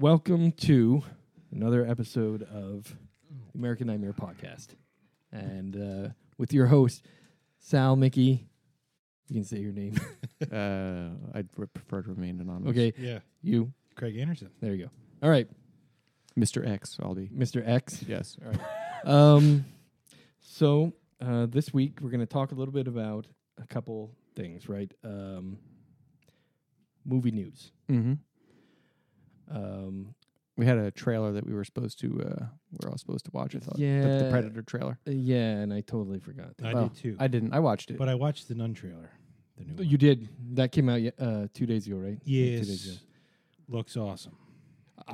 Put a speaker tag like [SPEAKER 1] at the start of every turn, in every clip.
[SPEAKER 1] welcome to another episode of American Nightmare Podcast, and uh, with your host Sal Mickey. You can say your name,
[SPEAKER 2] Uh, I'd re- prefer to remain anonymous.
[SPEAKER 1] okay?
[SPEAKER 3] Yeah,
[SPEAKER 1] You.
[SPEAKER 3] Craig Anderson.
[SPEAKER 1] There you go. All right,
[SPEAKER 2] Mr. X, I'll be.
[SPEAKER 1] Mr. X.
[SPEAKER 2] Yes.
[SPEAKER 1] Um, so uh, this week we're going to talk a little bit about a couple things, right? Um, movie news.
[SPEAKER 2] Mm-hmm.
[SPEAKER 1] Um,
[SPEAKER 2] We had a trailer that we were supposed to, uh, we were all supposed to watch, I thought. The- The,
[SPEAKER 1] Yeah.
[SPEAKER 2] Predator trailer.
[SPEAKER 1] yeah, and I totally forgot.
[SPEAKER 3] I
[SPEAKER 2] Wow.
[SPEAKER 3] did too,
[SPEAKER 2] I didn't. I watched it.
[SPEAKER 3] but I watched the Nun trailer. The new one.
[SPEAKER 1] Oh, You did. That came out ye- uh, two days ago, right? Yeah, two days
[SPEAKER 3] yes, looks awesome.
[SPEAKER 1] ago.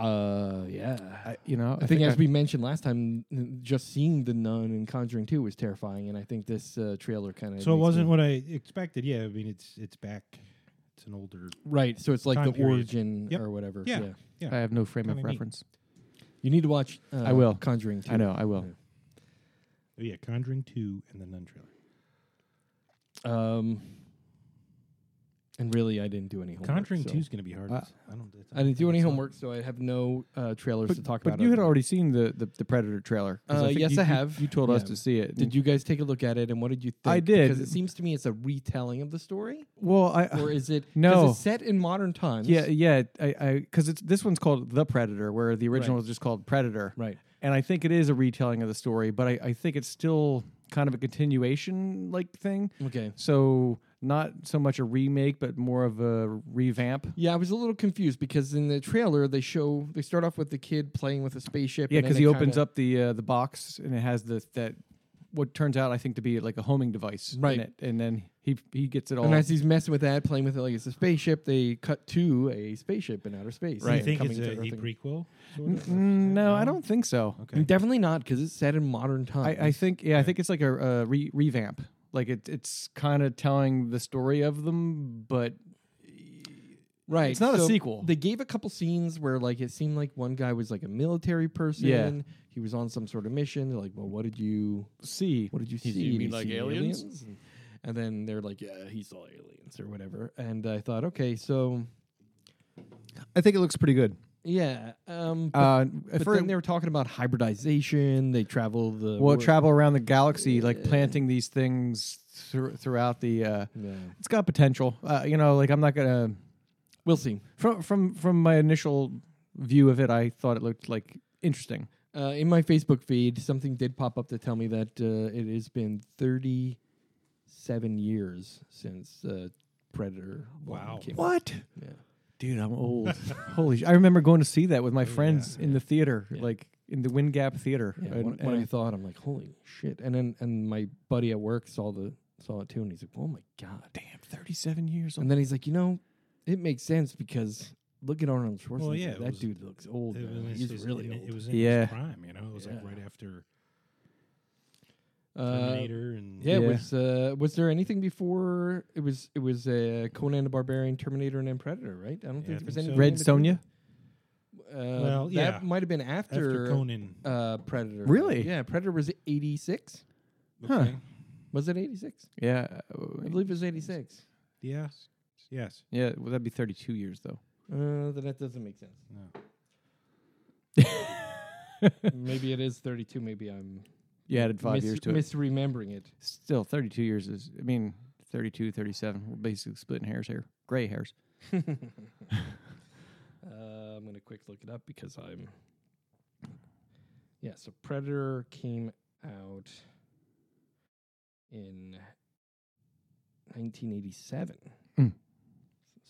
[SPEAKER 1] Uh, yeah.
[SPEAKER 2] I, you know,
[SPEAKER 1] I think, as
[SPEAKER 2] I-
[SPEAKER 1] we mentioned last time, n- just seeing the Nun and Conjuring Two was terrifying, and I think this uh, trailer kind of
[SPEAKER 3] so it wasn't what I expected. Yeah, I mean it's it's back. It's an older.
[SPEAKER 1] right. So it's like
[SPEAKER 3] time
[SPEAKER 1] the
[SPEAKER 3] period.
[SPEAKER 1] origin
[SPEAKER 3] Yep.
[SPEAKER 1] or whatever.
[SPEAKER 3] Yeah.
[SPEAKER 2] I have no frame of
[SPEAKER 3] Kinda neat.
[SPEAKER 2] reference.
[SPEAKER 1] you need to watch. Uh,
[SPEAKER 2] will.
[SPEAKER 1] Conjuring Two.
[SPEAKER 2] I know. I will.
[SPEAKER 1] Yeah.
[SPEAKER 3] Oh yeah, Conjuring two and the Nun trailer.
[SPEAKER 1] Um, and really, I didn't do any homework.
[SPEAKER 3] Conjuring
[SPEAKER 1] so.
[SPEAKER 3] two is going to be hard.
[SPEAKER 2] Uh,
[SPEAKER 3] It's- I don't. it's-
[SPEAKER 1] I didn't do any
[SPEAKER 3] it's not-
[SPEAKER 1] homework, so I have no uh, trailers to
[SPEAKER 2] But,
[SPEAKER 1] talk
[SPEAKER 2] but
[SPEAKER 1] about.
[SPEAKER 2] you had
[SPEAKER 1] other-
[SPEAKER 2] already seen the, the, the Predator trailer. 'cause
[SPEAKER 1] Uh,
[SPEAKER 2] think
[SPEAKER 1] yes,
[SPEAKER 2] you-
[SPEAKER 1] I
[SPEAKER 2] you-
[SPEAKER 1] have.
[SPEAKER 2] You told us
[SPEAKER 1] Yeah.
[SPEAKER 2] to see it.
[SPEAKER 1] Did you guys take a look at it, and what did you think?
[SPEAKER 2] I did.
[SPEAKER 1] Because it seems to me it's a retelling of the story,
[SPEAKER 2] Well, I.
[SPEAKER 1] or is it? 'cause
[SPEAKER 2] No.
[SPEAKER 1] it's set in modern times.
[SPEAKER 2] yeah, yeah, I, because it's this one's called The Predator, where the original is just called Predator.
[SPEAKER 1] Right.
[SPEAKER 2] and I think it is a retelling of the story, but I, I think it's still kind of a continuation like thing.
[SPEAKER 1] Okay.
[SPEAKER 2] So not so much a remake, but more of a revamp.
[SPEAKER 1] Yeah, I was a little confused because in the trailer they show they start off with the kid playing with a spaceship.
[SPEAKER 2] Yeah,
[SPEAKER 1] and then
[SPEAKER 2] because
[SPEAKER 1] they
[SPEAKER 2] he opens
[SPEAKER 1] kinda-
[SPEAKER 2] up the uh, the box and it has the that what turns out I think to be like a homing device,
[SPEAKER 1] Right.
[SPEAKER 2] In it, and then he he gets it all.
[SPEAKER 1] and as he's messing with that, playing with it like it's a spaceship, they cut to a spaceship in outer space.
[SPEAKER 3] Do you
[SPEAKER 1] and
[SPEAKER 3] think
[SPEAKER 1] coming
[SPEAKER 3] it's
[SPEAKER 1] to Mm,
[SPEAKER 3] a,
[SPEAKER 1] Earth
[SPEAKER 3] a
[SPEAKER 1] and-
[SPEAKER 3] prequel? sort
[SPEAKER 2] N-
[SPEAKER 3] of?
[SPEAKER 2] n- no, I don't think so.
[SPEAKER 3] Okay.
[SPEAKER 1] Definitely not because it's set in modern times.
[SPEAKER 2] I, I think yeah, I think it's like a, a re- revamp. Like it, it's kind of telling the story of them, but
[SPEAKER 1] Right.
[SPEAKER 2] It's not a
[SPEAKER 1] so
[SPEAKER 2] sequel.
[SPEAKER 1] They gave a couple scenes where like it seemed like one guy was like a military person.
[SPEAKER 2] Yeah.
[SPEAKER 1] He was on some sort of mission. They're like, Well, what did you
[SPEAKER 2] see,
[SPEAKER 1] what did you
[SPEAKER 2] You
[SPEAKER 1] see?
[SPEAKER 2] mean
[SPEAKER 1] Did you
[SPEAKER 2] like
[SPEAKER 1] see
[SPEAKER 2] aliens?
[SPEAKER 1] And, and then they're like, Yeah, he saw aliens or whatever. And I thought, okay, so
[SPEAKER 2] I think it looks pretty good.
[SPEAKER 1] yeah. Um but,
[SPEAKER 2] Uh,
[SPEAKER 1] but
[SPEAKER 2] for-
[SPEAKER 1] then they were talking about hybridization, they travel the
[SPEAKER 2] well,
[SPEAKER 1] wor-
[SPEAKER 2] travel around the galaxy, like planting these things thr- throughout the. Uh,
[SPEAKER 1] Yeah.
[SPEAKER 2] it's got potential, uh, you know. Like I'm not gonna
[SPEAKER 1] We'll see.
[SPEAKER 2] from from from my initial view of it, I thought it looked like interesting.
[SPEAKER 1] Uh, in my Facebook feed, something did pop up to tell me that uh, it has been 37 years since uh, Predator 1
[SPEAKER 3] Wow.
[SPEAKER 1] came out.
[SPEAKER 2] What,
[SPEAKER 1] Yeah.
[SPEAKER 2] dude? I'm old. Holy! Sh- I remember going to see that with my friends in the theater,
[SPEAKER 1] Oh, Yeah.
[SPEAKER 2] like in the Wind Gap Theater.
[SPEAKER 1] Yeah,
[SPEAKER 2] and-
[SPEAKER 1] when, when I
[SPEAKER 2] and-
[SPEAKER 1] thought, I'm like, holy shit! And then and my buddy at work saw the saw it too, and he's like, oh my god!
[SPEAKER 2] damn, 37 years old.
[SPEAKER 1] And then he's like, you know, it makes sense because look at Arnold Schwarzenegger.
[SPEAKER 3] Well, yeah, it
[SPEAKER 1] that
[SPEAKER 3] was-
[SPEAKER 1] dude looks old.
[SPEAKER 3] It
[SPEAKER 1] now.
[SPEAKER 3] was-
[SPEAKER 1] He's
[SPEAKER 3] it was
[SPEAKER 1] really
[SPEAKER 3] in-
[SPEAKER 1] old.
[SPEAKER 3] It was in
[SPEAKER 2] Yeah.
[SPEAKER 3] his prime. You know, it was
[SPEAKER 1] Yeah.
[SPEAKER 3] like right after
[SPEAKER 1] Uh,
[SPEAKER 3] Terminator and
[SPEAKER 1] yeah, It
[SPEAKER 2] Yeah.
[SPEAKER 1] was uh, was there anything before it was it was uh, Conan the Barbarian, Terminator, and then Predator, right? I don't
[SPEAKER 3] Yeah,
[SPEAKER 1] think
[SPEAKER 3] I
[SPEAKER 1] there was
[SPEAKER 3] think so.
[SPEAKER 1] anything. in
[SPEAKER 2] Red
[SPEAKER 1] between.
[SPEAKER 2] Sonia.
[SPEAKER 1] Uh,
[SPEAKER 3] Well,
[SPEAKER 1] that
[SPEAKER 3] yeah.
[SPEAKER 1] might have been
[SPEAKER 3] after,
[SPEAKER 1] after,
[SPEAKER 3] Conan.
[SPEAKER 1] uh, Predator.
[SPEAKER 2] Really?
[SPEAKER 1] Yeah, Predator was 86.
[SPEAKER 2] huh.
[SPEAKER 3] Okay.
[SPEAKER 1] Was it 86?
[SPEAKER 2] Yeah, uh,
[SPEAKER 1] I believe it was 86.
[SPEAKER 3] Yes. Yes.
[SPEAKER 2] yeah. Well, that'd be 32 years though.
[SPEAKER 1] Uh, then that doesn't make sense.
[SPEAKER 3] No.
[SPEAKER 1] maybe it is 32. Maybe I'm
[SPEAKER 2] You added five
[SPEAKER 1] mis-
[SPEAKER 2] years to it.
[SPEAKER 1] misremembering it.
[SPEAKER 2] still 32 years is i mean 32 37 we're basically splitting hairs here gray hairs
[SPEAKER 1] Uh, I'm gonna quick look it up because I'm. Yeah, so Predator came out in 1987.
[SPEAKER 2] Mm.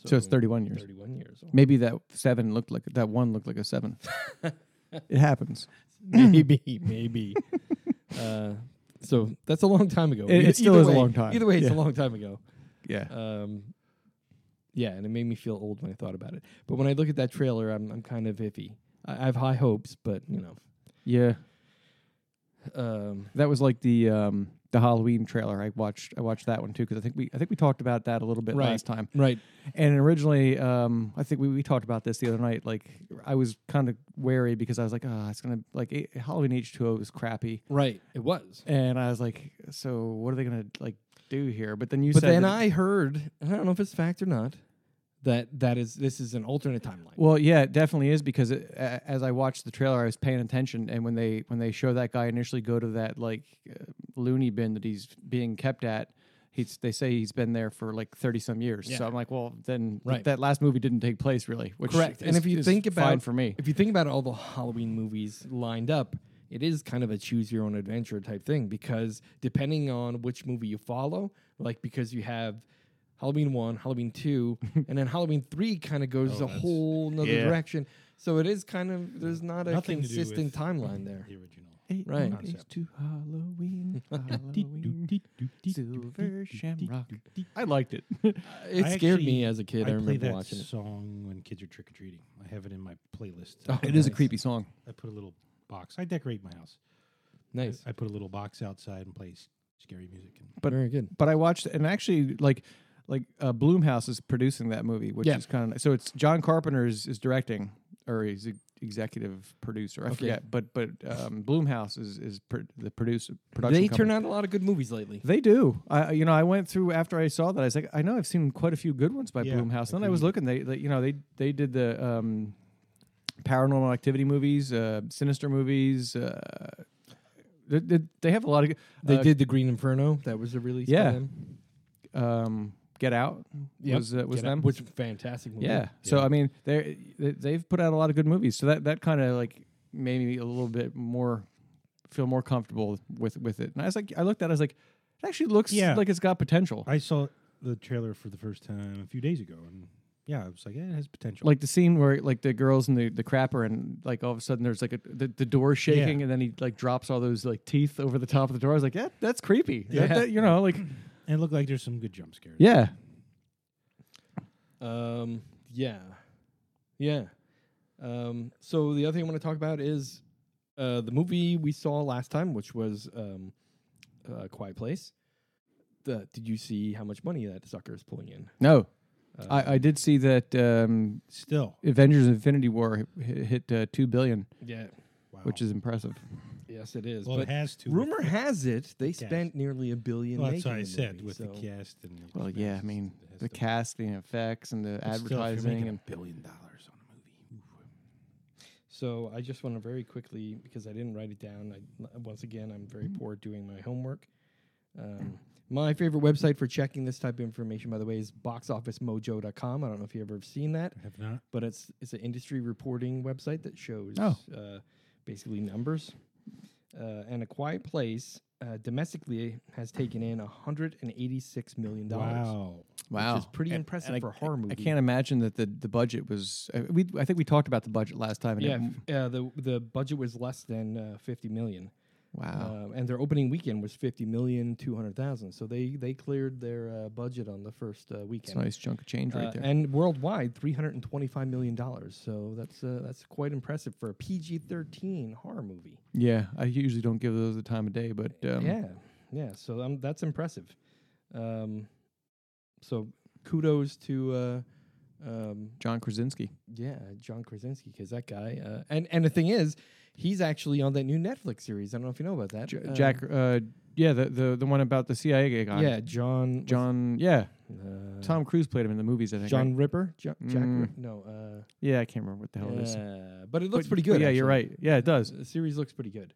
[SPEAKER 2] so, it's 31 years
[SPEAKER 1] 31 years old.
[SPEAKER 2] maybe that seven looked like that one looked like a seven it happens
[SPEAKER 1] maybe, maybe. uh, so that's a long time ago.
[SPEAKER 2] It- it
[SPEAKER 1] Either-
[SPEAKER 2] still
[SPEAKER 1] either
[SPEAKER 2] is a
[SPEAKER 1] way-
[SPEAKER 2] long time.
[SPEAKER 1] Either way, it's
[SPEAKER 2] Yeah.
[SPEAKER 1] a long time ago.
[SPEAKER 2] yeah
[SPEAKER 1] Um, yeah, and it made me feel old when I thought about it. But when I look at that trailer, I'm I'm kind of iffy. I, I have high hopes, but you know,
[SPEAKER 2] yeah
[SPEAKER 1] um,
[SPEAKER 2] that was like the um the halloween trailer i watched i watched that one too because i think we i think we talked about that a little bit
[SPEAKER 1] Right.
[SPEAKER 2] last time
[SPEAKER 1] right?
[SPEAKER 2] and originally um i think we, we talked about this the other night like i was kind of wary because i was like oh it's gonna like eh, halloween h2o is crappy
[SPEAKER 1] Right. It was.
[SPEAKER 2] and i was like so what are they gonna like do here but then you
[SPEAKER 1] but
[SPEAKER 2] said
[SPEAKER 1] then
[SPEAKER 2] that-
[SPEAKER 1] I heard, and I don't know if it's fact or not, that that is this is an alternate timeline.
[SPEAKER 2] Well, yeah, it definitely is because it, a- as I watched the trailer, I was paying attention, and when they when they show that guy initially go to that like uh, loony bin that he's being kept at, he's they say he's been there for like thirty some years. So
[SPEAKER 1] Yeah.
[SPEAKER 2] I'm like, well, then th-
[SPEAKER 1] Right.
[SPEAKER 2] that last movie didn't take place really, which
[SPEAKER 1] Correct. and
[SPEAKER 2] is-
[SPEAKER 1] if you
[SPEAKER 2] is
[SPEAKER 1] think about
[SPEAKER 2] fine for me,
[SPEAKER 1] if you think about all the Halloween movies lined up, it is kind of a choose your own adventure type thing because depending on which movie you follow, like because you have Halloween one, Halloween two, and then Halloween three kind of goes
[SPEAKER 3] Oh,
[SPEAKER 1] a
[SPEAKER 3] that's-
[SPEAKER 1] whole nother
[SPEAKER 2] Yeah.
[SPEAKER 1] direction. So it is kind of there's not a
[SPEAKER 3] Nothing to do with-
[SPEAKER 1] consistent timeline there.
[SPEAKER 3] The original.
[SPEAKER 1] Right.
[SPEAKER 3] Concept.
[SPEAKER 2] to Halloween, Halloween. Silver Shamrock. I liked it.
[SPEAKER 1] It
[SPEAKER 3] I
[SPEAKER 1] scared
[SPEAKER 3] actually-
[SPEAKER 1] me as a kid. I,
[SPEAKER 3] I, play
[SPEAKER 1] remember
[SPEAKER 3] that
[SPEAKER 1] watching it.
[SPEAKER 3] song when kids are trick or treating. I have it in my playlist.
[SPEAKER 1] Oh,
[SPEAKER 2] it is a creepy song.
[SPEAKER 3] I put a little box. I decorate my house. I-
[SPEAKER 1] Nice,
[SPEAKER 3] I, put a little box outside and play s- scary music. And
[SPEAKER 2] but-
[SPEAKER 1] very good.
[SPEAKER 2] but I watched and actually like like uh, Bloomhouse is producing that movie, which
[SPEAKER 1] Yeah.
[SPEAKER 2] is kind of so it's John Carpenter is, is directing or he's ex- executive producer. I
[SPEAKER 1] Okay.
[SPEAKER 2] forget, but but um, Bloomhouse is is pr- the producer production.
[SPEAKER 1] They
[SPEAKER 2] company.
[SPEAKER 1] turn out a lot of good movies lately.
[SPEAKER 2] They do. I I- you know I went through after I saw that I was like I know I've seen quite a few good ones by
[SPEAKER 3] Yeah,
[SPEAKER 2] Bloomhouse. Then I was
[SPEAKER 3] agreed.
[SPEAKER 2] looking they, they you know they they did the um, paranormal activity movies, uh, sinister movies. Uh, they, they, they have a lot of good-
[SPEAKER 1] They
[SPEAKER 2] uh,
[SPEAKER 1] did the Green Inferno. That was a release. by
[SPEAKER 2] Yeah.
[SPEAKER 1] them.
[SPEAKER 2] um, Get Out
[SPEAKER 1] Yep.
[SPEAKER 2] was uh, was
[SPEAKER 1] Get Out,
[SPEAKER 2] them.
[SPEAKER 1] which was a fantastic movie.
[SPEAKER 2] Yeah. So
[SPEAKER 3] Yeah.
[SPEAKER 2] I mean, they they- they've put out a lot of good movies. So that that kind of like made me a little bit more feel more comfortable with with it. And I was like, I looked at, it, I was like, it actually looks
[SPEAKER 3] Yeah.
[SPEAKER 2] like it's got potential.
[SPEAKER 3] I saw the trailer for the first time a few days ago, and yeah, I was like, eh, it has potential.
[SPEAKER 2] like the scene where like the girls and the, the crapper and like all of a sudden there's like a the, the door shaking and then he like drops all those like teeth over the top of the door. I was like, yeah, that's creepy. That-
[SPEAKER 1] Yeah.
[SPEAKER 2] that- you know, like
[SPEAKER 3] and it looked like there's some good jump scares.
[SPEAKER 2] yeah,
[SPEAKER 1] Um, yeah, yeah. Um, so the other thing I want to talk about is uh, the movie we saw last time, which was um, uh, Quiet Place. The, did you see how much money that sucker is pulling in?
[SPEAKER 2] no,
[SPEAKER 1] Uh,
[SPEAKER 2] I, I did see that um,
[SPEAKER 3] Still,
[SPEAKER 2] Avengers: Infinity War hit, hit uh, two billion,
[SPEAKER 1] yeah,
[SPEAKER 3] wow.
[SPEAKER 2] which is impressive.
[SPEAKER 1] yes, it is.
[SPEAKER 3] well, it
[SPEAKER 1] but
[SPEAKER 3] has to. with-
[SPEAKER 1] rumor has it they
[SPEAKER 3] cast.
[SPEAKER 1] spent nearly a billion.
[SPEAKER 3] Well, that's
[SPEAKER 1] making
[SPEAKER 3] what I
[SPEAKER 1] the
[SPEAKER 3] said
[SPEAKER 1] movie,
[SPEAKER 3] with
[SPEAKER 1] so.
[SPEAKER 3] the cast and. the
[SPEAKER 2] Well, yeah, I
[SPEAKER 3] expenses,
[SPEAKER 2] mean,
[SPEAKER 3] it has
[SPEAKER 2] the
[SPEAKER 3] to-
[SPEAKER 2] casting and effects and the
[SPEAKER 3] but still, if you're
[SPEAKER 2] advertising
[SPEAKER 3] making
[SPEAKER 2] and
[SPEAKER 3] a billion dollars on a movie. ooh.
[SPEAKER 1] So I just want to very quickly because I didn't write it down. I, once again, I'm very
[SPEAKER 2] Mm-hmm.
[SPEAKER 1] poor at doing my homework. Um, my favorite website for checking this type of information, by the way, is boxofficemojo.com. I don't know if you ever have seen that,
[SPEAKER 3] I have not.
[SPEAKER 1] but it's it's an industry reporting website that shows
[SPEAKER 2] Oh.
[SPEAKER 1] uh, basically numbers. Uh, and a quiet place uh, domestically has taken in 186 million dollars.
[SPEAKER 3] Wow.
[SPEAKER 2] wow,
[SPEAKER 1] is pretty
[SPEAKER 2] And-
[SPEAKER 1] impressive
[SPEAKER 2] and I-
[SPEAKER 1] for a horror
[SPEAKER 2] I
[SPEAKER 1] movie.
[SPEAKER 2] can't imagine that the, the budget was. I, we I think we talked about the budget last time. And
[SPEAKER 1] Yeah,
[SPEAKER 2] it-
[SPEAKER 1] f- uh, the the budget was less than uh, 50 million.
[SPEAKER 2] wow.
[SPEAKER 1] Um, and their opening weekend was fifty million two hundred thousand. So they they cleared their uh, budget on the first uh,
[SPEAKER 2] It's
[SPEAKER 1] weekend.
[SPEAKER 2] a nice chunk of change right
[SPEAKER 1] Uh,
[SPEAKER 2] there.
[SPEAKER 1] and worldwide, three hundred and twenty-five million dollars. So that's uh, that's quite impressive for a PG thirteen horror movie.
[SPEAKER 2] yeah, I usually don't give those the time of day, but um,
[SPEAKER 1] yeah, yeah. So um, that's impressive. Um, so kudos to uh, um,
[SPEAKER 2] John Krasinski.
[SPEAKER 1] yeah John Krasinski because that guy. Uh, and and the thing is, he's actually on that new Netflix series. I don't know if you know about that.
[SPEAKER 2] J-
[SPEAKER 1] um,
[SPEAKER 2] Jack, uh, yeah, the, the the one about the CIA guy.
[SPEAKER 1] Yeah, John.
[SPEAKER 2] John, yeah,
[SPEAKER 1] Uh,
[SPEAKER 2] Tom Cruise played him in the movies. I think.
[SPEAKER 1] John
[SPEAKER 2] right?
[SPEAKER 1] Ripper, jo- Jack.
[SPEAKER 2] Mm.
[SPEAKER 1] Rip- no, uh,
[SPEAKER 2] Yeah, I can't remember what the hell it is.
[SPEAKER 1] yeah, but it looks
[SPEAKER 2] But-
[SPEAKER 1] pretty
[SPEAKER 2] but
[SPEAKER 1] good.
[SPEAKER 2] yeah, you're
[SPEAKER 1] actually.
[SPEAKER 2] right. Yeah, it does.
[SPEAKER 1] The series looks pretty good.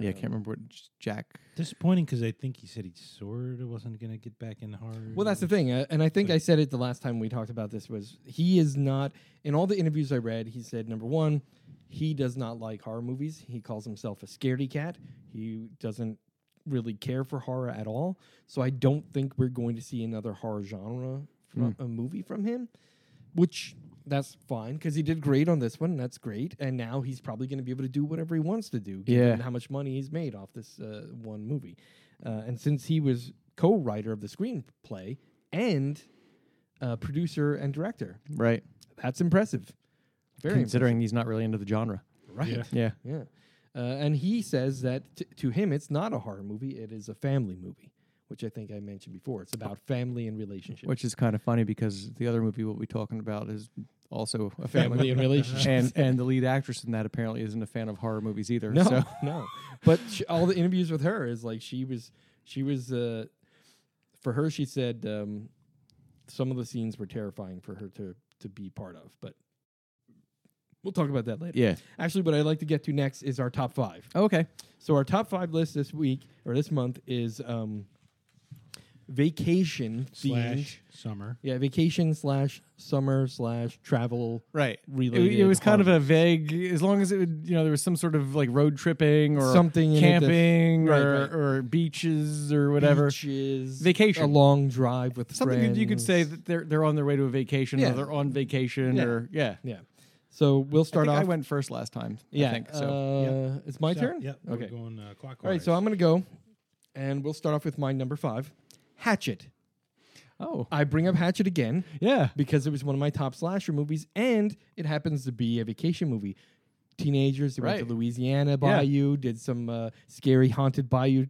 [SPEAKER 2] yeah, I
[SPEAKER 1] Um,
[SPEAKER 2] can't remember what J- Jack.
[SPEAKER 3] Disappointing because I think he said he sort of wasn't going to get back in horror.
[SPEAKER 1] Well, that's the thing, uh, and I think I said it the last time we talked about this. Was he is not in all the interviews I read? He said number one, he does not like horror movies. He calls himself a scaredy cat. He doesn't really care for horror at all. So I don't think we're going to see another horror genre from
[SPEAKER 2] Hmm.
[SPEAKER 1] a movie from him, which that's fine because he did great on this one. and That's great, and now he's probably going to be able to do whatever he wants to do, given
[SPEAKER 2] Yeah.
[SPEAKER 1] how much money he's made off this uh, one movie. Uh, and since he was co-writer of the screenplay and uh, producer and director,
[SPEAKER 2] Right.
[SPEAKER 1] that's impressive. Very
[SPEAKER 2] Considering he's not really into the genre.
[SPEAKER 1] impressive. right?
[SPEAKER 3] Yeah.
[SPEAKER 2] Yeah.
[SPEAKER 1] Yeah. Uh, and he says that t- to him, it's not a horror movie, it is a family movie, which I think I mentioned before. It's about family and relationships.
[SPEAKER 2] Which is kind of funny because the other movie we'll be talking about is also a
[SPEAKER 1] family
[SPEAKER 2] family.
[SPEAKER 1] and relationships.
[SPEAKER 2] and and the lead actress in that apparently isn't a fan of horror movies either.
[SPEAKER 1] no,
[SPEAKER 2] So
[SPEAKER 1] no. But sh all the interviews with her is like she was, she was, uh, for her, she said, um, some of the scenes were terrifying for her to to be part of. But we'll talk about that later.
[SPEAKER 4] Yeah.
[SPEAKER 1] Actually, what I'd like to get to next is our top five.
[SPEAKER 2] Okay.
[SPEAKER 1] So our top five list this week or this month is um, vacation themed.
[SPEAKER 3] slash summer.
[SPEAKER 1] Yeah, vacation slash summer slash travel.
[SPEAKER 2] Right. It,
[SPEAKER 1] Related
[SPEAKER 2] was kind of a
[SPEAKER 1] holidays.
[SPEAKER 2] vague, as long as it would, you know, there was some sort of like road tripping or
[SPEAKER 1] Something in it that's-
[SPEAKER 2] camping
[SPEAKER 1] Right,
[SPEAKER 2] or,
[SPEAKER 1] right.
[SPEAKER 2] or beaches or whatever.
[SPEAKER 1] Beaches,
[SPEAKER 2] Vacation.
[SPEAKER 1] a long drive with
[SPEAKER 2] Something that you could say
[SPEAKER 1] friends.
[SPEAKER 2] that they're they're on their way to a vacation
[SPEAKER 1] Yeah.
[SPEAKER 2] or they're on vacation
[SPEAKER 1] Yeah.
[SPEAKER 2] or yeah.
[SPEAKER 1] Yeah. So we'll
[SPEAKER 2] I,
[SPEAKER 1] start
[SPEAKER 2] think
[SPEAKER 1] off.
[SPEAKER 2] I went first last time.
[SPEAKER 1] yeah.
[SPEAKER 2] I think, so.
[SPEAKER 1] uh, It's my
[SPEAKER 3] So,
[SPEAKER 1] turn.
[SPEAKER 3] Yep.
[SPEAKER 1] Okay.
[SPEAKER 3] We're going uh, clockwise.
[SPEAKER 1] All right. So I'm gonna go, and we'll start off with my number five, Hatchet.
[SPEAKER 2] oh
[SPEAKER 1] I bring up Hatchet again
[SPEAKER 2] yeah.
[SPEAKER 1] because it was one of my top slasher movies, and it happens to be a vacation movie. Teenagers they went
[SPEAKER 2] Right.
[SPEAKER 1] to Louisiana
[SPEAKER 2] Yeah.
[SPEAKER 1] Bayou, did some uh, scary haunted Bayou,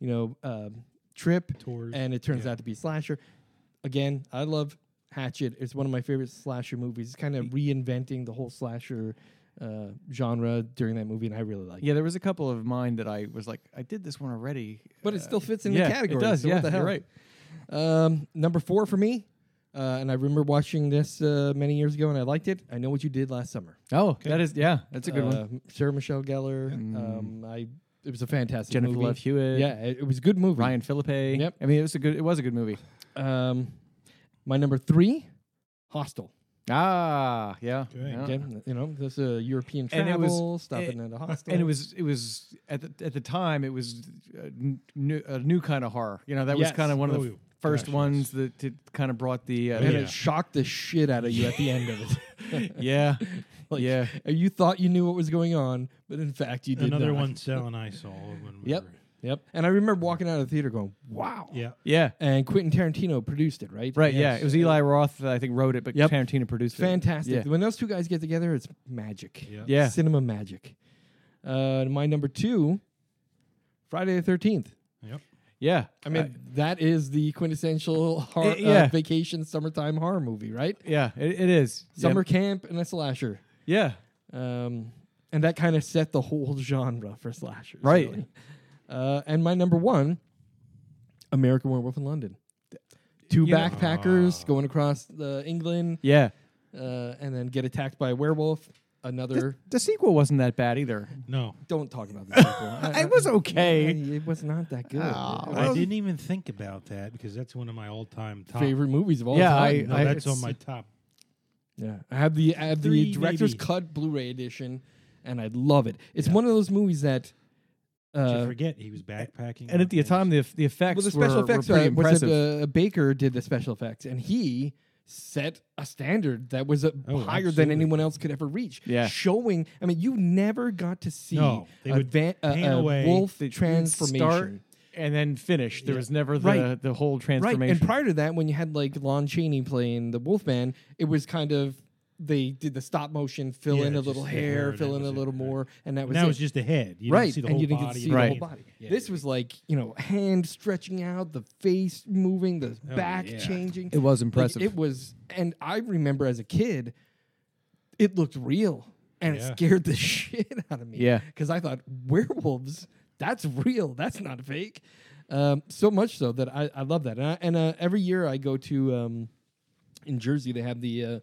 [SPEAKER 1] you know, um, trip,
[SPEAKER 3] Tours.
[SPEAKER 1] and it turns
[SPEAKER 3] Yeah.
[SPEAKER 1] out to be slasher. Again, I love Hatchet. It's one of my favorite slasher movies. It's kind of reinventing the whole slasher uh, genre during that movie, and I really like it.
[SPEAKER 2] Yeah, there was a couple of mine that I was like, I did this one already. Uh,
[SPEAKER 1] But it still fits in
[SPEAKER 2] yeah,
[SPEAKER 1] the category.
[SPEAKER 2] It does.
[SPEAKER 1] so
[SPEAKER 2] yeah,
[SPEAKER 1] what the hell?
[SPEAKER 2] you're right.
[SPEAKER 1] Um, number four for me, uh, and I remember watching this uh, many years ago, and I liked it. I know what you did last summer.
[SPEAKER 2] Oh, that is yeah, that's a good
[SPEAKER 1] uh,
[SPEAKER 2] one. Mm.
[SPEAKER 1] Sarah Michelle Gellar. Um, I it was a fantastic
[SPEAKER 2] Jennifer
[SPEAKER 1] movie.
[SPEAKER 2] Love Hewitt.
[SPEAKER 1] Yeah, it, it was a good movie.
[SPEAKER 2] Ryan Philippe.
[SPEAKER 1] Yep.
[SPEAKER 2] I mean, it was a good. It was a good movie.
[SPEAKER 1] Um, my number three, Hostel.
[SPEAKER 2] Ah, yeah.
[SPEAKER 3] Okay.
[SPEAKER 2] yeah.
[SPEAKER 1] Okay, you know this uh, European
[SPEAKER 2] Uh-huh. And
[SPEAKER 1] travel,
[SPEAKER 2] it was-
[SPEAKER 1] stopping at a hostel,
[SPEAKER 2] And it was it was at the at the time it was a n- new, a new kind of horror. You know, that was
[SPEAKER 1] Yes.
[SPEAKER 2] kind of one of the
[SPEAKER 3] Oh,
[SPEAKER 2] first
[SPEAKER 3] gosh,
[SPEAKER 2] ones that t- kind of brought the uh,
[SPEAKER 1] and
[SPEAKER 3] Yeah.
[SPEAKER 1] it shocked the shit out of you at the end of it.
[SPEAKER 2] yeah
[SPEAKER 1] Like,
[SPEAKER 2] yeah.
[SPEAKER 1] you thought you knew what was going on, but in fact you did
[SPEAKER 3] Another
[SPEAKER 1] not.
[SPEAKER 3] one Sal and I saw. When we
[SPEAKER 1] Yep.
[SPEAKER 3] were-
[SPEAKER 1] Yep. And I remember walking out of the theater going, "Wow."
[SPEAKER 3] Yeah.
[SPEAKER 2] Yeah.
[SPEAKER 1] And Quentin Tarantino produced it, right?
[SPEAKER 2] Right. Yeah.
[SPEAKER 3] Yes.
[SPEAKER 2] It was Eli Roth that I think wrote it, but
[SPEAKER 1] Yep.
[SPEAKER 2] Tarantino produced it.
[SPEAKER 1] Fantastic.
[SPEAKER 2] Yeah.
[SPEAKER 1] When those two guys get together, it's magic.
[SPEAKER 3] Yeah.
[SPEAKER 2] Yeah.
[SPEAKER 1] Cinema magic. Uh, my number two, Friday the Thirteenth.
[SPEAKER 3] Yep.
[SPEAKER 2] Yeah.
[SPEAKER 1] I mean, that is the quintessential horror,
[SPEAKER 2] Uh, Eh, yeah.
[SPEAKER 1] uh, vacation summertime horror movie, right?
[SPEAKER 2] yeah. It, it is
[SPEAKER 1] Summer camp and a slasher.
[SPEAKER 2] Yeah.
[SPEAKER 1] Um, and that kind of set the whole genre for slashers.
[SPEAKER 2] Right.
[SPEAKER 1] really. Uh, and my number one, American Werewolf in London. Two
[SPEAKER 2] You know-
[SPEAKER 1] backpackers
[SPEAKER 3] Ah.
[SPEAKER 1] going across the England
[SPEAKER 2] Yeah.
[SPEAKER 1] uh, and then get attacked by a werewolf. Another.
[SPEAKER 2] The sequel wasn't that bad either. uh,
[SPEAKER 3] No.
[SPEAKER 1] don't talk about the sequel. I-
[SPEAKER 2] It was
[SPEAKER 1] I-
[SPEAKER 2] okay.
[SPEAKER 1] I- It was not that good.
[SPEAKER 2] Oh,
[SPEAKER 1] It was
[SPEAKER 3] I
[SPEAKER 2] Well-
[SPEAKER 3] didn't even think about that because that's one of my all-time
[SPEAKER 1] my
[SPEAKER 3] top
[SPEAKER 1] favorite movies of all
[SPEAKER 2] Yeah,
[SPEAKER 1] time.
[SPEAKER 2] I-
[SPEAKER 3] No,
[SPEAKER 2] I-
[SPEAKER 3] that's on
[SPEAKER 2] it's-
[SPEAKER 3] my top.
[SPEAKER 1] Yeah, I have the I have the
[SPEAKER 3] Three,
[SPEAKER 1] director's
[SPEAKER 3] maybe.
[SPEAKER 1] cut Blu-ray edition, and I love it. It's
[SPEAKER 3] Yeah.
[SPEAKER 1] one of those movies that.
[SPEAKER 3] Did you
[SPEAKER 1] Uh,
[SPEAKER 3] forget he was backpacking.
[SPEAKER 2] And
[SPEAKER 3] on
[SPEAKER 2] at the
[SPEAKER 3] things?
[SPEAKER 2] time, the, the effects
[SPEAKER 1] well, the special
[SPEAKER 2] were,
[SPEAKER 1] effects
[SPEAKER 2] were pretty
[SPEAKER 1] uh, was
[SPEAKER 2] impressive.
[SPEAKER 1] it, uh, Baker did the special effects, and he set a standard that was uh,
[SPEAKER 3] Oh,
[SPEAKER 1] higher than
[SPEAKER 3] absolutely.
[SPEAKER 1] anyone else could ever reach.
[SPEAKER 2] Yeah.
[SPEAKER 1] showing. I mean, you never got to see
[SPEAKER 3] No, they
[SPEAKER 1] a,
[SPEAKER 3] would
[SPEAKER 1] van, a,
[SPEAKER 3] pan
[SPEAKER 1] a
[SPEAKER 3] away.
[SPEAKER 1] wolf
[SPEAKER 2] They-
[SPEAKER 1] transformation.
[SPEAKER 2] start and then finish. There was never the,
[SPEAKER 1] Right.
[SPEAKER 2] the whole
[SPEAKER 1] Right.
[SPEAKER 2] transformation.
[SPEAKER 1] And prior to that, when you had like Lon Chaney playing the Wolfman, it was kind of they did the stop motion, fill
[SPEAKER 3] Yeah,
[SPEAKER 1] in a
[SPEAKER 3] just
[SPEAKER 1] little
[SPEAKER 3] the
[SPEAKER 1] hair,
[SPEAKER 3] hair, and
[SPEAKER 1] fill
[SPEAKER 3] that
[SPEAKER 1] in a
[SPEAKER 3] was it,
[SPEAKER 1] little
[SPEAKER 3] right.
[SPEAKER 1] more, and that was
[SPEAKER 3] now
[SPEAKER 1] it.
[SPEAKER 3] it's just a head. You
[SPEAKER 1] right,
[SPEAKER 3] Didn't see the
[SPEAKER 1] and
[SPEAKER 3] whole
[SPEAKER 1] you didn't get to
[SPEAKER 3] body
[SPEAKER 1] see
[SPEAKER 2] Right.
[SPEAKER 1] the whole body.
[SPEAKER 3] Yeah,
[SPEAKER 1] this
[SPEAKER 3] yeah,
[SPEAKER 1] was like you know hand stretching out, the face moving, the
[SPEAKER 3] Oh,
[SPEAKER 1] back
[SPEAKER 3] yeah.
[SPEAKER 1] changing.
[SPEAKER 2] It was
[SPEAKER 1] Like,
[SPEAKER 2] impressive.
[SPEAKER 1] it was, and I remember as a kid, it looked real, and
[SPEAKER 3] Yeah.
[SPEAKER 1] it scared the shit out of me.
[SPEAKER 2] Yeah.
[SPEAKER 1] because I thought werewolves, that's real, that's not fake. Um, so much so that I, I love that, and, I, and uh, every year I go to um, in Jersey they have the uh,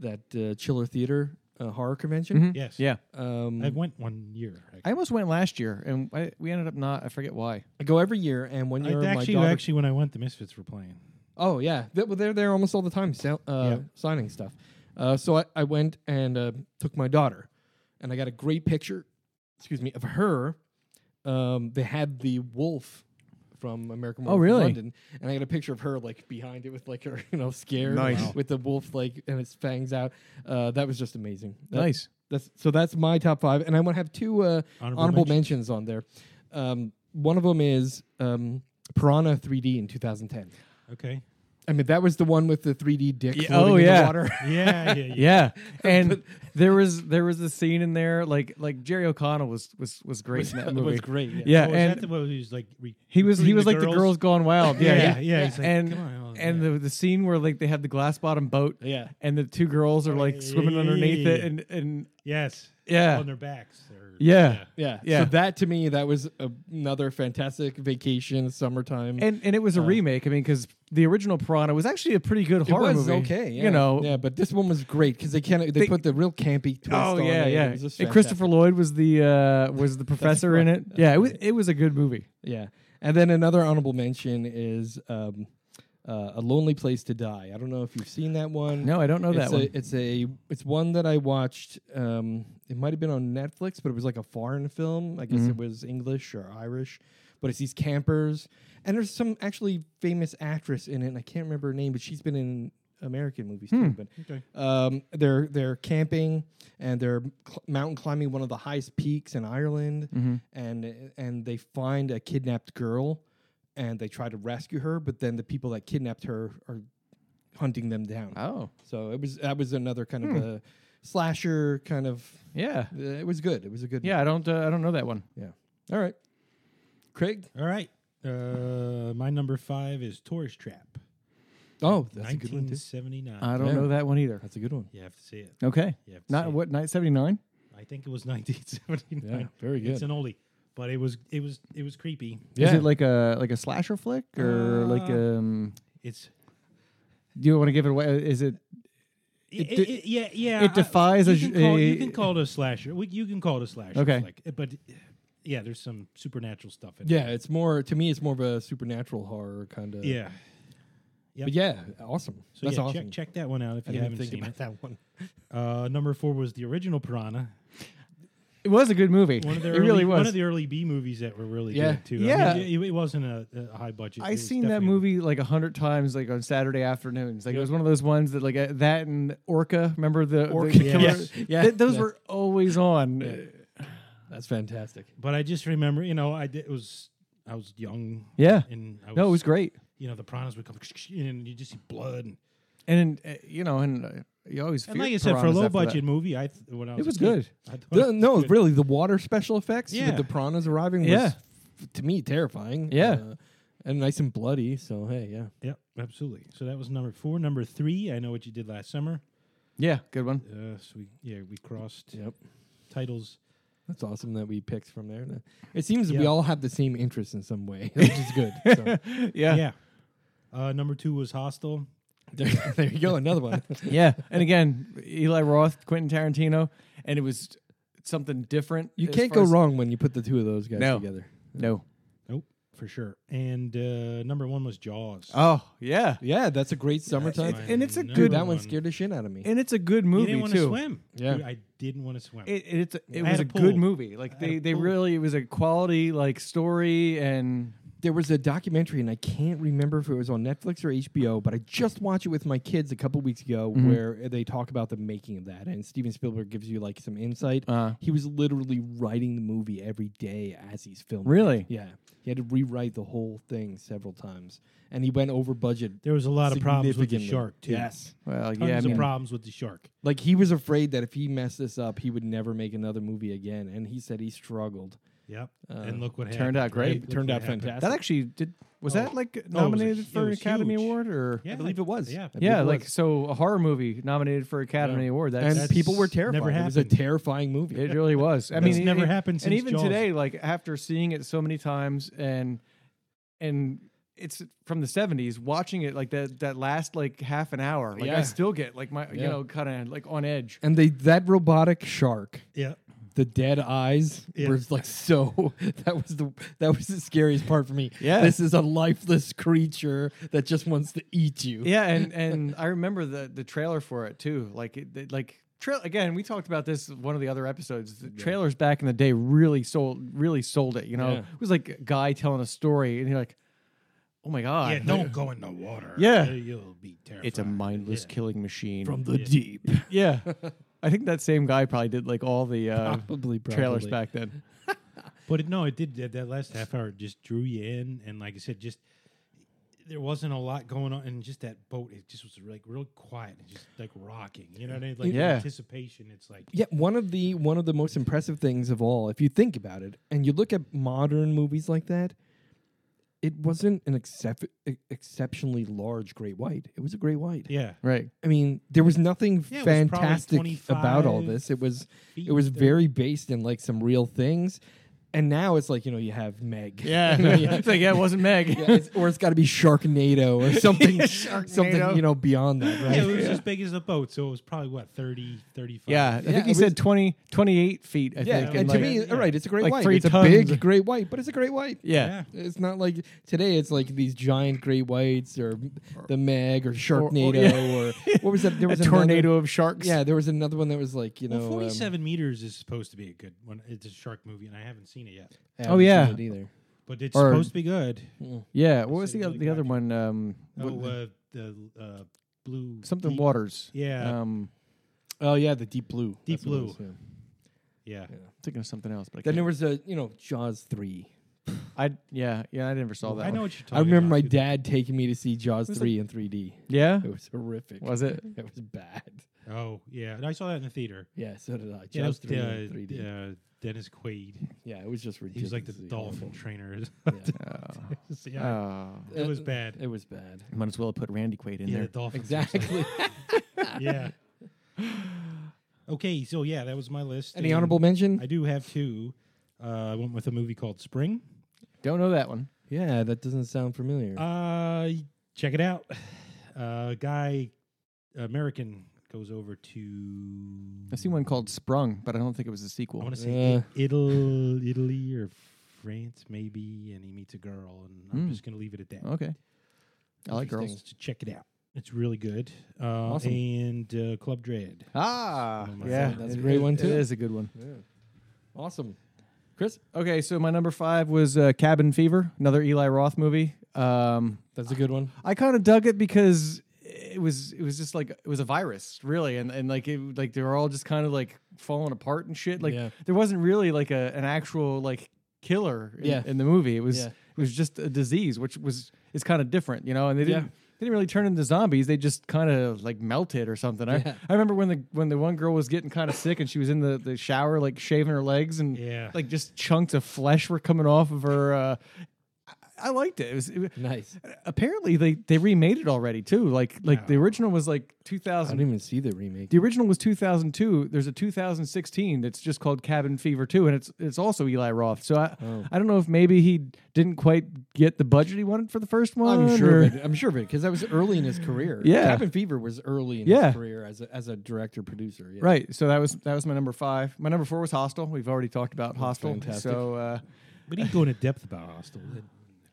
[SPEAKER 1] that uh, Chiller Theater uh, horror convention.
[SPEAKER 3] Yes.
[SPEAKER 2] Mm-hmm. yeah.
[SPEAKER 1] Um,
[SPEAKER 3] I went one year. actually.
[SPEAKER 2] I almost went last year, and I, we ended up not. I forget why.
[SPEAKER 1] I go every year, and one
[SPEAKER 3] I
[SPEAKER 1] year my
[SPEAKER 3] actually,
[SPEAKER 1] daughter.
[SPEAKER 3] actually, when I went, the Misfits were playing.
[SPEAKER 1] oh yeah, They- well, they're there almost all the time, sell, uh,
[SPEAKER 3] Yeah.
[SPEAKER 1] signing stuff. Uh, so I, I went and uh, took my daughter, and I got a great picture. Excuse me, of her. Um, they had the wolf from American
[SPEAKER 2] Oh,
[SPEAKER 1] Wolf in
[SPEAKER 2] really?
[SPEAKER 1] London, and I got a picture of her like behind it with like her you know scared
[SPEAKER 2] Nice. Wow.
[SPEAKER 1] with the wolf like and its fangs out. Uh, that was just amazing. That-
[SPEAKER 2] Nice.
[SPEAKER 1] That's so. That's my top five, and I want to have two uh, honorable,
[SPEAKER 3] Honorable
[SPEAKER 1] mentions. on there. Um, one of them is um, Piranha 3D in 2010.
[SPEAKER 3] Okay.
[SPEAKER 1] I mean, that was the one with the 3D dick
[SPEAKER 2] Yeah,
[SPEAKER 1] floating
[SPEAKER 2] oh,
[SPEAKER 1] in
[SPEAKER 2] yeah.
[SPEAKER 1] the water.
[SPEAKER 3] Yeah. Yeah. yeah.
[SPEAKER 2] Yeah, and there was there was a scene in there like like Jerry O'Connell was was was great in that
[SPEAKER 1] That
[SPEAKER 2] movie.
[SPEAKER 1] was great.
[SPEAKER 2] Yeah,
[SPEAKER 3] oh, is
[SPEAKER 2] and
[SPEAKER 3] that the one who's like re-
[SPEAKER 2] he was he
[SPEAKER 3] recruiting
[SPEAKER 2] was like the girls gone wild. Yeah,
[SPEAKER 3] yeah, yeah. He's like,
[SPEAKER 2] and
[SPEAKER 3] come on,
[SPEAKER 1] on.
[SPEAKER 2] and
[SPEAKER 1] yeah.
[SPEAKER 2] the, the scene where like they have the glass bottom boat
[SPEAKER 1] yeah.
[SPEAKER 2] and the two girls are like swimming underneath it and and
[SPEAKER 3] Yes.
[SPEAKER 2] yeah
[SPEAKER 3] On their backs. They're-
[SPEAKER 2] Yeah.
[SPEAKER 1] Yeah.
[SPEAKER 2] Yeah.
[SPEAKER 1] So that to me, that was a- another fantastic vacation summertime.
[SPEAKER 2] and and it was a remake. I mean, because the original Piranha was actually a pretty good
[SPEAKER 1] Oh. it
[SPEAKER 2] horror
[SPEAKER 1] was
[SPEAKER 2] movie.
[SPEAKER 1] okay. Yeah.
[SPEAKER 2] you know.
[SPEAKER 1] Yeah, but this one was great because they kind of they,
[SPEAKER 2] They-
[SPEAKER 1] put the real campy twist.
[SPEAKER 2] Oh
[SPEAKER 1] on
[SPEAKER 2] yeah,
[SPEAKER 1] it.
[SPEAKER 2] yeah.
[SPEAKER 1] It was just
[SPEAKER 2] and Christopher
[SPEAKER 1] fantastic.
[SPEAKER 2] Lloyd was the uh was the professor in
[SPEAKER 1] right.
[SPEAKER 2] it.
[SPEAKER 1] That's
[SPEAKER 2] Yeah, it was it was a good movie.
[SPEAKER 1] Yeah. And then another honorable mention is um, uh, a lonely place to die. I don't know if you've seen that one.
[SPEAKER 2] No, I don't know
[SPEAKER 1] it's
[SPEAKER 2] that
[SPEAKER 1] a,
[SPEAKER 2] one.
[SPEAKER 1] It's a it's one that I watched. Um, it might have been on Netflix, but it was like a foreign film. I guess
[SPEAKER 2] Mm-hmm.
[SPEAKER 1] it was English or Irish. But it's these campers, and there's some actually famous actress in it. And I can't remember her name, but she's been in American movies too.
[SPEAKER 2] Hmm.
[SPEAKER 1] But
[SPEAKER 3] Okay.
[SPEAKER 1] um, they're they're camping and they're cl- mountain climbing one of the highest peaks in Ireland,
[SPEAKER 2] Mm-hmm.
[SPEAKER 1] and and they find a kidnapped girl, and they try to rescue her, but then the people that kidnapped her are hunting them down.
[SPEAKER 2] Oh
[SPEAKER 1] So it was that was another kind of a slasher kind of.
[SPEAKER 2] yeah,
[SPEAKER 1] uh, It was good. It was a good.
[SPEAKER 2] yeah. I don't uh, I don't know that one.
[SPEAKER 1] Yeah. All right. Craig.
[SPEAKER 3] All right. Uh, my number five is Tourist Trap.
[SPEAKER 1] Oh, that's a good one too.
[SPEAKER 3] 1979.
[SPEAKER 2] I don't
[SPEAKER 1] Yeah.
[SPEAKER 2] know that one either.
[SPEAKER 1] That's a good one.
[SPEAKER 3] you have to see it.
[SPEAKER 2] Okay,
[SPEAKER 3] You have to see
[SPEAKER 2] Uh, not
[SPEAKER 3] it.
[SPEAKER 2] what night seventy nine.
[SPEAKER 3] I think it was 1979.
[SPEAKER 1] Yeah, very
[SPEAKER 3] It's
[SPEAKER 1] good.
[SPEAKER 3] an oldie, but it was it was it was creepy.
[SPEAKER 1] Yeah. Uh.
[SPEAKER 2] Is it like a like a slasher flick or like um?
[SPEAKER 3] It's
[SPEAKER 2] Do you want to give it away? Is it
[SPEAKER 3] it,
[SPEAKER 2] de-
[SPEAKER 3] it- yeah yeah.
[SPEAKER 2] it
[SPEAKER 3] I-
[SPEAKER 2] defies a
[SPEAKER 3] you
[SPEAKER 2] j-
[SPEAKER 3] Can call,
[SPEAKER 2] a-
[SPEAKER 3] you can call it a slasher. We, you can call it a slasher.
[SPEAKER 2] Okay.
[SPEAKER 3] flick, uh, but uh, yeah, there's some supernatural stuff in
[SPEAKER 1] yeah,
[SPEAKER 3] it.
[SPEAKER 1] it's more to me. It's more of a supernatural horror kind of.
[SPEAKER 3] Yeah.
[SPEAKER 1] But yeah, awesome.
[SPEAKER 3] So
[SPEAKER 1] that's
[SPEAKER 3] yeah,
[SPEAKER 1] awesome.
[SPEAKER 3] check check that one out if
[SPEAKER 1] I
[SPEAKER 3] you
[SPEAKER 1] didn't even
[SPEAKER 3] haven't
[SPEAKER 1] think
[SPEAKER 3] seen
[SPEAKER 1] about
[SPEAKER 3] it.
[SPEAKER 1] that one.
[SPEAKER 3] Uh, number four was the original Piranha.
[SPEAKER 2] it was a good movie?
[SPEAKER 3] One of the
[SPEAKER 2] it
[SPEAKER 3] early,
[SPEAKER 2] really was.
[SPEAKER 3] one of the early B movies that were really
[SPEAKER 1] Yeah.
[SPEAKER 3] good too.
[SPEAKER 2] Yeah.
[SPEAKER 3] I mean, it, it wasn't a, a high budget. it
[SPEAKER 2] I
[SPEAKER 3] was
[SPEAKER 2] seen that
[SPEAKER 3] definitely-
[SPEAKER 2] movie like a hundred times, like on Saturday afternoons. Like it
[SPEAKER 3] Yep.
[SPEAKER 2] was one of those ones that, like uh, that and Orca. Remember the
[SPEAKER 1] Orca,
[SPEAKER 2] The killer?
[SPEAKER 1] yes. Yeah.
[SPEAKER 2] Th- those
[SPEAKER 1] Yeah.
[SPEAKER 2] were always on.
[SPEAKER 1] That's fantastic.
[SPEAKER 3] But I just remember, you know, I did, it was I was young.
[SPEAKER 2] Yeah.
[SPEAKER 3] and I was,
[SPEAKER 2] No, it was great.
[SPEAKER 3] You know, the piranhas would come and you just see blood. And,
[SPEAKER 2] And uh, you know, and uh, you always
[SPEAKER 3] and
[SPEAKER 2] feared
[SPEAKER 3] like I said, for a
[SPEAKER 2] piranhas
[SPEAKER 3] low
[SPEAKER 2] after that.
[SPEAKER 3] budget movie, I th- when I was a
[SPEAKER 2] was
[SPEAKER 3] kid,
[SPEAKER 2] good.
[SPEAKER 3] I thought
[SPEAKER 1] The-
[SPEAKER 3] it was
[SPEAKER 1] no,
[SPEAKER 3] good.
[SPEAKER 1] really, the water special effects
[SPEAKER 3] Yeah.
[SPEAKER 1] with the piranhas arriving was,
[SPEAKER 2] Yeah.
[SPEAKER 1] f- to me, terrifying.
[SPEAKER 2] Yeah.
[SPEAKER 1] Uh, and nice and bloody. So, hey, yeah.
[SPEAKER 3] Yep, absolutely. So that was number four. Number three, I know what you did last summer.
[SPEAKER 2] Yeah, good one.
[SPEAKER 3] Uh, so we yeah we crossed
[SPEAKER 1] Yep.
[SPEAKER 3] titles.
[SPEAKER 1] That's awesome that we picked from there. That- It seems we
[SPEAKER 3] Yeah.
[SPEAKER 1] all have the same interest in some way, which is good. So,
[SPEAKER 2] Yeah, yeah.
[SPEAKER 3] yeah. Uh, number two was Hostel.
[SPEAKER 1] there, there you go, another one.
[SPEAKER 2] And again, Eli Roth, Quentin Tarantino, and it was something different.
[SPEAKER 1] You
[SPEAKER 2] as
[SPEAKER 1] can't
[SPEAKER 2] far
[SPEAKER 1] go
[SPEAKER 2] as-
[SPEAKER 1] wrong when you put the two of those guys
[SPEAKER 2] No.
[SPEAKER 1] together.
[SPEAKER 2] No.
[SPEAKER 3] Nope, for sure. And uh, number one was Jaws.
[SPEAKER 2] Oh yeah,
[SPEAKER 1] Yeah, that's a great summertime.
[SPEAKER 2] it- and it's a
[SPEAKER 3] Number
[SPEAKER 1] Dude,
[SPEAKER 2] good-
[SPEAKER 1] that one scared the shit out of me.
[SPEAKER 2] and it's a good movie
[SPEAKER 3] You didn't want
[SPEAKER 2] too.
[SPEAKER 3] to swim.
[SPEAKER 1] Yeah.
[SPEAKER 3] Dude, I didn't want to swim.
[SPEAKER 2] It, it, it's a, it was
[SPEAKER 3] I had
[SPEAKER 2] a
[SPEAKER 3] a
[SPEAKER 2] good
[SPEAKER 3] pool.
[SPEAKER 2] movie. Like
[SPEAKER 3] had a
[SPEAKER 2] they, they
[SPEAKER 3] pool.
[SPEAKER 2] really it was a quality like story and
[SPEAKER 1] there was a documentary, and I can't remember if it was on Netflix or HBO, but I just watched it with my kids a couple weeks ago,
[SPEAKER 2] Mm-hmm.
[SPEAKER 1] where they talk about the making of that, and Steven Spielberg gives you like some insight.
[SPEAKER 2] Uh-huh.
[SPEAKER 1] he was literally writing the movie every day as he's filming. it.
[SPEAKER 2] Really?
[SPEAKER 1] Yeah, he had to rewrite the whole thing several times, and he went over budget.
[SPEAKER 3] there was a lot of problems with the
[SPEAKER 1] significantly.
[SPEAKER 3] shark too.
[SPEAKER 1] Yes,
[SPEAKER 2] well
[SPEAKER 3] Tons
[SPEAKER 2] yeah I mean,
[SPEAKER 3] of problems with the shark.
[SPEAKER 1] like he was afraid that if he messed this up, he would never make another movie again, and he said he struggled.
[SPEAKER 3] Yep. and look what
[SPEAKER 2] uh, turned
[SPEAKER 3] happened,
[SPEAKER 2] out great.
[SPEAKER 3] right?
[SPEAKER 1] It
[SPEAKER 3] Look
[SPEAKER 1] turned
[SPEAKER 3] what
[SPEAKER 1] out
[SPEAKER 3] happened.
[SPEAKER 1] fantastic.
[SPEAKER 2] that actually did was that like
[SPEAKER 3] was a
[SPEAKER 2] nominated
[SPEAKER 3] hu- Oh. it
[SPEAKER 2] for an
[SPEAKER 3] was
[SPEAKER 2] Academy
[SPEAKER 3] huge.
[SPEAKER 2] Award or
[SPEAKER 3] Yeah,
[SPEAKER 1] I believe it was.
[SPEAKER 3] Yeah.
[SPEAKER 1] I believe
[SPEAKER 2] yeah
[SPEAKER 1] it
[SPEAKER 2] like
[SPEAKER 1] was.
[SPEAKER 2] so a horror movie nominated for Academy Award that's
[SPEAKER 1] and
[SPEAKER 3] that's
[SPEAKER 1] people were
[SPEAKER 3] never
[SPEAKER 1] terrified. it was a
[SPEAKER 3] happened.
[SPEAKER 1] terrifying movie.
[SPEAKER 2] it really was I mean
[SPEAKER 3] That's
[SPEAKER 2] it-
[SPEAKER 3] never
[SPEAKER 2] it-
[SPEAKER 3] happened
[SPEAKER 2] and
[SPEAKER 3] since
[SPEAKER 2] even
[SPEAKER 3] Jaws.
[SPEAKER 2] today like after seeing it so many times and and it's from the 70s watching it like that that last like half an hour like
[SPEAKER 1] Yeah.
[SPEAKER 2] I still get like my you
[SPEAKER 1] Yeah.
[SPEAKER 2] know kind of like on edge
[SPEAKER 1] and they that robotic shark
[SPEAKER 3] Yeah.
[SPEAKER 1] the dead eyes
[SPEAKER 3] Yeah.
[SPEAKER 1] were like so that was the that was the scariest part for me
[SPEAKER 2] Yeah.
[SPEAKER 1] this is a lifeless creature that just wants to eat you
[SPEAKER 2] yeah and and i remember the the trailer for it too like it, it- like trail again we talked about this in one of the other episodes the trailers back in the day really sold really sold it you know
[SPEAKER 1] Yeah.
[SPEAKER 2] it was like a guy telling a story and you're like oh my god
[SPEAKER 3] Yeah, don't go in the water.
[SPEAKER 2] Yeah.
[SPEAKER 3] You'll be terrified.
[SPEAKER 2] it's a mindless
[SPEAKER 3] Yeah.
[SPEAKER 2] killing machine
[SPEAKER 1] from the deep
[SPEAKER 2] yeah i think that same guy probably did like all the uh,
[SPEAKER 1] probably, probably
[SPEAKER 2] trailers back then
[SPEAKER 3] But it, no, it did. That, that last half hour just drew you in, and like I said, just there wasn't a lot going on, and just that boat, it just was like real quiet, and just like rocking. You know what I mean? Like the
[SPEAKER 2] Yeah.
[SPEAKER 3] anticipation. It's like
[SPEAKER 1] yeah one of the one of the most impressive things of all if you think about it and you look at modern movies like that it wasn't an excep- e- exceptionally large great white. It was a great white.
[SPEAKER 3] Yeah.
[SPEAKER 2] Right.
[SPEAKER 1] I mean, there was nothing
[SPEAKER 3] Yeah, it was probably
[SPEAKER 1] fantastic about all
[SPEAKER 3] 25
[SPEAKER 1] this. It was
[SPEAKER 3] Feet
[SPEAKER 1] it was
[SPEAKER 3] there.
[SPEAKER 1] very based in like some real things. And now it's like, you know, you have Meg.
[SPEAKER 2] Yeah.
[SPEAKER 1] Yeah.
[SPEAKER 2] it's like, yeah, it wasn't Meg.
[SPEAKER 1] Yeah, it's- or it's got to be Sharknado or something, something
[SPEAKER 2] Sharknado.
[SPEAKER 1] you know beyond that, right?
[SPEAKER 3] Yeah, it was as big as a boat, so it was probably what 30, 35.
[SPEAKER 2] Yeah, I
[SPEAKER 1] Yeah,
[SPEAKER 2] think he
[SPEAKER 1] it
[SPEAKER 2] said 20, 28 feet. I
[SPEAKER 1] Yeah,
[SPEAKER 2] think.
[SPEAKER 1] and,
[SPEAKER 3] and
[SPEAKER 1] to
[SPEAKER 2] like-
[SPEAKER 1] me,
[SPEAKER 3] yeah.
[SPEAKER 1] all right, it's a great
[SPEAKER 2] Like
[SPEAKER 1] white.
[SPEAKER 2] three
[SPEAKER 1] it's
[SPEAKER 2] tons
[SPEAKER 1] a big
[SPEAKER 2] of-
[SPEAKER 1] great white, but it's a great white.
[SPEAKER 2] yeah.
[SPEAKER 3] Yeah.
[SPEAKER 1] It's not like today. It's like these giant great whites or the Meg or
[SPEAKER 2] or-
[SPEAKER 1] Sharknado
[SPEAKER 2] yeah.
[SPEAKER 1] or, what was that? There
[SPEAKER 2] a
[SPEAKER 1] was another-
[SPEAKER 2] tornado of sharks.
[SPEAKER 1] yeah, there was another one that was like you know.
[SPEAKER 3] well,
[SPEAKER 1] um,
[SPEAKER 3] forty-seven meters is supposed to be a good one. It's a shark movie, and I haven't seen it yet,
[SPEAKER 1] I
[SPEAKER 2] Oh,
[SPEAKER 1] haven't seen
[SPEAKER 2] yeah.
[SPEAKER 1] it either.
[SPEAKER 3] but it's
[SPEAKER 2] Or-
[SPEAKER 3] supposed to be good.
[SPEAKER 2] yeah. What was
[SPEAKER 3] said
[SPEAKER 2] the
[SPEAKER 3] really
[SPEAKER 2] the other
[SPEAKER 3] gotcha.
[SPEAKER 2] one? Um,
[SPEAKER 3] Oh,
[SPEAKER 2] what-
[SPEAKER 3] uh, the uh, blue
[SPEAKER 2] something
[SPEAKER 3] deep,
[SPEAKER 2] waters.
[SPEAKER 3] Yeah,
[SPEAKER 2] Um,
[SPEAKER 1] Oh yeah, the Deep Blue.
[SPEAKER 3] Deep
[SPEAKER 1] That's what it
[SPEAKER 3] Blue.
[SPEAKER 1] was, yeah.
[SPEAKER 3] yeah.
[SPEAKER 1] Yeah.
[SPEAKER 2] thinking of something else, but I
[SPEAKER 1] Then
[SPEAKER 2] can't-
[SPEAKER 1] there was a you know Jaws three.
[SPEAKER 2] I yeah yeah I never saw that.
[SPEAKER 3] I know
[SPEAKER 2] One.
[SPEAKER 3] what you're talking.
[SPEAKER 1] I remember my
[SPEAKER 3] about, dude.
[SPEAKER 1] dad taking me to see Jaws
[SPEAKER 2] Was it-
[SPEAKER 1] three in three D.
[SPEAKER 2] Yeah,
[SPEAKER 1] It was horrific.
[SPEAKER 2] was it?
[SPEAKER 1] It was bad.
[SPEAKER 3] Oh yeah, and I saw that in the theater.
[SPEAKER 1] Yeah, so did I.
[SPEAKER 3] Yeah, that
[SPEAKER 1] Jaws
[SPEAKER 3] was
[SPEAKER 1] 3 in
[SPEAKER 3] the,
[SPEAKER 1] 3D. Yeah.
[SPEAKER 3] uh, Dennis Quaid.
[SPEAKER 1] it was just ridiculous.
[SPEAKER 3] He was like the dolphin trainer.
[SPEAKER 2] Oh.
[SPEAKER 3] yeah,
[SPEAKER 2] Oh.
[SPEAKER 3] it was bad.
[SPEAKER 1] It was bad.
[SPEAKER 2] Might as well have put Randy Quaid in
[SPEAKER 3] yeah, the
[SPEAKER 2] there.
[SPEAKER 3] dolphin.
[SPEAKER 1] Exactly.
[SPEAKER 3] yeah. Okay, so yeah, that was my list.
[SPEAKER 1] Any
[SPEAKER 3] and
[SPEAKER 1] honorable mention?
[SPEAKER 3] I do have two. Uh, I went with a movie called Spring.
[SPEAKER 2] Don't know that one.
[SPEAKER 1] yeah, that doesn't sound familiar.
[SPEAKER 3] Uh, check it out. Uh, guy, American, goes over to.
[SPEAKER 2] I see one called Sprung, but I don't think it was a
[SPEAKER 3] I
[SPEAKER 2] sequel.
[SPEAKER 3] want to say
[SPEAKER 1] Uh.
[SPEAKER 3] I- Italy, Italy or France, maybe, and he meets a girl, and I'm
[SPEAKER 2] Hmm.
[SPEAKER 3] just gonna leave it at that.
[SPEAKER 2] Okay, I like
[SPEAKER 1] Interesting.
[SPEAKER 2] girls.
[SPEAKER 3] So check it out. It's really good. Uh,
[SPEAKER 1] Awesome.
[SPEAKER 3] And uh, Club Dread.
[SPEAKER 2] Ah,
[SPEAKER 3] Oh my
[SPEAKER 2] yeah,
[SPEAKER 3] God,
[SPEAKER 1] that's a
[SPEAKER 2] It-
[SPEAKER 1] great
[SPEAKER 2] it-
[SPEAKER 1] one, too.
[SPEAKER 2] It is a good one.
[SPEAKER 1] Yeah. Awesome. Chris,
[SPEAKER 2] Okay, so my number five was uh, Cabin Fever, another Eli Roth movie. Um,
[SPEAKER 1] that's a good one.
[SPEAKER 2] I kind of dug it because it was it was just like it was a virus, really, and and like it like they were all just kind of like falling apart and shit. Like
[SPEAKER 1] Yeah.
[SPEAKER 2] there wasn't really like a an actual like killer in,
[SPEAKER 1] Yeah.
[SPEAKER 2] in the movie. It was
[SPEAKER 1] Yeah.
[SPEAKER 2] it was just a disease, which was is kind of different, you know. And they
[SPEAKER 1] Yeah.
[SPEAKER 2] didn't they didn't really turn into zombies. They just kind of like melted or something.
[SPEAKER 1] Yeah.
[SPEAKER 2] I, I remember when the when the one girl was getting kind of sick and she was in the, the shower like shaving her legs and
[SPEAKER 3] Yeah.
[SPEAKER 2] like just chunks of flesh were coming off of her. Uh, I, I liked it. It was, it,
[SPEAKER 1] Nice.
[SPEAKER 2] apparently they they remade it already too like like the
[SPEAKER 3] No.
[SPEAKER 2] original was like
[SPEAKER 1] I
[SPEAKER 2] 2000
[SPEAKER 1] didn't even see the remake.
[SPEAKER 2] the original was 2002 there's a 2016 that's just called cabin fever 2 and it's it's also eli roth so i
[SPEAKER 1] Oh.
[SPEAKER 2] i don't know if maybe he didn't quite get the budget he wanted for the first one
[SPEAKER 1] I'm sure
[SPEAKER 2] or-
[SPEAKER 1] of it. I'm sure of it because that was early in his career.
[SPEAKER 2] Yeah.
[SPEAKER 1] Cabin Fever was early in
[SPEAKER 2] Yeah.
[SPEAKER 1] his career as a, as a director producer. Yeah.
[SPEAKER 2] right so that was that was my number five my number four was hostel we've already talked about hostel
[SPEAKER 1] fantastic.
[SPEAKER 2] so uh
[SPEAKER 3] We didn't go into depth about Hostel.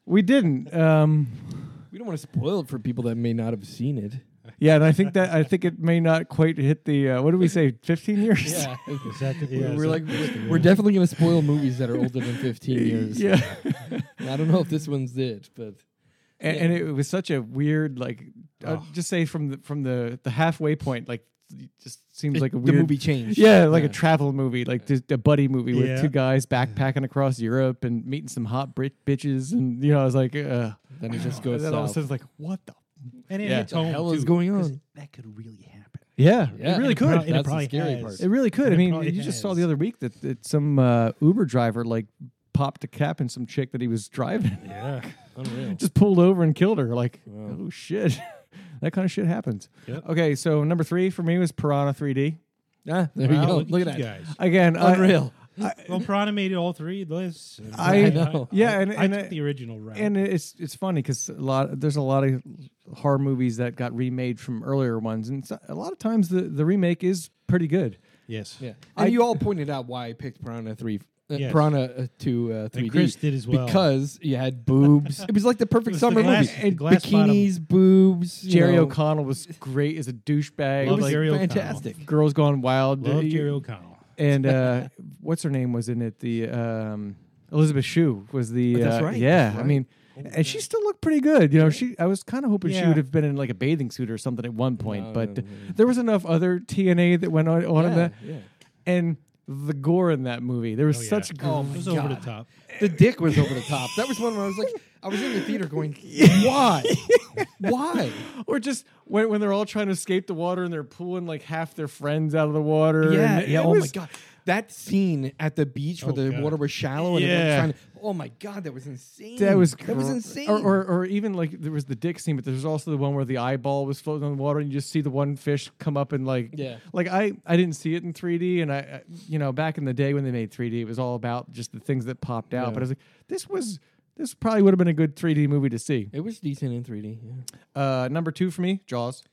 [SPEAKER 2] we didn't um
[SPEAKER 1] We don't want to spoil it for people that may not have seen it.
[SPEAKER 2] yeah and i think that i think it may not quite hit the uh, what do we say 15 years
[SPEAKER 3] Is that the- yeah, is
[SPEAKER 1] we're
[SPEAKER 3] that-
[SPEAKER 1] like we're definitely going to spoil movies that are older than 15 years.
[SPEAKER 2] yeah
[SPEAKER 1] And I don't know if this one's it, but
[SPEAKER 2] and, and it was such a weird like uh,
[SPEAKER 3] Ugh.
[SPEAKER 2] just say from the from the the halfway point like it just seems like a
[SPEAKER 1] the
[SPEAKER 2] weird
[SPEAKER 1] movie changed.
[SPEAKER 2] yeah like
[SPEAKER 1] Yeah.
[SPEAKER 2] a travel movie like just a buddy movie with
[SPEAKER 3] Yeah.
[SPEAKER 2] two guys backpacking across europe and meeting some hot Brit bitches and you know i was like uh
[SPEAKER 1] Then it just
[SPEAKER 2] and
[SPEAKER 1] goes
[SPEAKER 2] then all of a
[SPEAKER 1] south.
[SPEAKER 2] sudden it's like what the
[SPEAKER 3] and it
[SPEAKER 2] Yeah.
[SPEAKER 3] hits
[SPEAKER 1] What the
[SPEAKER 3] home,
[SPEAKER 1] hell is
[SPEAKER 3] too,
[SPEAKER 1] going
[SPEAKER 3] 'cause
[SPEAKER 1] on?
[SPEAKER 3] That could really happen.
[SPEAKER 2] yeah, it really
[SPEAKER 1] and
[SPEAKER 2] could
[SPEAKER 1] prob-
[SPEAKER 3] And it
[SPEAKER 1] That's the
[SPEAKER 3] probably
[SPEAKER 1] scary
[SPEAKER 3] has.
[SPEAKER 1] part.
[SPEAKER 2] it really could
[SPEAKER 3] and
[SPEAKER 2] i
[SPEAKER 3] it
[SPEAKER 2] mean
[SPEAKER 3] probably
[SPEAKER 2] you just saw the
[SPEAKER 3] has.
[SPEAKER 2] other week that, that some uh, uber driver like popped a cap in some chick that he was driving
[SPEAKER 3] Yeah.
[SPEAKER 1] Unreal.
[SPEAKER 2] just pulled over and killed her. Like,
[SPEAKER 1] Wow.
[SPEAKER 2] oh shit, that kind of shit happens.
[SPEAKER 3] Yep.
[SPEAKER 2] Okay, so number three for me was Piranha 3D.
[SPEAKER 1] Ah, there we
[SPEAKER 3] Wow,
[SPEAKER 1] go.
[SPEAKER 3] Look,
[SPEAKER 1] Look
[SPEAKER 3] at
[SPEAKER 1] at
[SPEAKER 3] you
[SPEAKER 1] that.
[SPEAKER 3] guys.
[SPEAKER 2] Again, uh, I-
[SPEAKER 1] Unreal.
[SPEAKER 3] Well, Piranha made all three of lists. and
[SPEAKER 2] I- I
[SPEAKER 1] know.
[SPEAKER 2] Yeah, and-
[SPEAKER 3] I
[SPEAKER 2] and
[SPEAKER 3] took
[SPEAKER 2] I-
[SPEAKER 3] the original route.
[SPEAKER 2] and it's it's funny because a lot there's a lot of horror movies that got remade from earlier ones, and so- a lot of times the the remake is pretty good.
[SPEAKER 3] yes,
[SPEAKER 1] Yeah.
[SPEAKER 2] I-
[SPEAKER 1] And you all pointed out why I picked Piranha 3. Uh,
[SPEAKER 3] Yes.
[SPEAKER 1] Piranha uh, 2 uh, 3D.
[SPEAKER 3] Chris did as well.
[SPEAKER 1] Because you had boobs. it was like the perfect
[SPEAKER 3] was the
[SPEAKER 1] summer
[SPEAKER 3] glass-
[SPEAKER 1] movie.
[SPEAKER 3] the
[SPEAKER 1] And
[SPEAKER 3] glass bottom.
[SPEAKER 1] Bikinis, boobs. you
[SPEAKER 2] Jerry
[SPEAKER 1] know.
[SPEAKER 2] O'Connell was great as a douchebag.
[SPEAKER 3] Love
[SPEAKER 2] like,
[SPEAKER 3] Jerry O'Connell.
[SPEAKER 1] Fantastic.
[SPEAKER 2] Girls Gone Wild.
[SPEAKER 3] Love
[SPEAKER 2] Uh,
[SPEAKER 3] Jerry O'Connell.
[SPEAKER 2] and uh, what's her name was in it? The um, Elizabeth Shue was the.
[SPEAKER 1] Oh, That's
[SPEAKER 2] uh,
[SPEAKER 1] right,
[SPEAKER 2] Yeah,
[SPEAKER 1] that's
[SPEAKER 2] I mean, and she still looked pretty good. You know, she. I was kind of hoping she
[SPEAKER 3] Yeah.
[SPEAKER 2] would have been in like a bathing suit or something at one point,
[SPEAKER 1] No,
[SPEAKER 2] but
[SPEAKER 1] no, no, no.
[SPEAKER 2] there was enough other TNA that went on, on in
[SPEAKER 1] Yeah,
[SPEAKER 2] that,
[SPEAKER 1] yeah.
[SPEAKER 2] and the gore in that movie. There was
[SPEAKER 3] Oh, yeah.
[SPEAKER 2] such. Gr-
[SPEAKER 1] Oh
[SPEAKER 3] It
[SPEAKER 1] my
[SPEAKER 3] was
[SPEAKER 1] God.
[SPEAKER 3] over the top.
[SPEAKER 1] The dick was over the top. That was one where I was like, I was in the theater going, why? why?
[SPEAKER 2] Or just when, when they're all trying to escape the water and they're pulling like half their friends out of the water.
[SPEAKER 1] Yeah,
[SPEAKER 2] and it
[SPEAKER 1] yeah. Oh
[SPEAKER 2] was-
[SPEAKER 1] my god, that scene at the beach where
[SPEAKER 3] Oh,
[SPEAKER 1] the
[SPEAKER 3] God.
[SPEAKER 1] water was shallow and everyone
[SPEAKER 3] Yeah.
[SPEAKER 1] trying to, oh my god, that was insane.
[SPEAKER 2] That was
[SPEAKER 1] that was
[SPEAKER 2] gr-
[SPEAKER 1] insane.
[SPEAKER 2] Or, or, or even like there was the dick scene, but there's also the one where the eyeball was floating on the water, and you just see the one fish come up and like
[SPEAKER 1] Yeah.
[SPEAKER 2] Like I I didn't see it in 3D, and I, I you know back in the day when they made 3D, it was all about just the things that popped out.
[SPEAKER 1] Yeah.
[SPEAKER 2] But I was like, this was this probably would have been a good 3D movie to see.
[SPEAKER 1] it was decent in 3D. Yeah.
[SPEAKER 2] Uh, number two for me, Jaws.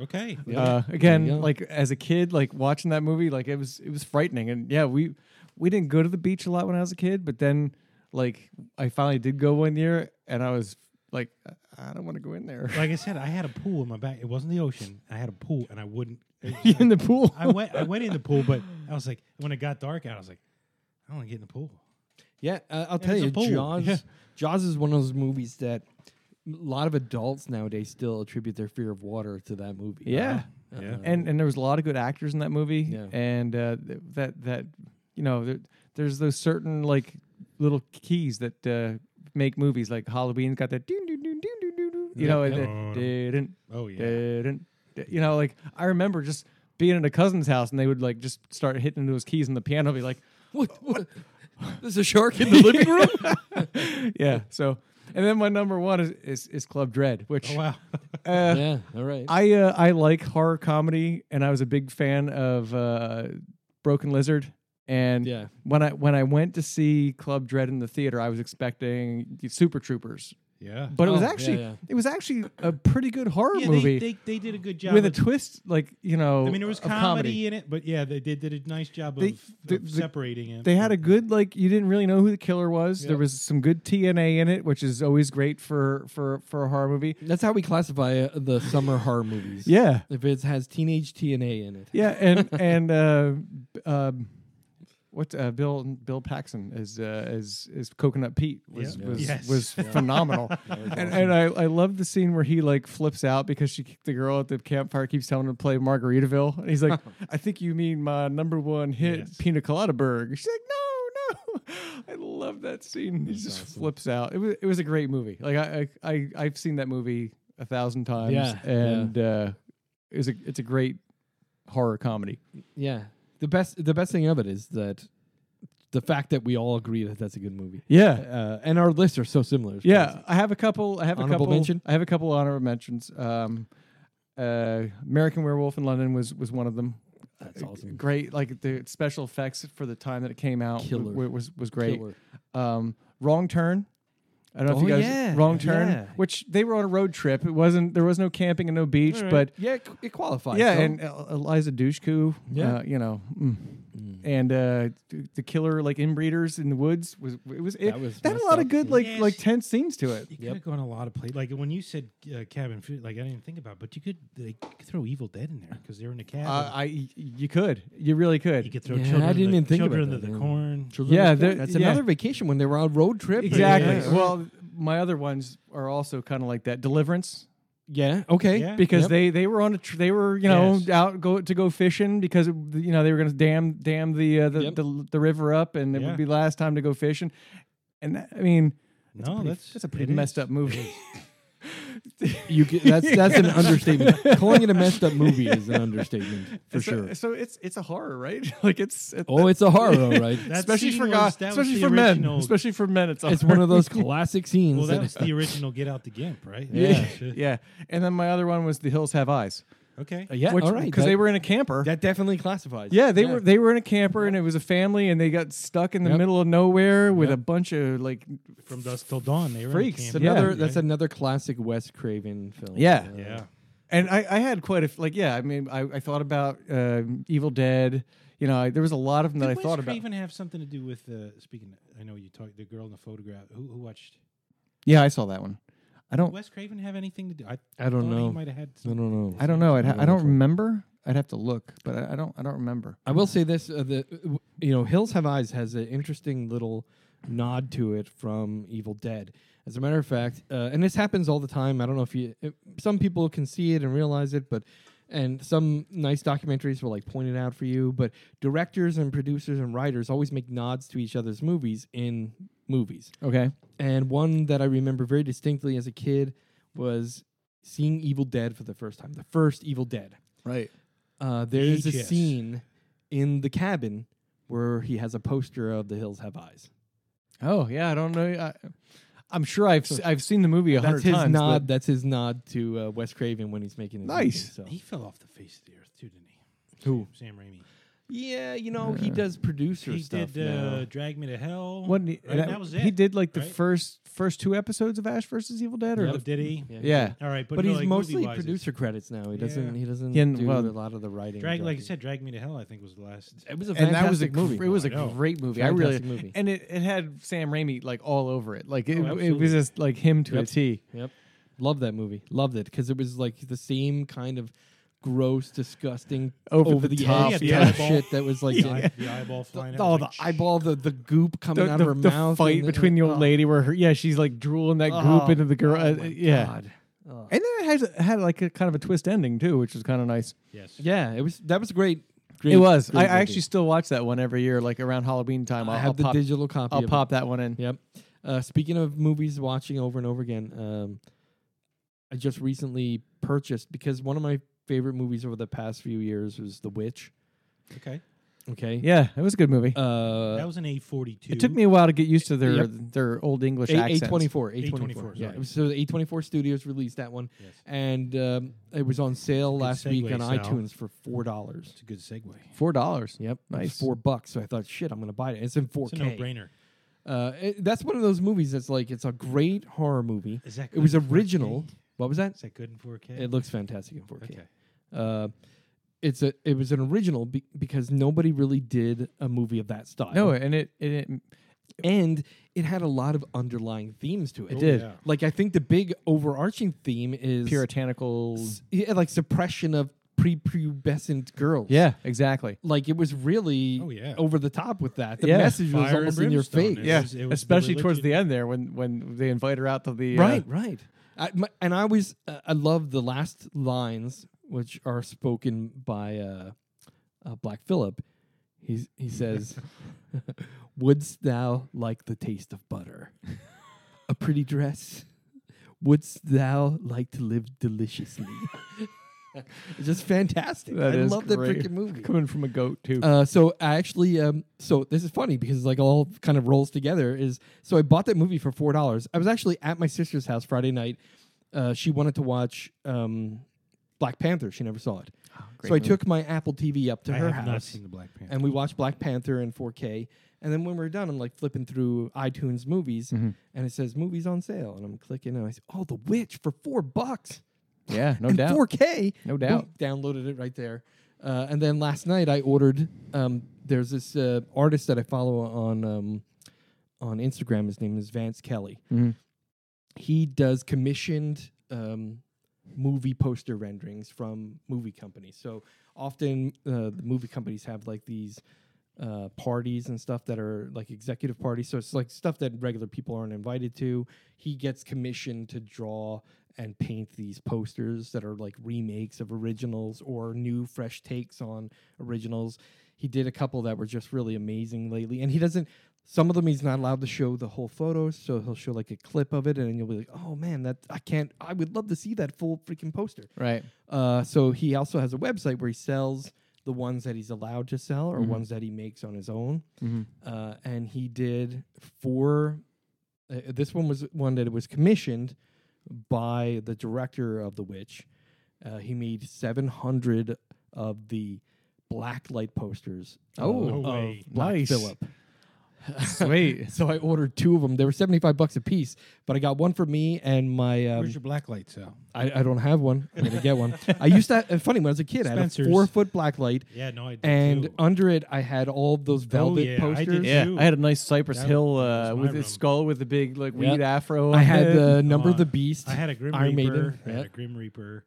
[SPEAKER 3] Okay.
[SPEAKER 2] Uh,
[SPEAKER 1] There you
[SPEAKER 2] again,
[SPEAKER 1] go.
[SPEAKER 2] like as a kid, like watching that movie, like it was it was frightening. And yeah, we we didn't go to the beach a lot when I was a kid, but then like I finally did go one year, and I was like, I don't want to go in there.
[SPEAKER 3] Like I said, I had a pool in my back. It wasn't the ocean. I had a pool, and I wouldn't.
[SPEAKER 2] in the pool.
[SPEAKER 3] I went. I went in the pool, but I was like, when it got dark out, I was like, I don't want to get in the pool.
[SPEAKER 1] Yeah, uh, I'll tell
[SPEAKER 3] it's a
[SPEAKER 1] you,
[SPEAKER 3] pool.
[SPEAKER 1] Jaws.
[SPEAKER 3] Yeah.
[SPEAKER 1] Jaws is one of those movies that a lot of adults nowadays still attribute their fear of water to that movie.
[SPEAKER 2] Yeah.
[SPEAKER 1] Uh,
[SPEAKER 3] Yeah.
[SPEAKER 2] and and there was a lot of good actors in that movie,
[SPEAKER 1] Yeah.
[SPEAKER 2] and uh, th- that that you know there, there's those certain like little keys that uh, make movies like Halloween's got that doo doo doo doo doo doo doo, you know
[SPEAKER 3] Yeah.
[SPEAKER 2] and
[SPEAKER 3] Oh.
[SPEAKER 2] then didn't
[SPEAKER 3] Oh yeah.
[SPEAKER 2] didn't you know like I remember just being at a cousin's house and they would like just start hitting those keys on the piano be like
[SPEAKER 1] What, what? There's a shark in the living room.
[SPEAKER 2] yeah so and then my number one is is, is Club Dread which
[SPEAKER 3] Oh, wow.
[SPEAKER 2] uh,
[SPEAKER 1] yeah. All right.
[SPEAKER 2] I uh, I like horror comedy, and I was a big fan of uh, Broken Lizard. And
[SPEAKER 1] Yeah.
[SPEAKER 2] when I when I went to see Club Dread in the theater, I was expecting Super Troopers,
[SPEAKER 3] yeah.
[SPEAKER 2] but it was
[SPEAKER 1] Oh, yeah,
[SPEAKER 2] actually
[SPEAKER 1] yeah.
[SPEAKER 2] it was actually a pretty good horror
[SPEAKER 3] yeah,
[SPEAKER 2] movie
[SPEAKER 3] They, they, they did a good job.
[SPEAKER 2] with a
[SPEAKER 3] of-
[SPEAKER 2] twist, like you know.
[SPEAKER 3] I mean, there was
[SPEAKER 2] of
[SPEAKER 3] comedy, in it, but yeah, they did, did a nice job of,
[SPEAKER 2] They- the-
[SPEAKER 3] of
[SPEAKER 2] the-
[SPEAKER 3] separating it.
[SPEAKER 2] They had a good like you didn't really know who the killer was. There was some good TNA in it, which is always great for for for a horror movie.
[SPEAKER 1] That's how we classify uh, the summer horror movies.
[SPEAKER 2] Yeah,
[SPEAKER 1] If it has teenage TNA in it.
[SPEAKER 2] Yeah, and and uh, b- um, what uh, Bill Bill Paxton is uh, is is Coconut Pete was
[SPEAKER 3] Yeah.
[SPEAKER 2] was,
[SPEAKER 3] Yes.
[SPEAKER 2] was phenomenal, and, and I, I love the scene where he like flips out because she the girl at the campfire keeps telling him to play Margaritaville, and he's like, I think you mean my number one hit
[SPEAKER 3] Yes.
[SPEAKER 2] Pina Colada Berg. She's like, No, no, I love that scene. He just flips out. It was it was a great movie. Like I I, I I've seen that movie a thousand times,
[SPEAKER 1] Yeah, yeah.
[SPEAKER 2] and uh, it's a it's a great horror comedy.
[SPEAKER 1] Yeah. The best the best thing of it is that the fact that we all agree that that's a good movie.
[SPEAKER 2] Yeah.
[SPEAKER 1] Uh, and our lists are so similar. It's
[SPEAKER 2] Yeah,
[SPEAKER 1] crazy.
[SPEAKER 2] I have a couple. I have a
[SPEAKER 1] Honorable
[SPEAKER 2] couple.
[SPEAKER 1] mention?
[SPEAKER 2] I have a couple honorable mentions. Um, uh, American Werewolf in London was was one of them.
[SPEAKER 1] That's awesome.
[SPEAKER 2] Great, like the special effects for the time that it came out
[SPEAKER 1] Killer.
[SPEAKER 2] was was, was great.
[SPEAKER 1] Killer.
[SPEAKER 2] Um, Wrong Turn. I don't know
[SPEAKER 1] Oh,
[SPEAKER 2] if you guys
[SPEAKER 1] yeah,
[SPEAKER 2] Wrong Turn,
[SPEAKER 1] yeah.
[SPEAKER 2] which they were on a road trip. It wasn't there was no camping and no beach, but
[SPEAKER 1] yeah, it, it qualifies.
[SPEAKER 2] yeah,
[SPEAKER 1] so-
[SPEAKER 2] and El- Eliza Dushku,
[SPEAKER 1] Yeah.
[SPEAKER 2] uh, you know, mm. and uh, th- the killer like inbreeders in the woods was it was it,
[SPEAKER 1] That was
[SPEAKER 2] that had a
[SPEAKER 1] messed
[SPEAKER 2] lot of
[SPEAKER 1] up,
[SPEAKER 2] good
[SPEAKER 1] yeah.
[SPEAKER 2] like
[SPEAKER 3] Yes.
[SPEAKER 2] like tense scenes to it.
[SPEAKER 3] You could have gone a lot of places. Like when you said uh, cabin food, like I didn't even think about, it, but you could like throw Evil Dead in there because they're in the cabin.
[SPEAKER 2] Uh, I y- you could you really
[SPEAKER 3] you
[SPEAKER 2] could
[SPEAKER 3] could throw
[SPEAKER 1] Yeah, I
[SPEAKER 3] children.
[SPEAKER 1] didn't
[SPEAKER 3] the,
[SPEAKER 1] even think about
[SPEAKER 3] children
[SPEAKER 1] that,
[SPEAKER 3] of the
[SPEAKER 1] yeah.
[SPEAKER 3] corn.
[SPEAKER 1] Children
[SPEAKER 2] yeah,
[SPEAKER 1] of the Corn.
[SPEAKER 2] there-
[SPEAKER 1] that's
[SPEAKER 2] yeah.
[SPEAKER 1] another vacation when they were on road trip.
[SPEAKER 2] exactly.
[SPEAKER 3] Yeah.
[SPEAKER 2] Well, my other ones are also kind of like that Deliverance
[SPEAKER 1] Yeah. Okay.
[SPEAKER 3] Yeah.
[SPEAKER 2] because
[SPEAKER 1] Yep.
[SPEAKER 2] they they were on a tr- they were you know
[SPEAKER 3] Yes.
[SPEAKER 2] out go to go fishing because it- you know they were going to dam dam the uh, the,
[SPEAKER 1] Yep.
[SPEAKER 2] the the river up and it
[SPEAKER 3] Yeah.
[SPEAKER 2] would be last time to go fishing, and that, I mean
[SPEAKER 3] No, that's
[SPEAKER 2] that's a pretty
[SPEAKER 3] it
[SPEAKER 2] messed
[SPEAKER 3] is.
[SPEAKER 2] up movie.
[SPEAKER 1] You get, that's that's an understatement. Calling it a messed up movie is an understatement for
[SPEAKER 2] so,
[SPEAKER 1] sure.
[SPEAKER 2] So it's it's a horror, right? like it's it,
[SPEAKER 1] Oh, it's a horror, all right?
[SPEAKER 3] That
[SPEAKER 2] especially
[SPEAKER 3] scene
[SPEAKER 2] for
[SPEAKER 3] was-
[SPEAKER 2] guys,
[SPEAKER 3] that was
[SPEAKER 2] especially
[SPEAKER 3] the
[SPEAKER 2] for men,
[SPEAKER 3] original-
[SPEAKER 2] especially for men. It's a
[SPEAKER 1] It's
[SPEAKER 2] horror.
[SPEAKER 1] one of those classic scenes.
[SPEAKER 3] Well, that
[SPEAKER 1] that-
[SPEAKER 3] was the original Get Out the Gimp, right?
[SPEAKER 2] yeah,
[SPEAKER 3] Shit.
[SPEAKER 2] yeah. And then my other one was The Hills Have Eyes,
[SPEAKER 3] Okay.
[SPEAKER 1] Uh, yeah.
[SPEAKER 2] which
[SPEAKER 1] all right.
[SPEAKER 2] because
[SPEAKER 1] that-
[SPEAKER 2] they were in a camper.
[SPEAKER 1] That definitely classifies.
[SPEAKER 2] yeah, they were they were in a camper and it was a family and they got stuck in the
[SPEAKER 1] Yep.
[SPEAKER 2] middle of nowhere with a bunch of like
[SPEAKER 3] From dusk till dawn, they were in a
[SPEAKER 2] Freaks,
[SPEAKER 3] camp.
[SPEAKER 1] It's another.
[SPEAKER 2] Yeah.
[SPEAKER 1] That's another classic Wes Craven film.
[SPEAKER 2] Yeah.
[SPEAKER 1] Uh,
[SPEAKER 3] yeah.
[SPEAKER 2] and I, I had quite a f- like yeah I mean I, I thought about um Evil Dead you know I, there was a lot of them that I
[SPEAKER 3] Did
[SPEAKER 2] thought
[SPEAKER 3] Wes
[SPEAKER 2] about
[SPEAKER 3] Craven have something to do with uh, speaking? I know you talked the girl in the photograph. Who, who watched?
[SPEAKER 2] yeah I saw that one I
[SPEAKER 3] Did
[SPEAKER 2] don't
[SPEAKER 3] Wes Craven have anything to do? I,
[SPEAKER 1] I don't
[SPEAKER 3] thought He
[SPEAKER 1] know.
[SPEAKER 3] might have had.
[SPEAKER 1] I
[SPEAKER 3] Some,
[SPEAKER 1] don't know.
[SPEAKER 2] I don't know I'd ha- I don't
[SPEAKER 1] remember.
[SPEAKER 2] remember I'd have to look but I, I don't I don't remember
[SPEAKER 1] I will say this: uh, the w- you know, Hills Have Eyes has an interesting little nod to it from Evil Dead. As a matter of fact, uh, and this happens all the time. I don't know if you, uh, some people can see it and realize it, but and some nice documentaries will like point it out for you. But directors and producers and writers always make nods to each other's movies in movies.
[SPEAKER 2] okay
[SPEAKER 1] And one that I remember very distinctly as a kid was seeing Evil Dead for the first time, the first Evil Dead
[SPEAKER 2] right
[SPEAKER 1] uh, there is a
[SPEAKER 3] VHS.
[SPEAKER 1] scene in the cabin where he has a poster of The Hills Have Eyes.
[SPEAKER 2] Oh yeah, I don't know. I, I'm sure I've s- I've seen the movie a
[SPEAKER 1] That's
[SPEAKER 2] hundred
[SPEAKER 1] his
[SPEAKER 2] times.
[SPEAKER 1] nod.
[SPEAKER 2] but-
[SPEAKER 1] That's his nod to uh, Wes Craven when he's making his
[SPEAKER 2] Nice.
[SPEAKER 1] Movie,
[SPEAKER 3] He
[SPEAKER 1] so.
[SPEAKER 3] fell off the face of the earth too, didn't he?
[SPEAKER 1] Who?
[SPEAKER 3] Sam Raimi.
[SPEAKER 1] Yeah, you know he does producer
[SPEAKER 3] He
[SPEAKER 1] stuff
[SPEAKER 3] did uh,
[SPEAKER 1] now.
[SPEAKER 3] Drag Me to Hell.
[SPEAKER 2] Wasn't he,
[SPEAKER 3] right? that, was it.
[SPEAKER 2] He did like the
[SPEAKER 3] right?
[SPEAKER 2] first first two episodes of Ash versus Evil Dead, or
[SPEAKER 3] Oh,
[SPEAKER 2] the,
[SPEAKER 3] did he?
[SPEAKER 1] Yeah.
[SPEAKER 2] yeah.
[SPEAKER 3] All right, but,
[SPEAKER 1] But,
[SPEAKER 3] no,
[SPEAKER 1] he's
[SPEAKER 3] like,
[SPEAKER 1] mostly
[SPEAKER 3] movie-wise, it's-
[SPEAKER 1] producer credits now. He doesn't.
[SPEAKER 3] Yeah.
[SPEAKER 1] He doesn't
[SPEAKER 2] Yeah,
[SPEAKER 1] do
[SPEAKER 2] well,
[SPEAKER 1] a lot of the writing.
[SPEAKER 3] Drag, like I
[SPEAKER 1] directing.
[SPEAKER 3] said, Drag Me to Hell. I think was the last.
[SPEAKER 1] it was a
[SPEAKER 2] and that was a
[SPEAKER 1] fantastic movie.
[SPEAKER 2] gr- It was a
[SPEAKER 3] I know.
[SPEAKER 2] great movie. I really
[SPEAKER 1] Fantastic movie.
[SPEAKER 2] and it, it had Sam Raimi like all over it. Like it, it
[SPEAKER 3] Oh, absolutely.
[SPEAKER 2] was just like him to a
[SPEAKER 1] Yep.
[SPEAKER 2] T.
[SPEAKER 1] Yep. Loved that movie. Loved it because it was like the same kind of gross, disgusting,
[SPEAKER 2] Over
[SPEAKER 1] over,
[SPEAKER 2] the
[SPEAKER 1] the,
[SPEAKER 2] top,
[SPEAKER 1] edge
[SPEAKER 3] yeah.
[SPEAKER 1] type shit that was like
[SPEAKER 3] The, eye, the eyeball flying out.
[SPEAKER 1] all
[SPEAKER 3] was
[SPEAKER 1] the
[SPEAKER 3] like,
[SPEAKER 1] eyeball, the, the goop coming
[SPEAKER 2] The,
[SPEAKER 1] out
[SPEAKER 2] the-
[SPEAKER 1] of her
[SPEAKER 2] the
[SPEAKER 1] mouth.
[SPEAKER 2] fight
[SPEAKER 1] and-
[SPEAKER 2] between the old
[SPEAKER 1] oh,
[SPEAKER 2] lady where her yeah she's like drooling that group
[SPEAKER 1] oh,
[SPEAKER 2] into the girl.
[SPEAKER 1] oh
[SPEAKER 2] uh,
[SPEAKER 1] my
[SPEAKER 2] yeah,
[SPEAKER 1] God. Oh.
[SPEAKER 2] and then it had had like a kind of a twist ending too, which was kind of nice.
[SPEAKER 3] Yes.
[SPEAKER 1] Yeah, it was. That was a great. great
[SPEAKER 2] it was.
[SPEAKER 1] great
[SPEAKER 2] I, I
[SPEAKER 1] movie.
[SPEAKER 2] actually still watch that one every year, like around Halloween time. I'll,
[SPEAKER 1] I
[SPEAKER 2] I'll
[SPEAKER 1] have the
[SPEAKER 2] pop,
[SPEAKER 1] digital copy.
[SPEAKER 2] I'll
[SPEAKER 1] of it.
[SPEAKER 2] pop that one in.
[SPEAKER 1] Yep. Uh, speaking of movies watching over and over again, um, I just recently purchased because one of my favorite movies over the past few years was The Witch.
[SPEAKER 3] Okay.
[SPEAKER 1] Okay.
[SPEAKER 2] Yeah, it was a good movie.
[SPEAKER 1] Uh,
[SPEAKER 3] That was an A42.
[SPEAKER 2] it took me a while to get used to their
[SPEAKER 1] Yep.
[SPEAKER 2] their old English
[SPEAKER 1] A
[SPEAKER 2] accents.
[SPEAKER 1] twenty four, A twenty four.
[SPEAKER 3] A24,
[SPEAKER 1] Yeah,
[SPEAKER 3] sorry.
[SPEAKER 1] it was- so A twenty four Studios released that one,
[SPEAKER 3] Yes.
[SPEAKER 1] and um, it was on sale
[SPEAKER 3] Good
[SPEAKER 1] last week on
[SPEAKER 3] segue, Sal.
[SPEAKER 1] iTunes for four dollars.
[SPEAKER 3] It's a good segue.
[SPEAKER 2] Four dollars.
[SPEAKER 1] Yep, it was
[SPEAKER 2] Nice.
[SPEAKER 1] four bucks. So I thought, shit, I'm gonna buy it. It's in four
[SPEAKER 3] It's a no
[SPEAKER 1] K.
[SPEAKER 3] brainer.
[SPEAKER 1] Uh, it- that's one of those movies that's like it's a great horror movie.
[SPEAKER 3] Is that
[SPEAKER 1] It was
[SPEAKER 3] good in 4K?
[SPEAKER 1] original. What was that?
[SPEAKER 3] Is that good in 4K?
[SPEAKER 1] It looks fantastic in 4K.
[SPEAKER 3] okay.
[SPEAKER 1] Uh, it's a it was an original be- because nobody really did a movie of that style.
[SPEAKER 2] No, and it it, it
[SPEAKER 1] and it had a lot of underlying themes to it.
[SPEAKER 2] It did.
[SPEAKER 3] Yeah.
[SPEAKER 1] Like I think the big overarching theme is
[SPEAKER 2] puritanical.
[SPEAKER 1] s- yeah, like suppression of prepubescent girls.
[SPEAKER 2] Yeah, exactly.
[SPEAKER 1] Like it was really
[SPEAKER 3] Oh, yeah.
[SPEAKER 1] over the top with that. The
[SPEAKER 2] Yeah.
[SPEAKER 1] message was
[SPEAKER 3] Fire and
[SPEAKER 1] almost in your
[SPEAKER 3] brimstone,
[SPEAKER 1] face.
[SPEAKER 3] It Yeah. was- it was the
[SPEAKER 2] especially towards
[SPEAKER 3] religion-
[SPEAKER 2] the end there when when they invite her out to the uh,
[SPEAKER 1] Right, right. I, my, and I always uh, I love the last lines which are spoken by uh, uh, Black Phillip. He he says, "Wouldst thou like the taste of butter, a pretty dress? Wouldst thou like to live deliciously?" it's just fantastic.
[SPEAKER 2] That
[SPEAKER 1] I
[SPEAKER 2] is
[SPEAKER 1] love
[SPEAKER 2] great.
[SPEAKER 1] that freaking movie.
[SPEAKER 2] coming from a goat too. Oh,
[SPEAKER 1] Uh, so I actually, um, so this is funny because like all kind of rolls together. Is so I bought that movie for four dollars. I was actually at my sister's house Friday night. Uh, she wanted to watch um, Black Panther. She never saw it, so I took my Apple TV up to
[SPEAKER 3] I
[SPEAKER 1] her
[SPEAKER 3] have not
[SPEAKER 1] house
[SPEAKER 3] seen the Black Panther.
[SPEAKER 1] and we watched Black Panther in 4K. And then when we were done, I'm like flipping through iTunes movies,
[SPEAKER 3] Hmm.
[SPEAKER 2] Mm-hmm.
[SPEAKER 1] and it says movies on sale, and I'm clicking, and I say, "Oh, The Witch for four bucks."
[SPEAKER 2] yeah, no
[SPEAKER 1] in
[SPEAKER 2] doubt.
[SPEAKER 1] 4K.
[SPEAKER 2] No doubt.
[SPEAKER 1] Boom, downloaded it right there. Uh, and then last night I ordered. Um, there's this uh, artist that I follow on um, on Instagram. His name is Vance Kelly.
[SPEAKER 2] Mhm.
[SPEAKER 1] He does commissioned um, movie poster renderings from movie companies. So often uh, the movie companies have like these uh, parties and stuff that are like executive parties. So it's like stuff that regular people aren't invited to. He gets commissioned to draw and paint these posters that are like remakes of originals or new fresh takes on originals. He did a couple that were just really amazing lately. And he doesn't, some of them he's not allowed to show the whole photo. So he'll show like a clip of it and you'll be like, oh man, that I can't, I would love to see that full freaking poster.
[SPEAKER 2] Right.
[SPEAKER 1] Uh, so he also has a website where he sells the ones that he's allowed to sell or ones that he makes on his own.
[SPEAKER 2] Mhm.
[SPEAKER 1] Uh, and he did four. Uh, this one was one that was commissioned by the director of The Witch. Uh, he made 700 of the black light posters.
[SPEAKER 2] Oh,
[SPEAKER 1] of-
[SPEAKER 3] no
[SPEAKER 1] of
[SPEAKER 3] way.
[SPEAKER 1] Black
[SPEAKER 2] Nice.
[SPEAKER 1] Phillip.
[SPEAKER 2] Sweet.
[SPEAKER 1] So I ordered two of them. They were 75 bucks a piece, but I got one for me and my um,
[SPEAKER 3] Where's your black light, Sal?
[SPEAKER 1] I, I don't have one. I'm gonna get one. I used to. Have, funny when I was a kid, I
[SPEAKER 3] Spencer's.
[SPEAKER 1] had a four foot black light,
[SPEAKER 3] Yeah, no, I did
[SPEAKER 1] and
[SPEAKER 3] too. Oh,
[SPEAKER 1] under it I had all those velvet
[SPEAKER 3] yeah, I did
[SPEAKER 1] posters.
[SPEAKER 3] too.
[SPEAKER 2] yeah,
[SPEAKER 3] you.
[SPEAKER 2] I had a nice Cypress
[SPEAKER 3] That
[SPEAKER 2] Hill
[SPEAKER 3] was
[SPEAKER 2] uh,
[SPEAKER 3] my
[SPEAKER 2] with
[SPEAKER 3] room.
[SPEAKER 2] its skull with the big like
[SPEAKER 1] Yeah.
[SPEAKER 2] weed afro. on
[SPEAKER 1] I had
[SPEAKER 2] it.
[SPEAKER 1] the number of
[SPEAKER 3] on.
[SPEAKER 1] the beast.
[SPEAKER 3] I had a Grim
[SPEAKER 1] Iron
[SPEAKER 3] Reaper.
[SPEAKER 1] Maiden,
[SPEAKER 3] I had
[SPEAKER 1] yeah.
[SPEAKER 3] a Grim Reaper.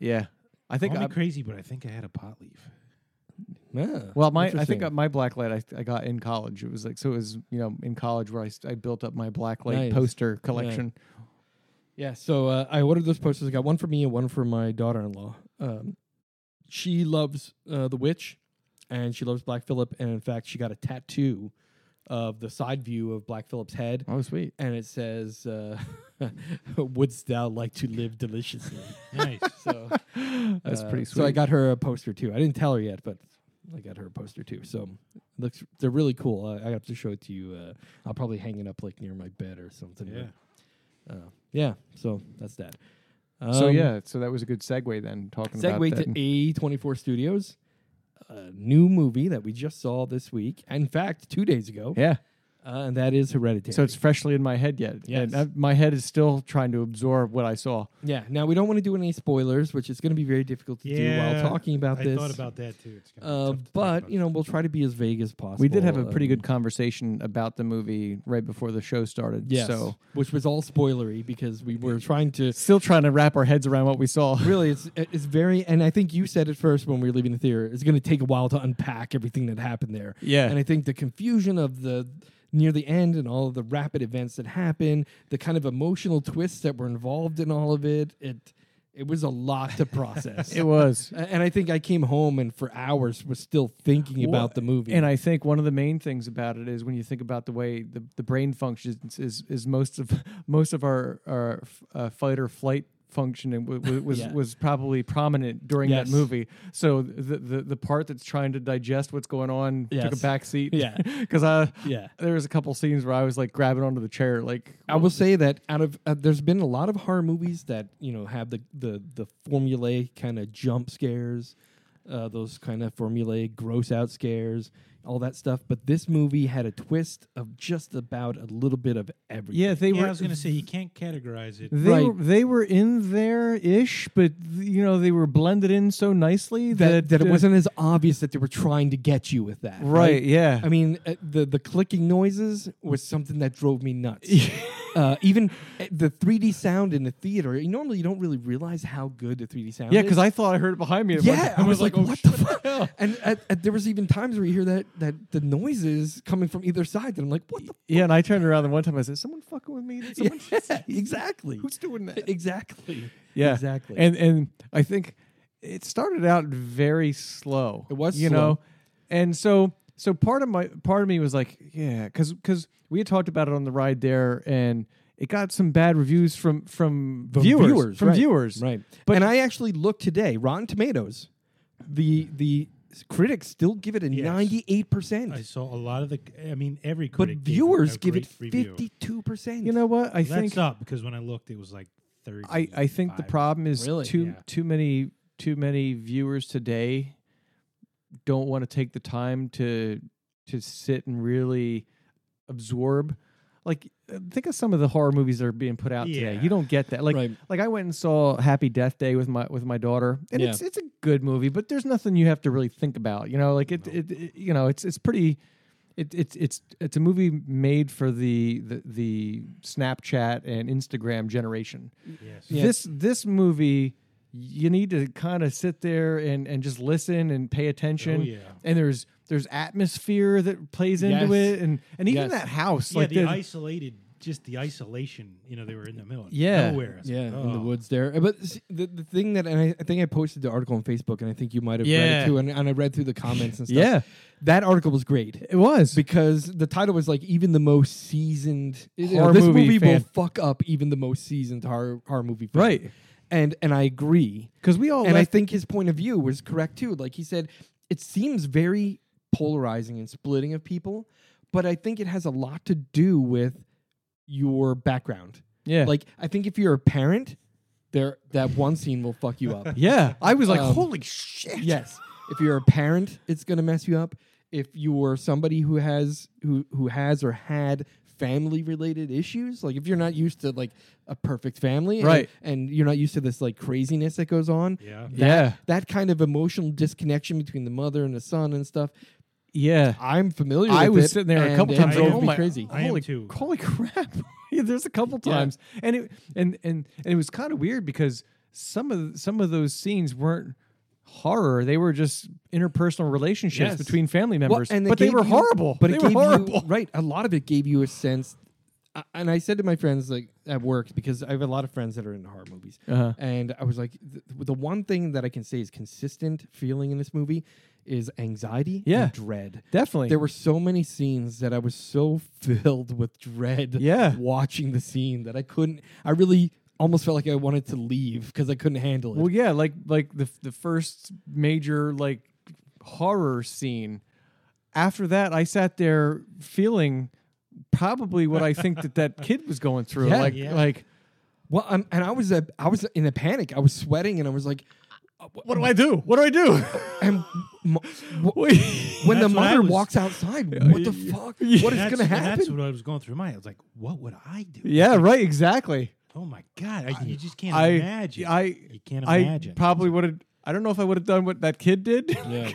[SPEAKER 2] yeah. I think
[SPEAKER 3] Call
[SPEAKER 2] I,
[SPEAKER 3] me crazy, but I think I had a pot leaf.
[SPEAKER 1] Yeah,
[SPEAKER 2] well, my I think
[SPEAKER 1] interesting.
[SPEAKER 2] uh, my black light I, I got in college. It was like so it was you know in college where I, s- I built up my black light
[SPEAKER 1] Nice.
[SPEAKER 2] poster collection.
[SPEAKER 1] yeah. So uh, I ordered those posters. I got one for me and one for my daughter in law. Um, she loves uh, the witch, and she loves Black Phillip. And in fact, she got a tattoo of the side view of Black Phillip's head.
[SPEAKER 2] Oh sweet.
[SPEAKER 1] And it says, uh, "Wouldst thou like to live deliciously?"
[SPEAKER 3] Nice.
[SPEAKER 1] So
[SPEAKER 2] That's
[SPEAKER 1] Uh,
[SPEAKER 2] pretty sweet.
[SPEAKER 1] So I got her a poster too. I didn't tell her yet, but I got her a poster too. So looks they're really cool. I, I have to show it to you. Uh, I'll probably hang it up like near my bed or something.
[SPEAKER 3] Yeah.
[SPEAKER 1] but, uh, yeah. So that's that.
[SPEAKER 2] so
[SPEAKER 1] Um,
[SPEAKER 2] yeah, so that was a good segue then talking
[SPEAKER 1] Segue to
[SPEAKER 2] about that.
[SPEAKER 1] A24 Studios, a new movie that we just saw this week. In fact, two days ago,
[SPEAKER 2] yeah.
[SPEAKER 1] uh, and that is Hereditary.
[SPEAKER 2] So it's freshly in my head yet.
[SPEAKER 1] Yes.
[SPEAKER 2] And I, my head is still trying to absorb what I saw.
[SPEAKER 1] yeah. Now we don't want to do any spoilers, which is going to be very difficult to do
[SPEAKER 3] Yeah,
[SPEAKER 1] while talking about
[SPEAKER 3] I
[SPEAKER 1] this.
[SPEAKER 3] thought about that too. It's gonna be
[SPEAKER 1] uh,
[SPEAKER 3] tough to talk
[SPEAKER 1] but
[SPEAKER 3] about.
[SPEAKER 1] you know, we'll try to be as vague as possible.
[SPEAKER 2] We did have a pretty
[SPEAKER 1] Um,
[SPEAKER 2] good conversation about the movie right before the show started.
[SPEAKER 1] Yes.
[SPEAKER 2] So
[SPEAKER 1] which was all spoilery because we were trying to
[SPEAKER 2] still trying to wrap our heads around what we saw.
[SPEAKER 1] really it's it's very and I think you said it first when we were leaving the theater. It's going to take a while to unpack everything that happened there.
[SPEAKER 2] Yeah.
[SPEAKER 1] And I think the confusion of the near the end and all of the rapid events that happened, the kind of emotional twists that were involved in all of it, it it was a lot to process.
[SPEAKER 2] It was.
[SPEAKER 1] A- and I think I came home and for hours was still thinking about the movie.
[SPEAKER 2] And I think one of the main things about it is when you think about the way the, the brain functions is is most of most of our our uh, fight or flight function and w- w- was
[SPEAKER 1] Yeah.
[SPEAKER 2] was probably prominent during
[SPEAKER 1] Yes.
[SPEAKER 2] that movie. So the, the the part that's trying to digest what's going on took a
[SPEAKER 1] Yes.
[SPEAKER 2] back seat.
[SPEAKER 1] Yeah.
[SPEAKER 2] because I
[SPEAKER 1] yeah.
[SPEAKER 2] there was a couple scenes where I was like grabbing onto the chair like
[SPEAKER 1] I will say that out of uh, there's been a lot of horror movies that you know have the the the formulaic kind of jump scares, uh, those kind of formulaic gross out scares, all that stuff. But this movie had a twist of just about a little bit of everything.
[SPEAKER 2] yeah they
[SPEAKER 3] yeah,
[SPEAKER 2] were
[SPEAKER 3] I was gonna say you can't categorize it.
[SPEAKER 2] They
[SPEAKER 1] Right.
[SPEAKER 2] were, they were in there ish, but th- you know they were blended in so nicely
[SPEAKER 1] that
[SPEAKER 2] that
[SPEAKER 1] that it
[SPEAKER 2] uh,
[SPEAKER 1] wasn't as obvious that they were trying to get you with that.
[SPEAKER 2] right. yeah,
[SPEAKER 1] I mean, uh, the the clicking noises was something that drove me nuts. uh, even uh, the 3D sound in the theater. you- Normally, you don't really realize how good the 3D sound.
[SPEAKER 2] yeah,
[SPEAKER 1] is.
[SPEAKER 2] because I thought I heard it behind me. at one
[SPEAKER 1] Yeah,
[SPEAKER 2] point.
[SPEAKER 1] I was like,
[SPEAKER 2] oh,
[SPEAKER 1] what
[SPEAKER 2] shit."
[SPEAKER 1] the fuck? And at, at, there was even times where you hear that that the noises coming from either side, and I'm like, what the?
[SPEAKER 2] Yeah, and I turned around the one time I said, "Someone fucking with me? Did someone
[SPEAKER 1] Yeah, exactly,
[SPEAKER 2] Who's doing that?"
[SPEAKER 1] exactly,
[SPEAKER 2] Yeah,
[SPEAKER 1] exactly.
[SPEAKER 2] And and I think it started out very slow.
[SPEAKER 1] It was
[SPEAKER 2] you
[SPEAKER 1] slow.
[SPEAKER 2] know, and so so part of my part of me was like, yeah, because we had talked about it on the ride there, and it got some bad reviews from from,
[SPEAKER 1] From
[SPEAKER 2] viewers,
[SPEAKER 1] viewers,
[SPEAKER 2] from
[SPEAKER 1] right,
[SPEAKER 2] viewers,
[SPEAKER 1] right.
[SPEAKER 2] But
[SPEAKER 1] and I actually looked today, Rotten Tomatoes, the the critics still give it a
[SPEAKER 3] Yes.
[SPEAKER 1] ninety eight
[SPEAKER 3] I
[SPEAKER 1] percent,
[SPEAKER 3] saw a lot of the. I mean, every
[SPEAKER 1] but
[SPEAKER 3] critic gave
[SPEAKER 1] viewers
[SPEAKER 3] a
[SPEAKER 1] give it
[SPEAKER 3] great review.
[SPEAKER 1] fifty two percent.
[SPEAKER 2] you know what? I
[SPEAKER 3] That's
[SPEAKER 2] think
[SPEAKER 3] up because when I looked, it was like thirty.
[SPEAKER 2] I, I think the problem is
[SPEAKER 1] Really?
[SPEAKER 2] too
[SPEAKER 3] Yeah.
[SPEAKER 2] too many too many viewers today don't want to take the time to to sit and really absorb like uh, think of some of the horror movies that are being put out today. You
[SPEAKER 3] Yeah.
[SPEAKER 2] don't get that. Like
[SPEAKER 1] Right.
[SPEAKER 2] like I went and saw Happy Death Day with my with my daughter and
[SPEAKER 1] Yeah.
[SPEAKER 2] it's it's a good movie, but there's nothing you have to really think about. You know, like it, it, it you know, it's it's pretty it, it's it's it's a movie made for the, the the Snapchat and Instagram generation.
[SPEAKER 3] Yes.
[SPEAKER 1] Yeah.
[SPEAKER 2] This this movie, you need to kind of sit there and and just listen and pay attention.
[SPEAKER 3] Oh, yeah.
[SPEAKER 2] And there's there's atmosphere that plays into
[SPEAKER 1] Yes.
[SPEAKER 2] it, and and
[SPEAKER 1] Yes.
[SPEAKER 2] even that house,
[SPEAKER 3] Yeah,
[SPEAKER 2] like
[SPEAKER 3] the
[SPEAKER 2] the-
[SPEAKER 3] isolated, just the isolation. You know, they were in the middle. Of
[SPEAKER 2] Yeah.
[SPEAKER 3] Nowhere. It's
[SPEAKER 1] Yeah,
[SPEAKER 3] like,
[SPEAKER 1] in the
[SPEAKER 3] oh.
[SPEAKER 1] woods there. Uh, But s- the, the thing that, and I, I think I posted the article on Facebook, and I think you might have read it
[SPEAKER 2] Yeah.
[SPEAKER 1] too, and, and I read through the comments and stuff.
[SPEAKER 2] Yeah.
[SPEAKER 1] That article was great
[SPEAKER 2] it was
[SPEAKER 1] because the title was like, even the most seasoned you know,
[SPEAKER 2] Horror
[SPEAKER 1] this
[SPEAKER 2] movie
[SPEAKER 1] movie
[SPEAKER 2] fan.
[SPEAKER 1] will fuck up even the most seasoned horror, horror movie fan.
[SPEAKER 2] Right. Oh,
[SPEAKER 1] And, and I agree.
[SPEAKER 2] because we all
[SPEAKER 1] and I
[SPEAKER 2] left-
[SPEAKER 1] think his point of view was correct too. Like he said, it seems very polarizing and splitting of people, but I think it has a lot to do with your background.
[SPEAKER 2] yeah
[SPEAKER 1] Like I think if you're a parent, there that one scene will fuck you up.
[SPEAKER 2] yeah I was like
[SPEAKER 1] Um,
[SPEAKER 2] holy shit
[SPEAKER 1] yes. If you're a parent, it's going to mess you up. If you're somebody who has who who has or had family related issues, like if you're not used to like a perfect family and-
[SPEAKER 2] Right.
[SPEAKER 1] and, you're not used to this like craziness that goes on,
[SPEAKER 3] Yeah.
[SPEAKER 2] yeah
[SPEAKER 1] that kind of emotional disconnection between the mother and the son and stuff,
[SPEAKER 2] yeah
[SPEAKER 1] I'm familiar
[SPEAKER 2] I
[SPEAKER 1] with
[SPEAKER 2] was
[SPEAKER 1] it,
[SPEAKER 2] sitting there a
[SPEAKER 1] and
[SPEAKER 2] couple
[SPEAKER 1] it
[SPEAKER 2] times.
[SPEAKER 1] drove
[SPEAKER 2] Like,
[SPEAKER 3] am-
[SPEAKER 2] oh
[SPEAKER 1] me
[SPEAKER 2] my,
[SPEAKER 1] crazy.
[SPEAKER 3] I am
[SPEAKER 2] Holy,
[SPEAKER 3] too.
[SPEAKER 2] holy crap! Yeah, There's a couple
[SPEAKER 1] Yeah.
[SPEAKER 2] times, and it and and and it was kind of weird because some of some of those scenes weren't horror; they were just interpersonal relationships
[SPEAKER 3] Yes.
[SPEAKER 2] between family members.
[SPEAKER 1] Well, and
[SPEAKER 2] but they
[SPEAKER 1] gave
[SPEAKER 2] were
[SPEAKER 1] you-
[SPEAKER 2] horrible.
[SPEAKER 1] But
[SPEAKER 2] they
[SPEAKER 1] it
[SPEAKER 2] were
[SPEAKER 1] gave
[SPEAKER 2] horrible.
[SPEAKER 1] You, right. A lot of it gave you a sense. I- And I said to my friends like at work because I have a lot of friends that are into horror movies,
[SPEAKER 2] Uh-huh.
[SPEAKER 1] and I was like, the, the one thing that I can say is consistent feeling in this movie is anxiety
[SPEAKER 2] Yeah.
[SPEAKER 1] and dread.
[SPEAKER 2] Definitely,
[SPEAKER 1] There were so many scenes that I was so filled with dread
[SPEAKER 2] Yeah.
[SPEAKER 1] watching the scene that I couldn't. I really almost felt like I wanted to leave because I couldn't handle it.
[SPEAKER 2] Well, yeah, like like the the first major like horror scene. after that, I sat there feeling probably what I think that that kid was going through.
[SPEAKER 1] Yeah.
[SPEAKER 2] like,
[SPEAKER 3] Yeah.
[SPEAKER 2] like,
[SPEAKER 1] Well, i and I was a, I was in a panic. I was sweating, and I was like,
[SPEAKER 2] what do I do? What do I do?
[SPEAKER 1] and m- w-
[SPEAKER 2] Wait.
[SPEAKER 1] when the
[SPEAKER 3] That's what I
[SPEAKER 1] mother
[SPEAKER 3] was-
[SPEAKER 1] walks outside, what the fuck? What is
[SPEAKER 3] That's-
[SPEAKER 1] going to
[SPEAKER 3] That's
[SPEAKER 1] happen?
[SPEAKER 3] what I was going through my. I was like, what would I do?
[SPEAKER 2] yeah, right. Exactly.
[SPEAKER 3] Oh my god, I, you just can't
[SPEAKER 2] I-
[SPEAKER 3] imagine.
[SPEAKER 2] I-
[SPEAKER 3] you can't
[SPEAKER 2] I
[SPEAKER 3] imagine.
[SPEAKER 2] probably would have. I don't know if I would have done what that kid did. Yeah.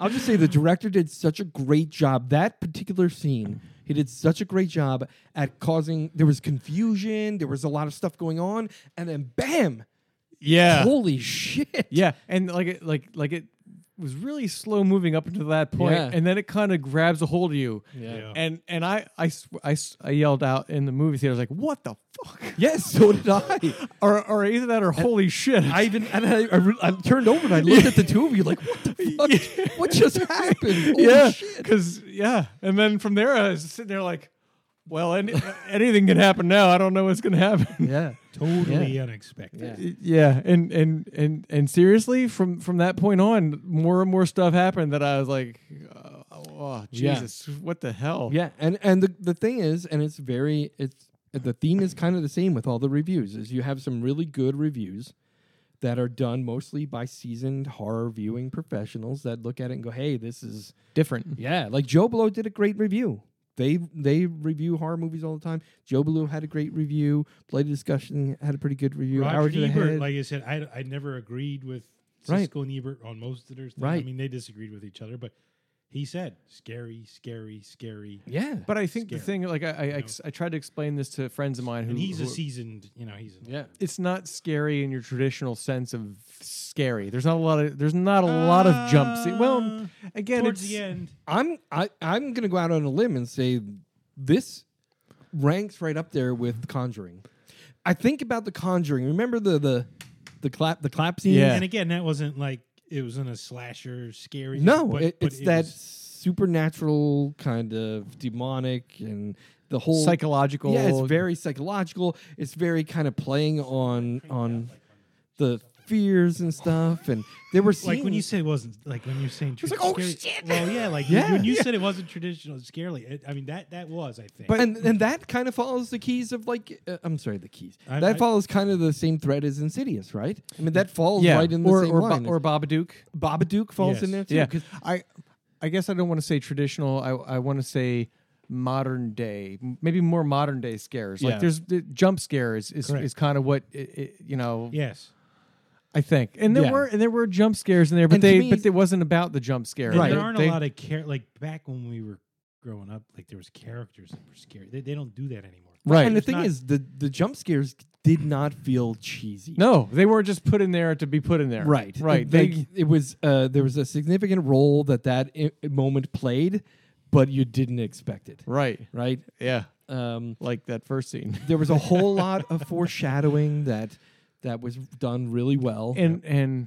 [SPEAKER 1] I'll just say the director did such a great job. That particular scene, he did such a great job at causing. There was confusion. There was a lot of stuff going on, and then bam!
[SPEAKER 2] yeah.
[SPEAKER 1] Holy shit!
[SPEAKER 2] Yeah, and like it, like like it was really slow moving up until that point,
[SPEAKER 1] Yeah.
[SPEAKER 2] and then it kind of grabs a hold of you.
[SPEAKER 3] Yeah.
[SPEAKER 2] And and I I, sw- I s- I yelled out in the movie theater, I was like, "What the fuck?"
[SPEAKER 1] Yes, so did I.
[SPEAKER 2] Or or either that or holy shit.
[SPEAKER 1] I even and I, I, re- I turned over and I looked at the two of you like, what the fuck? What just happened? Holy
[SPEAKER 2] yeah,
[SPEAKER 1] shit!
[SPEAKER 2] because yeah, and then from there I was sitting there like, "Well, any, anything can happen now. I don't know what's gonna happen."
[SPEAKER 1] Yeah.
[SPEAKER 3] totally unexpected.
[SPEAKER 1] Yeah.
[SPEAKER 2] Yeah, and and and and seriously, from from that point on, more and more stuff happened that I was like, "Oh, oh
[SPEAKER 1] Yeah.
[SPEAKER 2] Jesus, what the hell?"
[SPEAKER 1] Yeah, and and the the thing is, and it's very it's the theme is kind of the same with all the reviews. Is you have some really good reviews that are done mostly by seasoned horror viewing professionals that look at it and go, "Hey, this is
[SPEAKER 2] different.
[SPEAKER 1] yeah." Like Joe Blow did a great review. They they review horror movies all the time. Joe Blow had a great review. Bloody Discussion had a pretty good review. Hour to
[SPEAKER 3] Roger
[SPEAKER 1] the
[SPEAKER 3] Ebert,
[SPEAKER 1] Head.
[SPEAKER 3] like I said, I, I never agreed with
[SPEAKER 1] Right.
[SPEAKER 3] Siskel and Ebert on most of their stuff. I
[SPEAKER 1] Right.
[SPEAKER 3] mean, they disagreed with each other, but he said scary, scary, scary.
[SPEAKER 1] yeah,
[SPEAKER 2] But I think the
[SPEAKER 3] Scary.
[SPEAKER 2] thing, like I, I, ex- I tried to explain this to friends of mine who,
[SPEAKER 3] And he's a
[SPEAKER 2] who-
[SPEAKER 3] seasoned, you know, he's a,
[SPEAKER 1] yeah.
[SPEAKER 2] it's not scary in your traditional sense of scary. There's not a lot of there's not a lot of jump sce- Well, again,
[SPEAKER 3] Uh, towards
[SPEAKER 2] it's
[SPEAKER 3] the end.
[SPEAKER 1] I'm I, I'm gonna go out on a limb and say this ranks right up there with Conjuring. I think about the Conjuring. Remember the the the clap the clap scene?
[SPEAKER 2] Yeah.
[SPEAKER 3] And again, that wasn't like it wasn't a slasher scary.
[SPEAKER 1] No,
[SPEAKER 3] but,
[SPEAKER 1] it,
[SPEAKER 3] but
[SPEAKER 1] it's
[SPEAKER 3] it
[SPEAKER 1] that
[SPEAKER 3] was-
[SPEAKER 1] supernatural kind of demonic and the whole
[SPEAKER 2] psychological.
[SPEAKER 1] Yeah, it's very psychological. It's very kind of playing on on the fears and stuff. And there were scenes
[SPEAKER 3] like when you said it wasn't like when you're saying
[SPEAKER 1] It's like,
[SPEAKER 3] trad-
[SPEAKER 1] oh,
[SPEAKER 3] scary-
[SPEAKER 1] shit.
[SPEAKER 3] Well, yeah, like
[SPEAKER 1] Yeah.
[SPEAKER 3] when you said it wasn't traditional, it's scary. It, I mean, that that was, I think.
[SPEAKER 1] But and, and that kind of follows the keys of like uh, I'm sorry, the keys.
[SPEAKER 3] I-
[SPEAKER 1] that
[SPEAKER 3] I-
[SPEAKER 1] follows kind of the same thread as Insidious, right? I mean, that falls
[SPEAKER 2] yeah,
[SPEAKER 1] right in the
[SPEAKER 2] or
[SPEAKER 1] same
[SPEAKER 2] or, Ba-
[SPEAKER 1] line.
[SPEAKER 2] or Babadook.
[SPEAKER 1] Babadook falls in
[SPEAKER 3] Yes.
[SPEAKER 1] there too.
[SPEAKER 2] Yeah,
[SPEAKER 1] 'cause-
[SPEAKER 2] I I guess I don't want to say traditional. I I want to say modern day, m- maybe more modern day scares.
[SPEAKER 1] Yeah.
[SPEAKER 2] Like there's the jump scares is
[SPEAKER 3] Correct.
[SPEAKER 2] is kind of what it, it, you know.
[SPEAKER 3] yes,
[SPEAKER 2] I think, and there
[SPEAKER 1] Yeah.
[SPEAKER 2] were and there were jump scares in there, but
[SPEAKER 1] And to
[SPEAKER 2] they
[SPEAKER 1] me-
[SPEAKER 2] but it wasn't about the jump scare.
[SPEAKER 3] And
[SPEAKER 1] Right.
[SPEAKER 3] There aren't
[SPEAKER 2] They-
[SPEAKER 3] a lot of care. Like back when we were growing up, like there was characters that were scary. They, they don't do that anymore.
[SPEAKER 2] right.
[SPEAKER 1] And the
[SPEAKER 3] There's
[SPEAKER 1] thing
[SPEAKER 3] not-
[SPEAKER 1] is, the the jump scares did not feel cheesy.
[SPEAKER 2] no, they were just put in there to be put in there.
[SPEAKER 1] Right,
[SPEAKER 2] right.
[SPEAKER 1] It,
[SPEAKER 2] They,
[SPEAKER 1] like, it was uh, there was a significant role that that i- moment played, but you didn't expect it,
[SPEAKER 2] right.
[SPEAKER 1] right?
[SPEAKER 2] Yeah,
[SPEAKER 1] Um,
[SPEAKER 2] like that first scene.
[SPEAKER 1] there was a whole lot of foreshadowing that that was done really well.
[SPEAKER 2] And and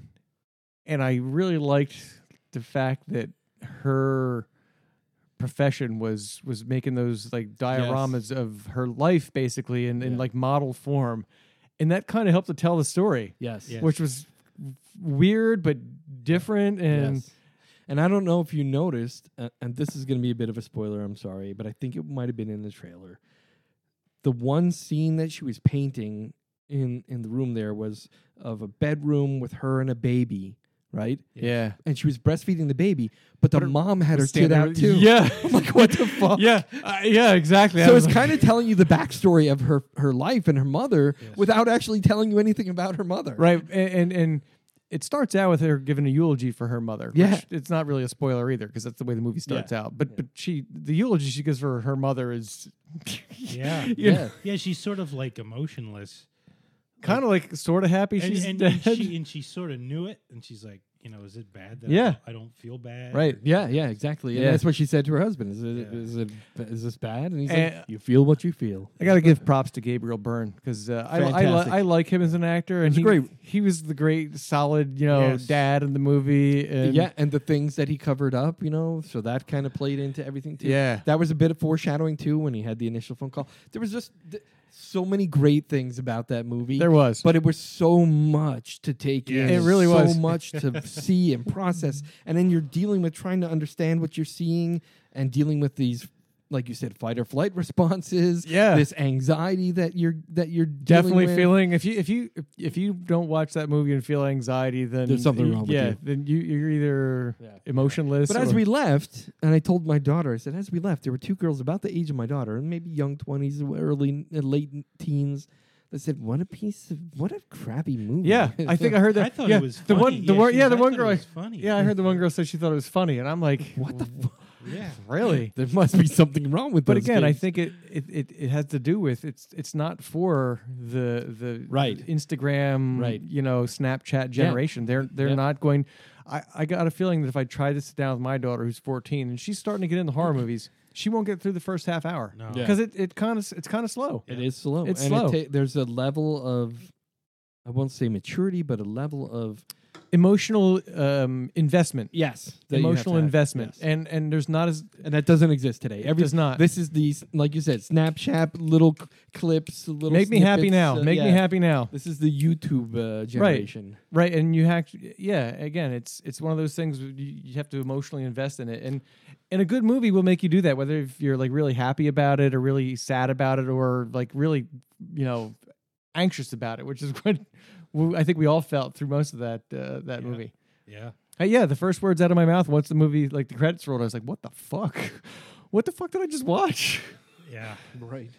[SPEAKER 2] and I really liked the fact that her profession was was making those like dioramas of her life basically in, in
[SPEAKER 1] Yeah.
[SPEAKER 2] like model form, and that kind of helped to tell the story,
[SPEAKER 1] yes,
[SPEAKER 3] Yeah.
[SPEAKER 2] which was weird but different and.
[SPEAKER 1] Yes. And I don't know if you noticed, uh, and this is going to be a bit of a spoiler, I'm sorry, but I think it might have been in the trailer. The one scene that she was painting in, in the room there was of a bedroom with her and a baby, right?
[SPEAKER 2] Yeah.
[SPEAKER 1] And she was breastfeeding the baby, but the mom had her kid out too.
[SPEAKER 2] Yeah.
[SPEAKER 1] I'm like, what the fuck?
[SPEAKER 2] yeah. Uh, yeah, exactly. I
[SPEAKER 1] So
[SPEAKER 2] was
[SPEAKER 1] it's
[SPEAKER 2] like-
[SPEAKER 1] kind of telling you the backstory of her, her life and her mother without actually telling you anything about her mother.
[SPEAKER 2] right a- and, and it starts out with her giving a eulogy for her mother.
[SPEAKER 1] Yeah.
[SPEAKER 2] which it's not really a spoiler either because that's the way the movie starts out. But but she the eulogy she gives for her mother is
[SPEAKER 3] Yeah.
[SPEAKER 2] you know,
[SPEAKER 1] Yeah.
[SPEAKER 3] Yeah, she's sort of like emotionless,
[SPEAKER 2] kind of like sort of happy
[SPEAKER 3] and,
[SPEAKER 2] she's
[SPEAKER 3] and,
[SPEAKER 2] dead.
[SPEAKER 3] and she and she sort of knew it, and she's like, you know, is it bad that I
[SPEAKER 2] Yeah.
[SPEAKER 3] don't- I, don't feel bad?
[SPEAKER 2] right.
[SPEAKER 1] Yeah, yeah, exactly. And
[SPEAKER 2] Yeah.
[SPEAKER 1] that's what she said to her husband. Is it,
[SPEAKER 3] Yeah.
[SPEAKER 1] is it is this bad? And he's
[SPEAKER 2] And-
[SPEAKER 1] like, you feel what you feel.
[SPEAKER 2] I got to give props to Gabriel Byrne because uh, I, I, li-
[SPEAKER 1] Fantastic.
[SPEAKER 2] I like him as an actor and
[SPEAKER 1] He's
[SPEAKER 2] he
[SPEAKER 1] great.
[SPEAKER 2] he was the great solid you know
[SPEAKER 3] Yes.
[SPEAKER 2] dad in the movie. And
[SPEAKER 1] yeah, and the things that he covered up, you know, so that kind of played into everything too.
[SPEAKER 2] Yeah.
[SPEAKER 1] that was a bit of foreshadowing too when he had the initial phone call. There was just th- so many great things about that movie.
[SPEAKER 2] there was.
[SPEAKER 1] but it was so much to take in.
[SPEAKER 2] It really
[SPEAKER 1] so
[SPEAKER 2] was.
[SPEAKER 1] much to see and process, and then you're dealing with trying to understand what you're seeing and dealing with these, like you said, fight or flight responses.
[SPEAKER 2] Yeah.
[SPEAKER 1] this anxiety that you're that you're dealing
[SPEAKER 2] Definitely
[SPEAKER 1] with.
[SPEAKER 2] feeling if you if you if you don't watch that movie and feel anxiety, then
[SPEAKER 1] There's something
[SPEAKER 2] you-
[SPEAKER 1] wrong with
[SPEAKER 2] yeah,
[SPEAKER 1] you.
[SPEAKER 2] Then you you're either
[SPEAKER 1] Yeah.
[SPEAKER 2] emotionless.
[SPEAKER 1] But as
[SPEAKER 2] or-
[SPEAKER 1] we left, and I told my daughter, I said, as we left, there were two girls about the age of my daughter, and maybe young twenties, early uh, late teens, that said, "What a piece of what a crappy movie."
[SPEAKER 2] yeah, I think I heard that.
[SPEAKER 3] I thought
[SPEAKER 2] yeah,
[SPEAKER 3] it was
[SPEAKER 2] the
[SPEAKER 3] funny.
[SPEAKER 2] one the
[SPEAKER 3] yeah,
[SPEAKER 2] one
[SPEAKER 3] she
[SPEAKER 2] yeah
[SPEAKER 3] was-
[SPEAKER 2] the
[SPEAKER 3] I
[SPEAKER 2] one
[SPEAKER 3] thought
[SPEAKER 2] girl.
[SPEAKER 3] It
[SPEAKER 2] I-
[SPEAKER 3] was funny.
[SPEAKER 2] Yeah, I heard the one girl said she thought it was funny, and I'm like,
[SPEAKER 1] what the fuck?
[SPEAKER 3] Yeah.
[SPEAKER 2] really?
[SPEAKER 1] There must be something wrong with.
[SPEAKER 2] But
[SPEAKER 1] those
[SPEAKER 2] again, I
[SPEAKER 1] kids.
[SPEAKER 2] think it, it, it, it has to do with it's it's not for the the
[SPEAKER 1] Right.
[SPEAKER 2] Instagram
[SPEAKER 1] Right.
[SPEAKER 2] you know Snapchat generation. They're they're
[SPEAKER 1] Yeah.
[SPEAKER 2] not going. I, I got a feeling that if I try to sit down with my daughter who's 14 and she's starting to get into horror movies, she won't get through the first half hour
[SPEAKER 3] No.
[SPEAKER 1] Yeah.
[SPEAKER 2] because it, it kind of it's kind of slow.
[SPEAKER 1] It is slow.
[SPEAKER 2] It's
[SPEAKER 1] and
[SPEAKER 2] slow.
[SPEAKER 1] It ta- there's a level of, I won't say maturity, but a level of
[SPEAKER 2] Emotional um, investment,
[SPEAKER 1] yes,
[SPEAKER 2] emotional investment,
[SPEAKER 1] and,
[SPEAKER 2] and and there's not as
[SPEAKER 1] and that doesn't exist today. Every
[SPEAKER 2] does not.
[SPEAKER 1] This is these, like you said, Snapchat little c- clips, little.
[SPEAKER 2] make me happy
[SPEAKER 1] snippets,
[SPEAKER 2] now.
[SPEAKER 1] uh,
[SPEAKER 2] make me
[SPEAKER 1] yeah.
[SPEAKER 2] happy now.
[SPEAKER 1] This is the YouTube uh, generation.
[SPEAKER 2] Right, and you have to, yeah. Again, it's it's one of those things where you, you have to emotionally invest in it, and and a good movie will make you do that, whether if you're like really happy about it or really sad about it or like really, you know, anxious about it, which is what we- I think we all felt through most of that uh, that
[SPEAKER 3] Yeah.
[SPEAKER 2] movie.
[SPEAKER 3] Yeah.
[SPEAKER 2] Uh, yeah, the first words out of my mouth once the movie like the credits rolled, I was like, what the fuck, what the fuck did I just watch?
[SPEAKER 3] Yeah.
[SPEAKER 1] Right.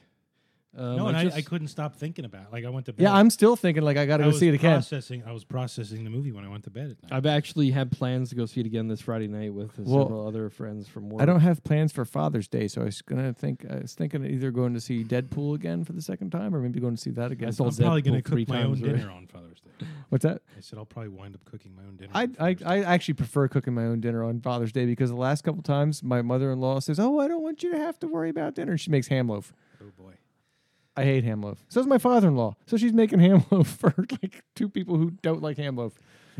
[SPEAKER 1] Um,
[SPEAKER 3] no,
[SPEAKER 1] I
[SPEAKER 3] and I,
[SPEAKER 1] just-
[SPEAKER 3] I couldn't stop thinking about. It. Like I went to bed.
[SPEAKER 2] Yeah, I'm still thinking like I got to
[SPEAKER 3] I
[SPEAKER 2] go
[SPEAKER 3] was
[SPEAKER 2] see it again.
[SPEAKER 3] Processing. I was processing the movie when I went to bed at night.
[SPEAKER 1] I've actually had plans to go see it again this Friday night with uh,
[SPEAKER 2] Well,
[SPEAKER 1] several other friends from work.
[SPEAKER 2] I don't have plans for Father's Day, so I was gonna think I was thinking of either going to see Deadpool again for the second time, or maybe going to see that again.
[SPEAKER 1] saw
[SPEAKER 3] I'm probably going to
[SPEAKER 1] Deadpool three
[SPEAKER 3] cook my own
[SPEAKER 1] times already.
[SPEAKER 3] dinner on Father's Day.
[SPEAKER 2] What's that?
[SPEAKER 3] I said I'll probably wind up cooking my own dinner.
[SPEAKER 2] I,
[SPEAKER 3] on
[SPEAKER 2] I
[SPEAKER 3] Father's Day.
[SPEAKER 2] I actually prefer cooking my own dinner on Father's Day because the last couple times my mother in law says, "Oh, I don't want you to have to worry about dinner." She makes ham loaf.
[SPEAKER 3] oh boy.
[SPEAKER 2] I hate ham loaf. So does my father in law. So she's making ham loaf for like two people who don't like ham loaf.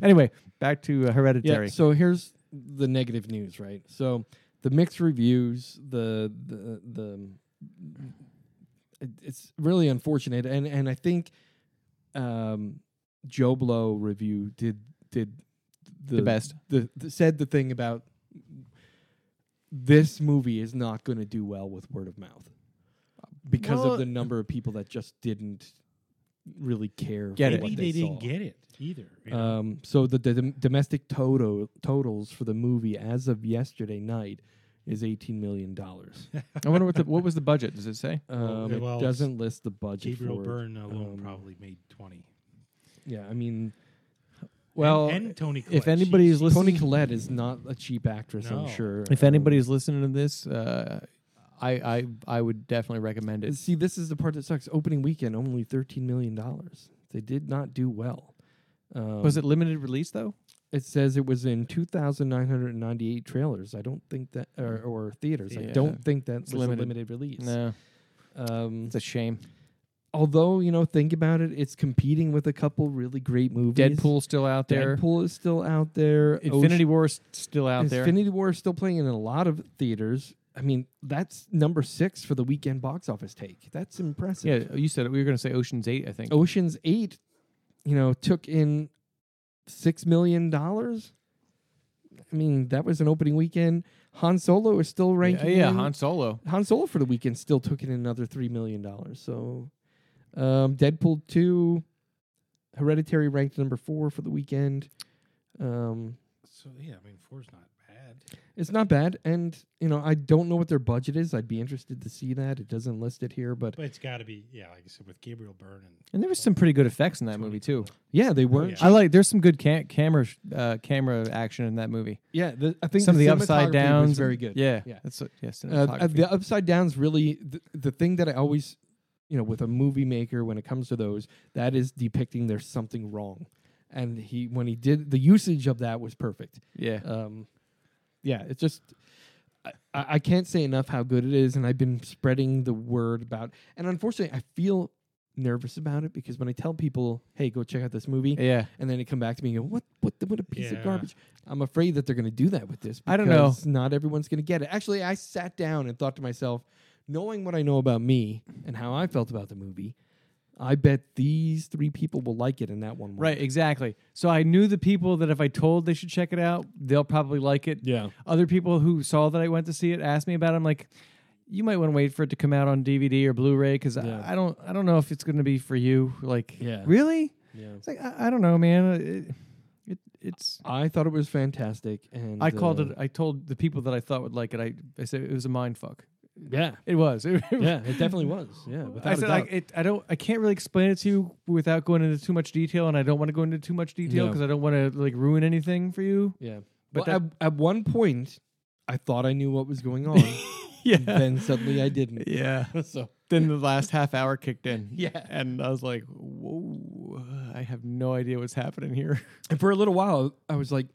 [SPEAKER 2] Anyway, back to uh, Hereditary.
[SPEAKER 1] Yeah, so here's the negative news, right? So the mixed reviews, the the the it- it's really unfortunate, and and I think um, Joe Blow review did did
[SPEAKER 2] The best.
[SPEAKER 1] The, the said the thing about this movie is not going to do well with word of mouth because
[SPEAKER 2] Well-
[SPEAKER 1] of the number of people that just didn't really care.
[SPEAKER 2] Get
[SPEAKER 1] for
[SPEAKER 2] it. Uh,
[SPEAKER 1] what
[SPEAKER 3] Maybe
[SPEAKER 1] they,
[SPEAKER 3] they, didn't
[SPEAKER 1] saw.
[SPEAKER 3] get it either. you know?
[SPEAKER 1] Um, so the, the dom- domestic total totals for the movie as of yesterday night is eighteen million dollars.
[SPEAKER 2] I wonder what the, what was the budget? Does it say?
[SPEAKER 3] Well,
[SPEAKER 1] Um,
[SPEAKER 3] it- well,
[SPEAKER 1] it doesn't list the budget.
[SPEAKER 3] Gabriel
[SPEAKER 1] for it.
[SPEAKER 3] Byrne alone
[SPEAKER 1] um,
[SPEAKER 3] probably made twenty.
[SPEAKER 1] Yeah, I mean
[SPEAKER 2] Well,
[SPEAKER 3] and, and Tony. Collette,
[SPEAKER 2] if
[SPEAKER 3] she-
[SPEAKER 2] anybody is
[SPEAKER 3] she-
[SPEAKER 2] listening,
[SPEAKER 1] Tony Collette is not a cheap actress.
[SPEAKER 3] No.
[SPEAKER 1] I'm sure.
[SPEAKER 2] If
[SPEAKER 1] Um,
[SPEAKER 2] anybody's listening to this, uh, I, I I would definitely recommend it.
[SPEAKER 1] Uh, see, this is the part that sucks. Opening weekend, only thirteen million dollars. They did not do well. Um,
[SPEAKER 2] Was it limited release though?
[SPEAKER 1] It says it was in two thousand nine hundred ninety-eight trailers. I don't think that, or, or theaters. I
[SPEAKER 2] Yeah.
[SPEAKER 1] don't think that was
[SPEAKER 2] limited.
[SPEAKER 1] a limited release.
[SPEAKER 2] No,
[SPEAKER 1] Um,
[SPEAKER 2] it's a shame.
[SPEAKER 1] although you know think about it it's competing with a couple really great movies
[SPEAKER 2] Deadpool's still out there.
[SPEAKER 1] deadpool is still out there
[SPEAKER 2] Infinity War's still out
[SPEAKER 1] Ocean- infinity war is still playing in a lot of theaters i mean that's number six for the weekend box office take that's
[SPEAKER 2] there.
[SPEAKER 1] impressive
[SPEAKER 2] Yeah, you said it. we were going to say Ocean's Eight. I think.
[SPEAKER 1] oceans eight you know took in six million dollars i mean that was an opening weekend han solo is still
[SPEAKER 2] yeah,
[SPEAKER 1] ranking
[SPEAKER 2] yeah
[SPEAKER 1] in-
[SPEAKER 2] Han Solo.
[SPEAKER 1] Han Solo for the weekend still took in another three million dollars. So, um, Deadpool two, Hereditary ranked number four for the weekend. Um,
[SPEAKER 3] So yeah, I mean, four's not bad.
[SPEAKER 1] it's not bad, and you know I don't know what their budget is. I'd be interested to see that. It doesn't list it here, but
[SPEAKER 3] But it's got to be yeah, like I said, with Gabriel Byrne and
[SPEAKER 2] And there was some pretty good effects in that movie too.
[SPEAKER 1] yeah, they weren't.
[SPEAKER 3] yeah.
[SPEAKER 1] Yeah,
[SPEAKER 2] I like. There's some good ca- camera sh- uh, camera action in that movie.
[SPEAKER 1] the, I think
[SPEAKER 2] some of the
[SPEAKER 1] cinematography
[SPEAKER 2] upside
[SPEAKER 1] was
[SPEAKER 2] downs.
[SPEAKER 1] very good.
[SPEAKER 2] Yeah,
[SPEAKER 1] Yeah.
[SPEAKER 2] That's what, yes.
[SPEAKER 1] Uh, th- the upside downs really the, the thing that I always, you know, with a movie maker when it comes to those, that is depicting there's something wrong, and he when he did the usage of that was perfect.
[SPEAKER 2] yeah.
[SPEAKER 1] Um, yeah, it's just. I, I I can't say enough how good it is, and I've been spreading the word about. And unfortunately, I feel nervous about it because when I tell people, "Hey, go check out this movie,"
[SPEAKER 2] yeah.
[SPEAKER 1] and then they come back to me and go, "What? What? the- What a piece
[SPEAKER 3] Yeah.
[SPEAKER 1] of garbage!" I'm afraid that they're going to do that with this.
[SPEAKER 2] I don't know.
[SPEAKER 1] because Not everyone's going to get it. Actually, I sat down and thought to myself, knowing what I know about me and how I felt about the movie, I bet these three people will like it, and that one won't.
[SPEAKER 2] Right, exactly. So I knew the people that if I told they should check it out, they'll probably like it.
[SPEAKER 1] Yeah.
[SPEAKER 2] Other people who saw that I went to see it asked me about it. I'm like, you might want to wait for it to come out on DVD or Blu-ray because
[SPEAKER 1] Yeah.
[SPEAKER 2] I, I don't, I don't know if it's going to be for you. Like,
[SPEAKER 1] Yeah.
[SPEAKER 2] really?
[SPEAKER 1] Yeah.
[SPEAKER 2] It's like I, I don't know, man. It, it it's.
[SPEAKER 1] I thought it was fantastic, and
[SPEAKER 2] I called
[SPEAKER 1] uh,
[SPEAKER 2] it. I told the people that I thought would like it. I, I said it was a mind fuck.
[SPEAKER 1] Yeah,
[SPEAKER 2] It was. It,
[SPEAKER 1] yeah, it definitely was. Yeah, without
[SPEAKER 2] I said
[SPEAKER 1] a
[SPEAKER 2] I,
[SPEAKER 1] doubt.
[SPEAKER 2] it, I don't. I can't really explain it to you without going into too much detail, and I don't want to go into too much detail
[SPEAKER 1] Yeah.
[SPEAKER 2] because I don't want to like ruin anything for you.
[SPEAKER 1] yeah, but
[SPEAKER 2] but
[SPEAKER 1] at, at one point, I thought I knew what was going on. then suddenly I didn't.
[SPEAKER 2] yeah.
[SPEAKER 1] So
[SPEAKER 2] Then the last half hour kicked in.
[SPEAKER 1] Yeah.
[SPEAKER 2] and I was like, "Whoa, I have no idea what's happening here."
[SPEAKER 1] and for a little while, I was like,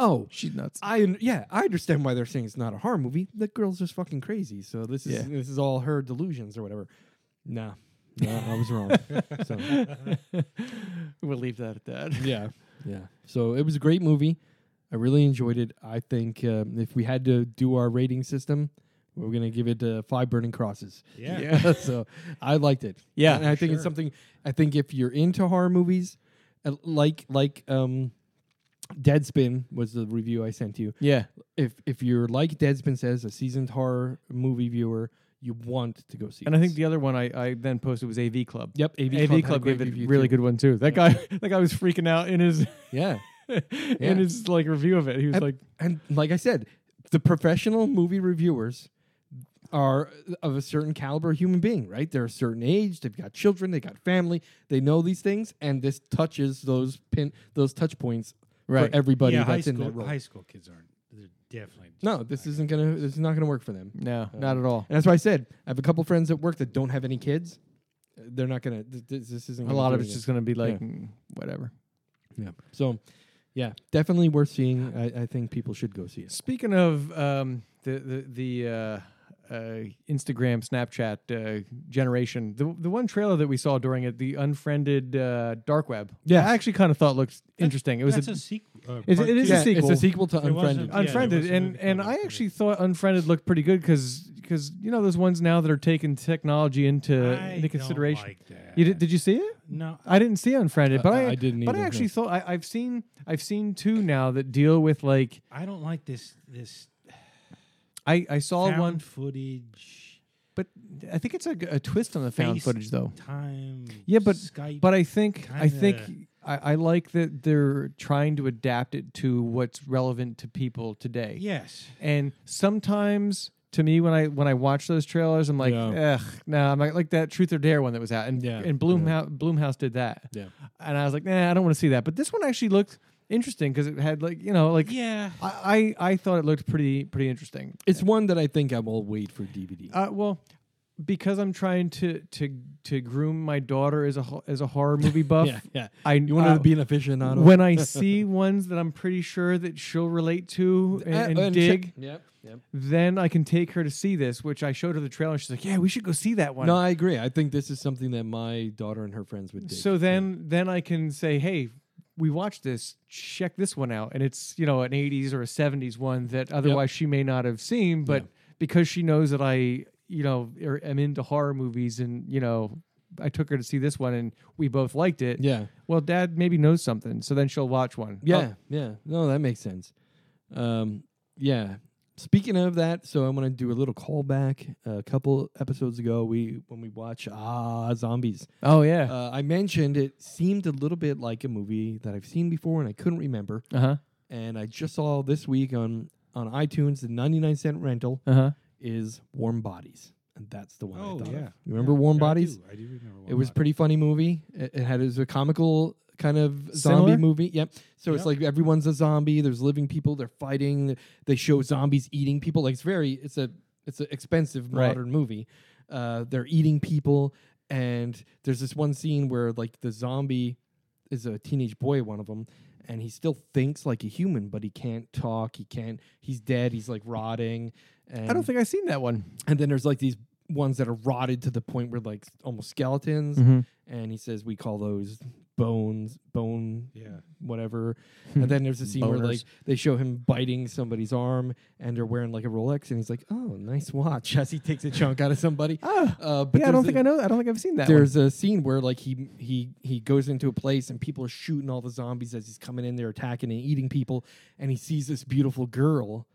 [SPEAKER 1] "Oh,
[SPEAKER 2] She's nuts.
[SPEAKER 1] I un- yeah, I understand why they're saying it's not a horror movie. The girl's just fucking crazy. So this is
[SPEAKER 2] Yeah.
[SPEAKER 1] this is all her delusions or whatever." Nah, nah I was wrong. so
[SPEAKER 2] we'll leave that at that.
[SPEAKER 1] yeah, yeah. So it was a great movie. I really enjoyed it. I think um, if we had to do our rating system, we are gonna give it uh, five burning crosses.
[SPEAKER 3] Yeah.
[SPEAKER 2] Yeah.
[SPEAKER 1] so I liked it.
[SPEAKER 2] Yeah,
[SPEAKER 1] and I think
[SPEAKER 3] sure.
[SPEAKER 1] it's something. I think if you're into horror movies, uh, like like um, Deadspin was the review I sent you.
[SPEAKER 2] Yeah,
[SPEAKER 1] If if you're like Deadspin says, a seasoned horror movie viewer, you want to go see.
[SPEAKER 2] and I think
[SPEAKER 1] this.
[SPEAKER 2] the other one I, I then posted was AV Club.
[SPEAKER 1] yep, AV,
[SPEAKER 2] AV,
[SPEAKER 1] Club, had a
[SPEAKER 2] Club
[SPEAKER 1] great
[SPEAKER 2] gave it a
[SPEAKER 1] review
[SPEAKER 2] really
[SPEAKER 1] too.
[SPEAKER 2] good one too. That guy, that guy was freaking out in his
[SPEAKER 1] Yeah, Yeah.
[SPEAKER 2] in his like review of it. He was
[SPEAKER 1] And-
[SPEAKER 2] like,
[SPEAKER 1] and like I said, the professional movie reviewers are of a certain caliber human being, right? They're a certain age, they've got children, they got family, they know these things, and this touches those pin those touch points
[SPEAKER 2] Right.
[SPEAKER 1] for everybody
[SPEAKER 3] yeah, high
[SPEAKER 1] that's in
[SPEAKER 3] school,
[SPEAKER 1] that role.
[SPEAKER 3] high school kids aren't. They're definitely. just
[SPEAKER 1] No, this
[SPEAKER 3] not
[SPEAKER 1] isn't gonna this is not gonna work for them.
[SPEAKER 2] "No, not at all."
[SPEAKER 1] And that's why I said I have a couple friends at work that don't have any kids. They're not gonna. th- th- This isn't
[SPEAKER 2] A
[SPEAKER 1] gonna
[SPEAKER 2] lot of
[SPEAKER 1] do
[SPEAKER 2] it's just going to be like
[SPEAKER 1] Yeah.
[SPEAKER 2] "Mm, whatever.
[SPEAKER 1] anything. Yeah. So, yeah, definitely worth seeing. I, I think people should go see it.
[SPEAKER 2] Speaking of um, the the the uh, uh, Instagram, Snapchat uh, generation, the the one trailer that we saw during it, the unfriended uh, dark web.
[SPEAKER 1] Yes.
[SPEAKER 2] I actually kind of thought looked interesting. It was
[SPEAKER 3] That's a,
[SPEAKER 2] a,
[SPEAKER 3] sequel. Uh,
[SPEAKER 2] it-
[SPEAKER 3] part
[SPEAKER 2] it is
[SPEAKER 3] two.
[SPEAKER 2] a
[SPEAKER 1] yeah,
[SPEAKER 2] sequel.
[SPEAKER 1] It's a sequel to
[SPEAKER 3] It was
[SPEAKER 1] Unfriended.
[SPEAKER 3] a- yeah, there
[SPEAKER 2] unfriended,
[SPEAKER 3] was a
[SPEAKER 2] and
[SPEAKER 3] movie
[SPEAKER 2] and
[SPEAKER 3] called
[SPEAKER 2] I
[SPEAKER 3] Unfriended.
[SPEAKER 2] actually thought unfriended looked pretty good because you know those ones now that are taking technology into
[SPEAKER 3] I
[SPEAKER 2] into uh,
[SPEAKER 3] don't
[SPEAKER 2] consideration.
[SPEAKER 3] like that.
[SPEAKER 2] you did, did you see it?
[SPEAKER 3] No,
[SPEAKER 2] I didn't see Unfriended,
[SPEAKER 1] Uh,
[SPEAKER 2] but
[SPEAKER 1] uh,
[SPEAKER 2] I,
[SPEAKER 1] I didn't
[SPEAKER 2] But I
[SPEAKER 1] either,
[SPEAKER 2] actually
[SPEAKER 1] no.
[SPEAKER 2] thought I, I've seen I've seen two now that deal with like
[SPEAKER 3] I don't like this. This
[SPEAKER 2] I I saw
[SPEAKER 3] found
[SPEAKER 2] one,
[SPEAKER 3] footage
[SPEAKER 2] but I think it's a, g- a twist on the found
[SPEAKER 3] Face
[SPEAKER 2] footage though.
[SPEAKER 3] time.
[SPEAKER 2] Yeah, but-
[SPEAKER 3] Skype.
[SPEAKER 2] But I think I
[SPEAKER 3] kinda-
[SPEAKER 2] think I, I like that they're trying to adapt it to what's relevant to people today.
[SPEAKER 3] yes,
[SPEAKER 2] And sometimes to me when I when I watch those trailers, I'm like,
[SPEAKER 1] Yeah.
[SPEAKER 2] ugh, no, I'm like, like that Truth or Dare one that was out, and
[SPEAKER 1] Yeah,
[SPEAKER 2] and Bloomhouse Bloomhouse did that.
[SPEAKER 1] Yeah.
[SPEAKER 2] And I was like, nah, I don't want to see that. But this one actually looked interesting because it had like you know like
[SPEAKER 3] yeah.
[SPEAKER 2] I, I I thought it looked pretty pretty interesting.
[SPEAKER 1] It's one that I think I will wait for DVD.
[SPEAKER 2] Uh, well, because I'm trying to to to groom my daughter as a ho- as a horror movie buff.
[SPEAKER 1] yeah, yeah.
[SPEAKER 2] I
[SPEAKER 1] You wanted
[SPEAKER 2] uh,
[SPEAKER 1] to be an aficionado.
[SPEAKER 2] when I see ones that I'm pretty sure that she'll relate to and,
[SPEAKER 1] Uh,
[SPEAKER 2] and
[SPEAKER 1] and
[SPEAKER 2] dig,
[SPEAKER 1] check- Yep, yep.
[SPEAKER 2] then I can take her to see this. Which I showed her the trailer. and She's like, "Yeah, we should go see that one."
[SPEAKER 1] No, I agree. I think this is something that my daughter and her friends would. Dig.
[SPEAKER 2] so then then I can say, "Hey." We watched this. Check this one out, and it's you know an '80s or a '70s one that otherwise she may not have seen, but because she knows that I you know er- am into horror movies, and you know I took her to see this one, and we both liked it.
[SPEAKER 1] yeah,
[SPEAKER 2] Well, Dad maybe knows something, so then she'll watch one.
[SPEAKER 1] yeah,
[SPEAKER 2] Oh,
[SPEAKER 1] yeah. No, that makes sense. Um, yeah. Speaking of that, so I'm gonna do a little callback. a couple episodes ago, we when we watch Ah Zombies,
[SPEAKER 2] Oh yeah.
[SPEAKER 1] uh, I mentioned it seemed a little bit like a movie that I've seen before and I couldn't remember.
[SPEAKER 2] Uh huh.
[SPEAKER 1] And I just saw this week on on iTunes the 99 cent rental.
[SPEAKER 2] Uh huh.
[SPEAKER 1] is Warm Bodies, and that's the one.
[SPEAKER 3] Oh
[SPEAKER 1] I thought
[SPEAKER 3] yeah.
[SPEAKER 1] of. You remember
[SPEAKER 3] Yeah,
[SPEAKER 1] Warm
[SPEAKER 3] I
[SPEAKER 1] Bodies?
[SPEAKER 3] do. I do remember. Warm
[SPEAKER 1] It was a
[SPEAKER 3] Bodies.
[SPEAKER 1] pretty funny movie. It, it had it was a comical kind of zombie
[SPEAKER 2] Similar?
[SPEAKER 1] movie. Yep. So
[SPEAKER 3] Yep.
[SPEAKER 1] it's like everyone's a zombie. There's living people. They're fighting. They show zombies eating people. Like it's very. It's a. It's an expensive
[SPEAKER 2] Right.
[SPEAKER 1] modern movie. Uh, they're eating people, and there's this one scene where like the zombie is a teenage boy, one of them, and he still thinks like a human, but he can't talk. He can't. He's dead. He's like rotting. And
[SPEAKER 2] I don't think I've seen that one.
[SPEAKER 1] and then there's like these
[SPEAKER 2] Mm-hmm.
[SPEAKER 1] ones that are rotted to the point where like almost skeletons. And he says we call those bones, bone,
[SPEAKER 3] Yeah.
[SPEAKER 1] whatever. and then there's a scene where like
[SPEAKER 2] Hmm. Boners.
[SPEAKER 1] they show him biting somebody's arm, and they're wearing like a Rolex, and he's like, "Oh, nice watch," as he takes a chunk out of somebody.
[SPEAKER 2] Ah,
[SPEAKER 1] Uh, but
[SPEAKER 2] yeah, I don't
[SPEAKER 1] there's
[SPEAKER 2] think
[SPEAKER 1] a-
[SPEAKER 2] I know. I don't think I've seen that.
[SPEAKER 1] there's a scene where like he he he goes into a place and people are shooting all the zombies as he's coming in there attacking and eating people and he sees this beautiful girl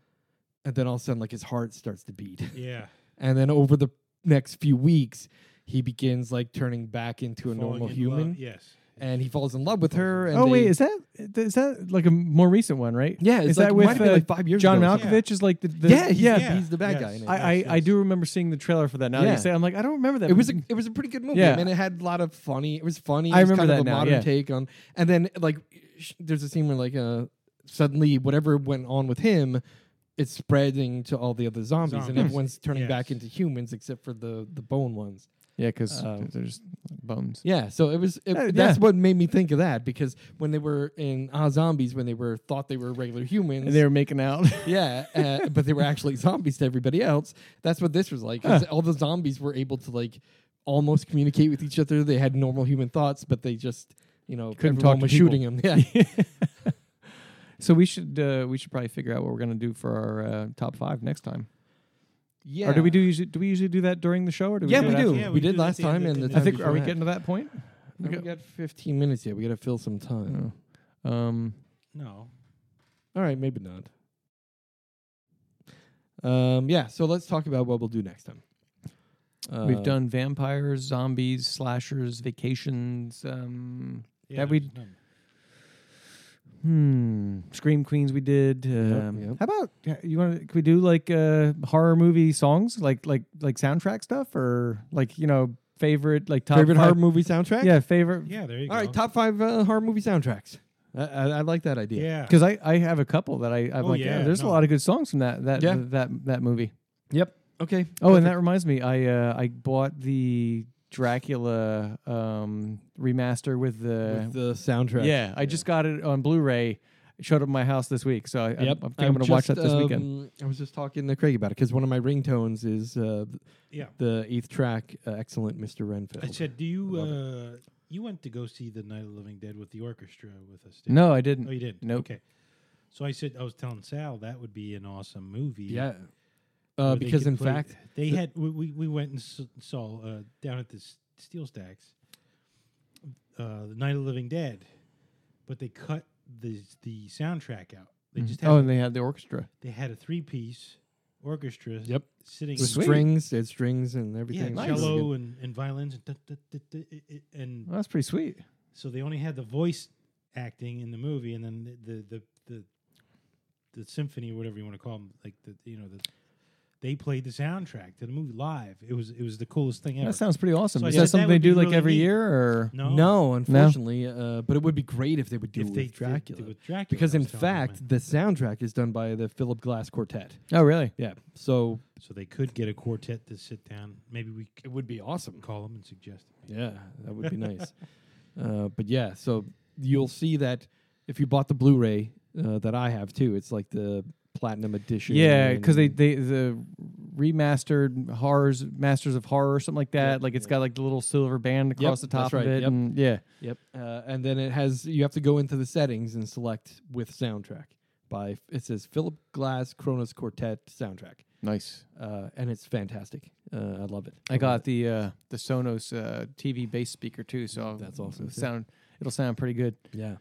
[SPEAKER 1] and then all of a sudden like his heart starts to beat
[SPEAKER 3] Yeah.
[SPEAKER 1] and then over the next few weeks he begins like turning back into a
[SPEAKER 3] Falling
[SPEAKER 1] normal
[SPEAKER 3] in
[SPEAKER 1] human
[SPEAKER 3] love, Yes.
[SPEAKER 1] and he falls in love with her and
[SPEAKER 2] one. Oh wait,
[SPEAKER 1] they-
[SPEAKER 2] is that is that like a more recent one, right?
[SPEAKER 1] yeah it's
[SPEAKER 2] is
[SPEAKER 1] like,
[SPEAKER 2] that
[SPEAKER 1] might
[SPEAKER 2] with
[SPEAKER 1] have been,
[SPEAKER 2] uh,
[SPEAKER 1] like five years
[SPEAKER 2] John
[SPEAKER 1] ago.
[SPEAKER 3] Malkovich?
[SPEAKER 2] Malkovich? Is like the, the
[SPEAKER 1] yeah he's,
[SPEAKER 2] yeah.
[SPEAKER 1] yeah he's the bad
[SPEAKER 3] yes.
[SPEAKER 1] guy in it.
[SPEAKER 2] I, I,
[SPEAKER 3] Yes,
[SPEAKER 2] I
[SPEAKER 3] yes.
[SPEAKER 2] do remember seeing the trailer for that. Now that
[SPEAKER 1] Yeah.
[SPEAKER 2] you say, it, I'm like, I don't remember that.
[SPEAKER 1] It was a, it was a pretty good movie.
[SPEAKER 2] Yeah.
[SPEAKER 1] I mean, it had a lot of funny. It was funny.
[SPEAKER 2] I
[SPEAKER 1] it was
[SPEAKER 2] remember
[SPEAKER 1] kind of
[SPEAKER 2] that
[SPEAKER 1] a
[SPEAKER 2] now,
[SPEAKER 1] modern
[SPEAKER 2] yeah.
[SPEAKER 1] take on. And then like, sh- there's a scene where like, uh, suddenly whatever went on with him, it's spreading to all the other zombies, and
[SPEAKER 3] Zombies.
[SPEAKER 1] everyone's turning back
[SPEAKER 3] Yes.
[SPEAKER 1] into humans except for the the bone ones.
[SPEAKER 2] yeah, because
[SPEAKER 1] Um,
[SPEAKER 2] there's bones.
[SPEAKER 1] Yeah. So it was. It,
[SPEAKER 2] Uh,
[SPEAKER 1] That's
[SPEAKER 2] yeah.
[SPEAKER 1] what made me think of that because when they were in Ah Zombies, when they were thought they were regular humans,
[SPEAKER 2] And they were making out.
[SPEAKER 1] yeah, uh, but they were actually zombies to everybody else. That's what this was like. is All the zombies were able to like almost communicate with each other. They had normal human thoughts, but they just you know
[SPEAKER 2] Couldn't
[SPEAKER 1] everyone
[SPEAKER 2] talk to
[SPEAKER 1] was
[SPEAKER 2] people.
[SPEAKER 1] shooting them. Yeah,
[SPEAKER 2] so we should uh, we should probably figure out what we're gonna do for our uh, top five next time.
[SPEAKER 1] yeah.
[SPEAKER 2] Or do we do usually do we usually do that during the show? Or do we
[SPEAKER 1] Yeah,
[SPEAKER 2] do
[SPEAKER 1] we
[SPEAKER 2] it after?
[SPEAKER 1] do.
[SPEAKER 3] Yeah,
[SPEAKER 1] we,
[SPEAKER 3] we
[SPEAKER 1] did
[SPEAKER 3] do it at
[SPEAKER 1] last
[SPEAKER 3] the end
[SPEAKER 1] time,
[SPEAKER 3] of
[SPEAKER 1] and
[SPEAKER 3] the
[SPEAKER 1] the
[SPEAKER 3] day.
[SPEAKER 2] I
[SPEAKER 1] time
[SPEAKER 2] think are we
[SPEAKER 1] before
[SPEAKER 2] getting to that point?
[SPEAKER 1] that. we got 15 minutes yet. We got to fill some time.
[SPEAKER 2] oh. Um,
[SPEAKER 3] No.
[SPEAKER 2] Oh.
[SPEAKER 1] All right, maybe not. Um, yeah. So let's talk about what we'll do next time. Uh,
[SPEAKER 2] we've done vampires, zombies, slashers, vacations. Um,
[SPEAKER 3] Yeah,
[SPEAKER 2] That
[SPEAKER 3] there
[SPEAKER 2] we'd-
[SPEAKER 3] was none.
[SPEAKER 2] hmm, Scream Queens. We did. Um,
[SPEAKER 1] yep.
[SPEAKER 2] How about yeah, you want? to? Could we do like uh, horror movie songs, like like like soundtrack stuff, or like you know favorite like top
[SPEAKER 1] favorite
[SPEAKER 2] five-
[SPEAKER 1] horror movie soundtrack.
[SPEAKER 2] Yeah, favorite.
[SPEAKER 3] Yeah, there you
[SPEAKER 1] All
[SPEAKER 3] go.
[SPEAKER 1] right, top five uh, horror movie soundtracks. I, I, I like that idea.
[SPEAKER 3] Yeah.
[SPEAKER 2] Because I, I have a couple that I I'm
[SPEAKER 3] Oh,
[SPEAKER 2] like yeah,
[SPEAKER 3] yeah,
[SPEAKER 2] there's a
[SPEAKER 3] no.
[SPEAKER 2] lot of good songs from that that
[SPEAKER 1] Yeah.
[SPEAKER 2] that that movie.
[SPEAKER 1] Yep. Okay.
[SPEAKER 2] Oh, and that reminds me, I uh, I bought the Dracula um, remaster with the,
[SPEAKER 1] With the soundtrack.
[SPEAKER 2] yeah. I just got it on Blu-ray. It showed up at my house this week, so I, I'm-
[SPEAKER 1] Yep.
[SPEAKER 2] I think I'm, going to watch that
[SPEAKER 1] just,
[SPEAKER 2] this weekend.
[SPEAKER 1] um, I was just talking to Craig about it because one of my ringtones is uh, th-
[SPEAKER 3] Yeah.
[SPEAKER 1] the eighth track, uh, "Excellent Mr. Renfield."
[SPEAKER 3] I said, do you
[SPEAKER 1] Love
[SPEAKER 3] uh, you went to go see the Night of the Living Dead with the orchestra with us? didn't
[SPEAKER 2] No, I
[SPEAKER 3] you?
[SPEAKER 2] didn't.
[SPEAKER 3] oh, you didn't.
[SPEAKER 2] Nope.
[SPEAKER 3] Okay. So I said I was telling Sal that would be an awesome movie.
[SPEAKER 1] yeah, uh,
[SPEAKER 3] where they
[SPEAKER 1] because
[SPEAKER 3] could
[SPEAKER 1] in
[SPEAKER 3] play-
[SPEAKER 1] fact,
[SPEAKER 3] they
[SPEAKER 1] the-
[SPEAKER 3] had we, we, we went and s- saw uh, down at the S- Steel Stacks, uh, the Night of the Living Dead, but they cut the the soundtrack out. They
[SPEAKER 1] Mm.
[SPEAKER 3] just had
[SPEAKER 2] oh, and they had the orchestra.
[SPEAKER 3] they had a three piece orchestra.
[SPEAKER 1] Yep.
[SPEAKER 3] sitting
[SPEAKER 1] with
[SPEAKER 2] Sweet.
[SPEAKER 1] strings, they had strings and
[SPEAKER 3] yeah,
[SPEAKER 1] everything. It was really
[SPEAKER 3] cello
[SPEAKER 1] good.
[SPEAKER 3] and, and violins and da- da- da- da- i- i- and
[SPEAKER 2] Well, that's pretty sweet.
[SPEAKER 3] so they only had the voice acting in the movie, and then the the the, the, the symphony, or whatever you want to call them, like the you know the they played the soundtrack to the movie live. It was it was the coolest thing ever.
[SPEAKER 2] That sounds pretty awesome.
[SPEAKER 3] So I
[SPEAKER 2] Is
[SPEAKER 3] said
[SPEAKER 2] that
[SPEAKER 3] that
[SPEAKER 2] something
[SPEAKER 3] would
[SPEAKER 2] they do
[SPEAKER 3] be
[SPEAKER 2] like
[SPEAKER 3] really
[SPEAKER 2] every
[SPEAKER 3] neat.
[SPEAKER 2] year, or
[SPEAKER 3] no,
[SPEAKER 1] No, unfortunately, Uh, but it would be great if they would do
[SPEAKER 3] if
[SPEAKER 1] it
[SPEAKER 3] they
[SPEAKER 1] with Dracula.
[SPEAKER 3] did, with Dracula,
[SPEAKER 1] because
[SPEAKER 3] I
[SPEAKER 1] in
[SPEAKER 3] was telling him,
[SPEAKER 1] fact, the soundtrack is done by the Philip Glass Quartet.
[SPEAKER 2] oh really?
[SPEAKER 1] Yeah, so
[SPEAKER 3] so they could get a quartet to sit down. Maybe we
[SPEAKER 1] it
[SPEAKER 3] could
[SPEAKER 1] would be awesome.
[SPEAKER 3] call them and suggest. It.
[SPEAKER 1] Yeah, that would be nice. Uh, but yeah, so you'll see that if you bought the Blu-ray uh, that I have too, it's like the platinum edition.
[SPEAKER 2] Yeah, because they
[SPEAKER 1] and-
[SPEAKER 2] they the remastered horrors, masters of horror, or something like that.
[SPEAKER 1] Yep,
[SPEAKER 2] like it's
[SPEAKER 1] yep.
[SPEAKER 2] got like the little silver band across the
[SPEAKER 1] that's
[SPEAKER 2] top
[SPEAKER 1] right,
[SPEAKER 2] of it.
[SPEAKER 1] yep.
[SPEAKER 2] And yeah,
[SPEAKER 1] yep, uh, and then it has you have to go into the settings and select with soundtrack by it says Philip Glass Kronos Quartet soundtrack,
[SPEAKER 2] nice.
[SPEAKER 1] uh, and it's fantastic. Uh, I love it.
[SPEAKER 2] I got the uh, the Sonos uh, TV bass speaker too, so
[SPEAKER 1] That's awesome,
[SPEAKER 2] it'll
[SPEAKER 1] too.
[SPEAKER 2] Sound it'll sound pretty good.
[SPEAKER 1] yeah,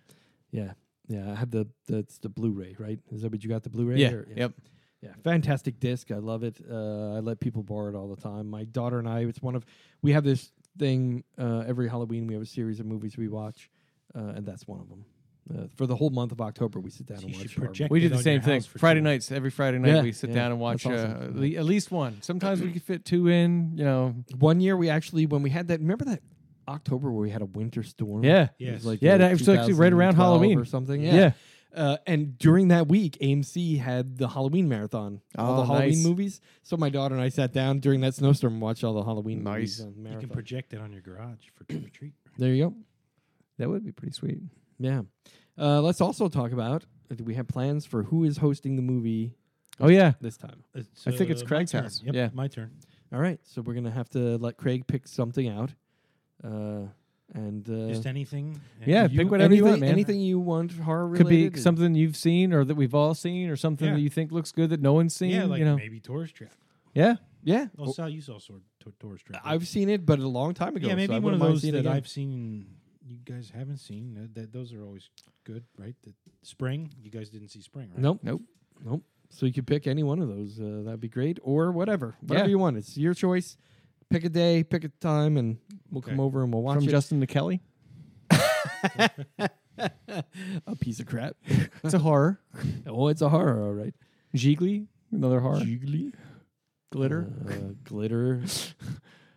[SPEAKER 1] yeah, yeah. I had the that's the Blu-ray, right? Is that what you got the Blu-ray?
[SPEAKER 2] Yeah,
[SPEAKER 1] or-
[SPEAKER 2] Yep.
[SPEAKER 1] Yeah, fantastic disc. I love it. Uh, I let people borrow it all the time. My daughter and I. It's one of we have this thing uh, every Halloween. We have a series of movies we watch, uh, and that's one of them. Uh, for the whole month of October, we sit down
[SPEAKER 3] So
[SPEAKER 1] and
[SPEAKER 3] you
[SPEAKER 1] watch.
[SPEAKER 3] should
[SPEAKER 1] horror
[SPEAKER 3] project
[SPEAKER 2] We
[SPEAKER 3] Get
[SPEAKER 2] do the
[SPEAKER 3] on your
[SPEAKER 2] same thing.
[SPEAKER 3] house for
[SPEAKER 2] Friday
[SPEAKER 3] sure.
[SPEAKER 2] nights, every Friday night
[SPEAKER 1] Yeah,
[SPEAKER 2] we sit
[SPEAKER 1] yeah,
[SPEAKER 2] down and watch
[SPEAKER 1] that's
[SPEAKER 2] uh,
[SPEAKER 1] awesome.
[SPEAKER 2] le- at least one. Sometimes we can fit two in. You know.
[SPEAKER 1] movies. One year we actually when we had that. Remember that October where we had a winter storm.
[SPEAKER 2] Yeah.
[SPEAKER 1] It was
[SPEAKER 3] Yes.
[SPEAKER 1] like
[SPEAKER 2] Yeah,
[SPEAKER 1] uh,
[SPEAKER 2] that was actually right around
[SPEAKER 1] 2012
[SPEAKER 2] Halloween.
[SPEAKER 1] or something.
[SPEAKER 2] Yeah.
[SPEAKER 1] Yeah. Uh, and during that week, AMC had the Halloween marathon, all
[SPEAKER 2] Oh,
[SPEAKER 1] the Halloween
[SPEAKER 2] nice.
[SPEAKER 1] movies. So my daughter and I sat down during that snowstorm and watched all the Halloween movies.
[SPEAKER 2] Nice.
[SPEAKER 1] on
[SPEAKER 3] You can
[SPEAKER 1] marathon.
[SPEAKER 3] project it on your garage for trick or treat.
[SPEAKER 1] there you go.
[SPEAKER 2] That would be pretty sweet.
[SPEAKER 1] Yeah. Uh, let's also talk about uh, do we have plans for who is hosting the movie
[SPEAKER 2] Oh yeah.
[SPEAKER 1] this time?
[SPEAKER 3] It's,
[SPEAKER 2] I think it's
[SPEAKER 3] Uh, my
[SPEAKER 2] Craig's
[SPEAKER 3] turn.
[SPEAKER 2] house.
[SPEAKER 3] Yep,
[SPEAKER 2] Yeah.
[SPEAKER 3] my turn.
[SPEAKER 1] All right. So we're going to have to let Craig pick something out. Uh, and uh,
[SPEAKER 3] Just anything.
[SPEAKER 2] Yeah,
[SPEAKER 3] If
[SPEAKER 2] pick whatever you want,
[SPEAKER 1] anything-
[SPEAKER 2] man.
[SPEAKER 1] Anything you want horror
[SPEAKER 2] Could be
[SPEAKER 1] related.
[SPEAKER 2] something you've seen or that we've all seen or something
[SPEAKER 3] Yeah.
[SPEAKER 2] that you think looks good that no one's seen.
[SPEAKER 3] yeah, like
[SPEAKER 2] you know,
[SPEAKER 3] maybe tourist trap.
[SPEAKER 2] yeah.
[SPEAKER 1] Yeah,
[SPEAKER 3] Oh, Sal, you saw sword, to- tourist trap.
[SPEAKER 1] I've seen it, but a long time ago.
[SPEAKER 3] yeah,
[SPEAKER 1] so
[SPEAKER 3] maybe
[SPEAKER 1] I
[SPEAKER 3] one of
[SPEAKER 1] wouldn't mind
[SPEAKER 3] those
[SPEAKER 1] seeing
[SPEAKER 3] that
[SPEAKER 1] it again.
[SPEAKER 3] I've seen. You guys haven't seen uh, that, that. Those are always good, right? The spring. You guys didn't see spring, right?
[SPEAKER 1] Nope.
[SPEAKER 2] Nope.
[SPEAKER 1] Nope. So you could pick any one of those. Uh, that'd be great, or whatever, whatever
[SPEAKER 2] Yeah.
[SPEAKER 1] you want. It's your choice. Pick a day, pick a time, and we'll come
[SPEAKER 3] Okay.
[SPEAKER 1] over and we'll watch
[SPEAKER 2] From
[SPEAKER 1] it.
[SPEAKER 2] Justin to Kelly.
[SPEAKER 1] a piece of crap.
[SPEAKER 2] It's a horror.
[SPEAKER 1] oh, it's a horror, all right.
[SPEAKER 2] Jiggly, another horror. Jiggly, glitter.
[SPEAKER 1] Uh, glitter,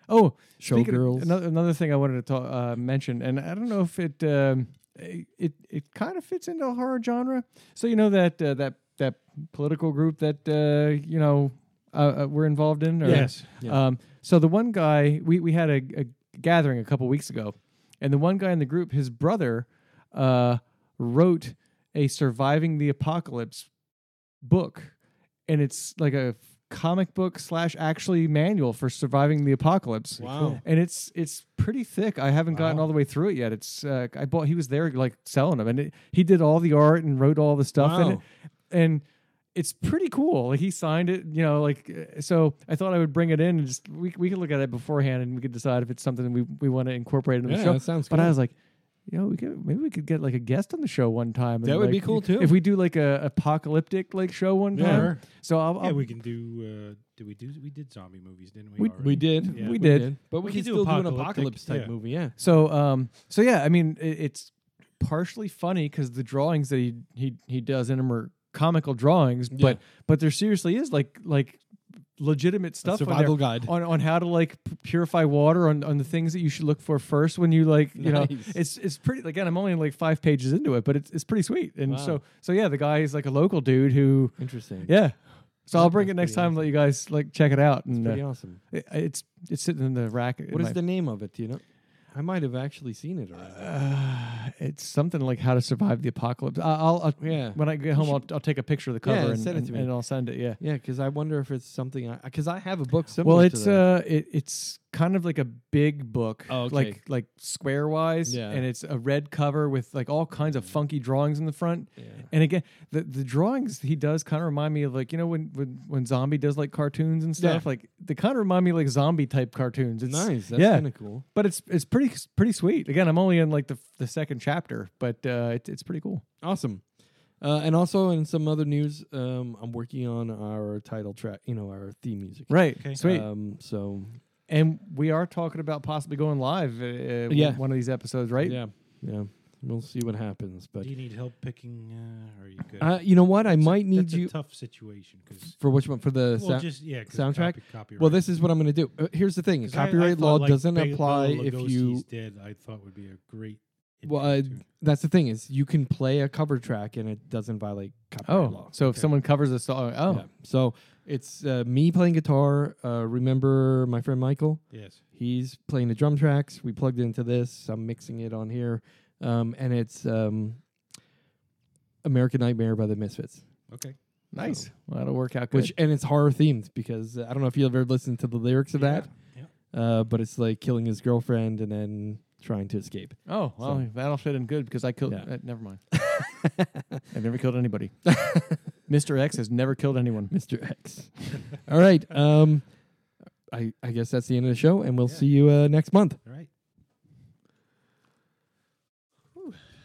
[SPEAKER 2] oh, Speaking of-
[SPEAKER 1] showgirls.
[SPEAKER 2] Another, another thing I wanted to talk, uh, mention, and I don't know if it um, it it, it kind of fits into a horror genre. So you know that uh, that that political group that uh, you know uh, uh, we're involved in. Or,
[SPEAKER 3] Yes.
[SPEAKER 1] Yeah.
[SPEAKER 2] Um, so the one guy we we had a, a gathering a couple weeks ago, and the one guy in the group, his brother, uh, wrote a surviving the apocalypse book, and it's like a comic book slash actually manual for surviving the apocalypse
[SPEAKER 3] Wow.
[SPEAKER 2] and it's it's pretty thick. I haven't gotten
[SPEAKER 3] Wow.
[SPEAKER 2] all the way through it yet. It's uh, I bought. He was there like selling them, and it, he did all the art and wrote all the stuff in it,
[SPEAKER 1] Wow.
[SPEAKER 2] and it's pretty cool. Like he signed it, you know. Like uh, so, I thought I would bring it in and just we we could look at it beforehand and we could decide if it's something we we want to incorporate into
[SPEAKER 1] Yeah,
[SPEAKER 2] the show.
[SPEAKER 1] that sounds
[SPEAKER 2] But I
[SPEAKER 1] cool.
[SPEAKER 2] was like. You know, we could maybe we could get like a guest on the show one time. and,
[SPEAKER 1] That would be
[SPEAKER 2] like,
[SPEAKER 1] cool, too.
[SPEAKER 2] If we do like a apocalyptic like show one time,
[SPEAKER 1] Sure.
[SPEAKER 2] so I'll, I'll
[SPEAKER 3] Yeah, we can do. Uh, did we do? We did zombie movies, didn't we?
[SPEAKER 2] We-
[SPEAKER 3] already?
[SPEAKER 1] we did,
[SPEAKER 3] Yeah.
[SPEAKER 1] we,
[SPEAKER 2] We
[SPEAKER 1] did,
[SPEAKER 2] did.
[SPEAKER 1] but we,
[SPEAKER 3] We
[SPEAKER 1] can
[SPEAKER 3] could do
[SPEAKER 1] still do an
[SPEAKER 3] apocalyptic,
[SPEAKER 1] apocalypse type
[SPEAKER 3] yeah.
[SPEAKER 1] movie. Yeah,
[SPEAKER 2] So um so yeah, I mean it, it's partially funny cuz the drawings that he he he does in them are comical drawings, but but there seriously is like like legitimate
[SPEAKER 1] A
[SPEAKER 2] stuff on,
[SPEAKER 1] survival
[SPEAKER 2] there
[SPEAKER 1] guide.
[SPEAKER 2] on on how to like p- purify water on on the things that you should look for first when you like, you know.
[SPEAKER 1] Nice.
[SPEAKER 2] It's it's pretty again, I'm only like 5 pages into it, but it's it's pretty sweet. And
[SPEAKER 1] Wow.
[SPEAKER 2] so so yeah, the guy is like a local dude who
[SPEAKER 1] Interesting.
[SPEAKER 2] yeah. So I'll bring
[SPEAKER 1] That's
[SPEAKER 2] it next
[SPEAKER 1] pretty
[SPEAKER 2] time and let you guys like check it out and
[SPEAKER 1] pretty
[SPEAKER 2] uh,
[SPEAKER 1] awesome.
[SPEAKER 2] it- it's it's sitting in the rack. in
[SPEAKER 1] What is
[SPEAKER 2] my-
[SPEAKER 1] the name of it? Do you know? I might have actually seen it already.
[SPEAKER 2] Uh, it's something like how to survive the apocalypse. I- I'll, I'll
[SPEAKER 1] Yeah.
[SPEAKER 2] when I get home, I'll, I'll take a picture of the cover
[SPEAKER 1] Yeah,
[SPEAKER 2] and,
[SPEAKER 1] send it to
[SPEAKER 2] and-
[SPEAKER 1] me.
[SPEAKER 2] and I'll send it. Yeah.
[SPEAKER 1] yeah, because I wonder if it's something. I Because I have a book similar.
[SPEAKER 2] Well,
[SPEAKER 1] to
[SPEAKER 2] it's
[SPEAKER 1] that.
[SPEAKER 2] uh, it, it's kind of like a big book,
[SPEAKER 1] Oh, okay.
[SPEAKER 2] like like square wise,
[SPEAKER 1] Yeah. Mm.
[SPEAKER 2] and it's a red cover with like all kinds of funky drawings in the front.
[SPEAKER 1] Yeah.
[SPEAKER 2] And again, the, the drawings he does kind of remind me of like you know when when, when zombie does like cartoons and stuff
[SPEAKER 1] Yeah.
[SPEAKER 2] like they kind of remind me of, like zombie type cartoons. It's
[SPEAKER 1] nice. That's
[SPEAKER 2] yeah.
[SPEAKER 1] kind of cool.
[SPEAKER 2] But it's it's pretty pretty sweet. Again, I'm only in like the the second chapter, but uh, it, it's pretty cool.
[SPEAKER 1] Awesome. Uh, and also in some other news, um, I'm working on our title track, you know, our theme music.
[SPEAKER 2] Right.
[SPEAKER 3] Okay.
[SPEAKER 2] Sweet.
[SPEAKER 1] Um, so
[SPEAKER 2] and we are talking about possibly going live uh, uh,
[SPEAKER 1] Yeah.
[SPEAKER 2] with one of these episodes, right?
[SPEAKER 1] yeah, yeah, we'll see what happens. But
[SPEAKER 3] Do you need help picking? Uh, or are you good?
[SPEAKER 1] uh, you know what, I
[SPEAKER 3] That's a-
[SPEAKER 1] might need
[SPEAKER 3] that's a
[SPEAKER 1] you
[SPEAKER 3] tough situation because.
[SPEAKER 1] for which one for the
[SPEAKER 3] Well,
[SPEAKER 1] sound.
[SPEAKER 3] just yeah. 'cause
[SPEAKER 1] soundtrack?
[SPEAKER 3] Copy, copyright.
[SPEAKER 1] well, this is what I'm going to do. Uh, here's the thing:
[SPEAKER 3] 'Cause I- I
[SPEAKER 1] copyright
[SPEAKER 3] thought,
[SPEAKER 1] law
[SPEAKER 3] like,
[SPEAKER 1] doesn't
[SPEAKER 3] Bela
[SPEAKER 1] apply if you.
[SPEAKER 3] Lugosi's dead. I thought would be a great.
[SPEAKER 1] Well,
[SPEAKER 3] intro
[SPEAKER 1] uh,
[SPEAKER 3] to-
[SPEAKER 1] that's the thing is you can play a cover track and it doesn't violate copyright
[SPEAKER 2] Oh,
[SPEAKER 1] law.
[SPEAKER 2] so if
[SPEAKER 3] Okay.
[SPEAKER 2] someone covers a song, oh,
[SPEAKER 1] Yeah. So it's uh, me playing guitar. Uh, remember my friend Michael?
[SPEAKER 3] yes.
[SPEAKER 1] He's playing the drum tracks. We plugged into this. I'm mixing it on here, um, and it's um, "American Nightmare" by the Misfits,
[SPEAKER 3] Okay.
[SPEAKER 2] nice. Well, that'll work out good.
[SPEAKER 1] Oh. which and it's horror themed because uh, I don't know if you ever listened to the lyrics of that,
[SPEAKER 3] Yeah,
[SPEAKER 1] uh, but it's like killing his girlfriend and then trying to escape.
[SPEAKER 2] oh, well,
[SPEAKER 1] so-
[SPEAKER 2] that'll fit in good because I killed.
[SPEAKER 1] Yeah.
[SPEAKER 2] Uh, never mind. I've never killed anybody. Mr. X has never killed anyone.
[SPEAKER 1] Mr. X. All right. Um, I I guess that's the end of uh, the show, and we'll
[SPEAKER 3] Yeah.
[SPEAKER 1] see you uh, next month.
[SPEAKER 3] All right.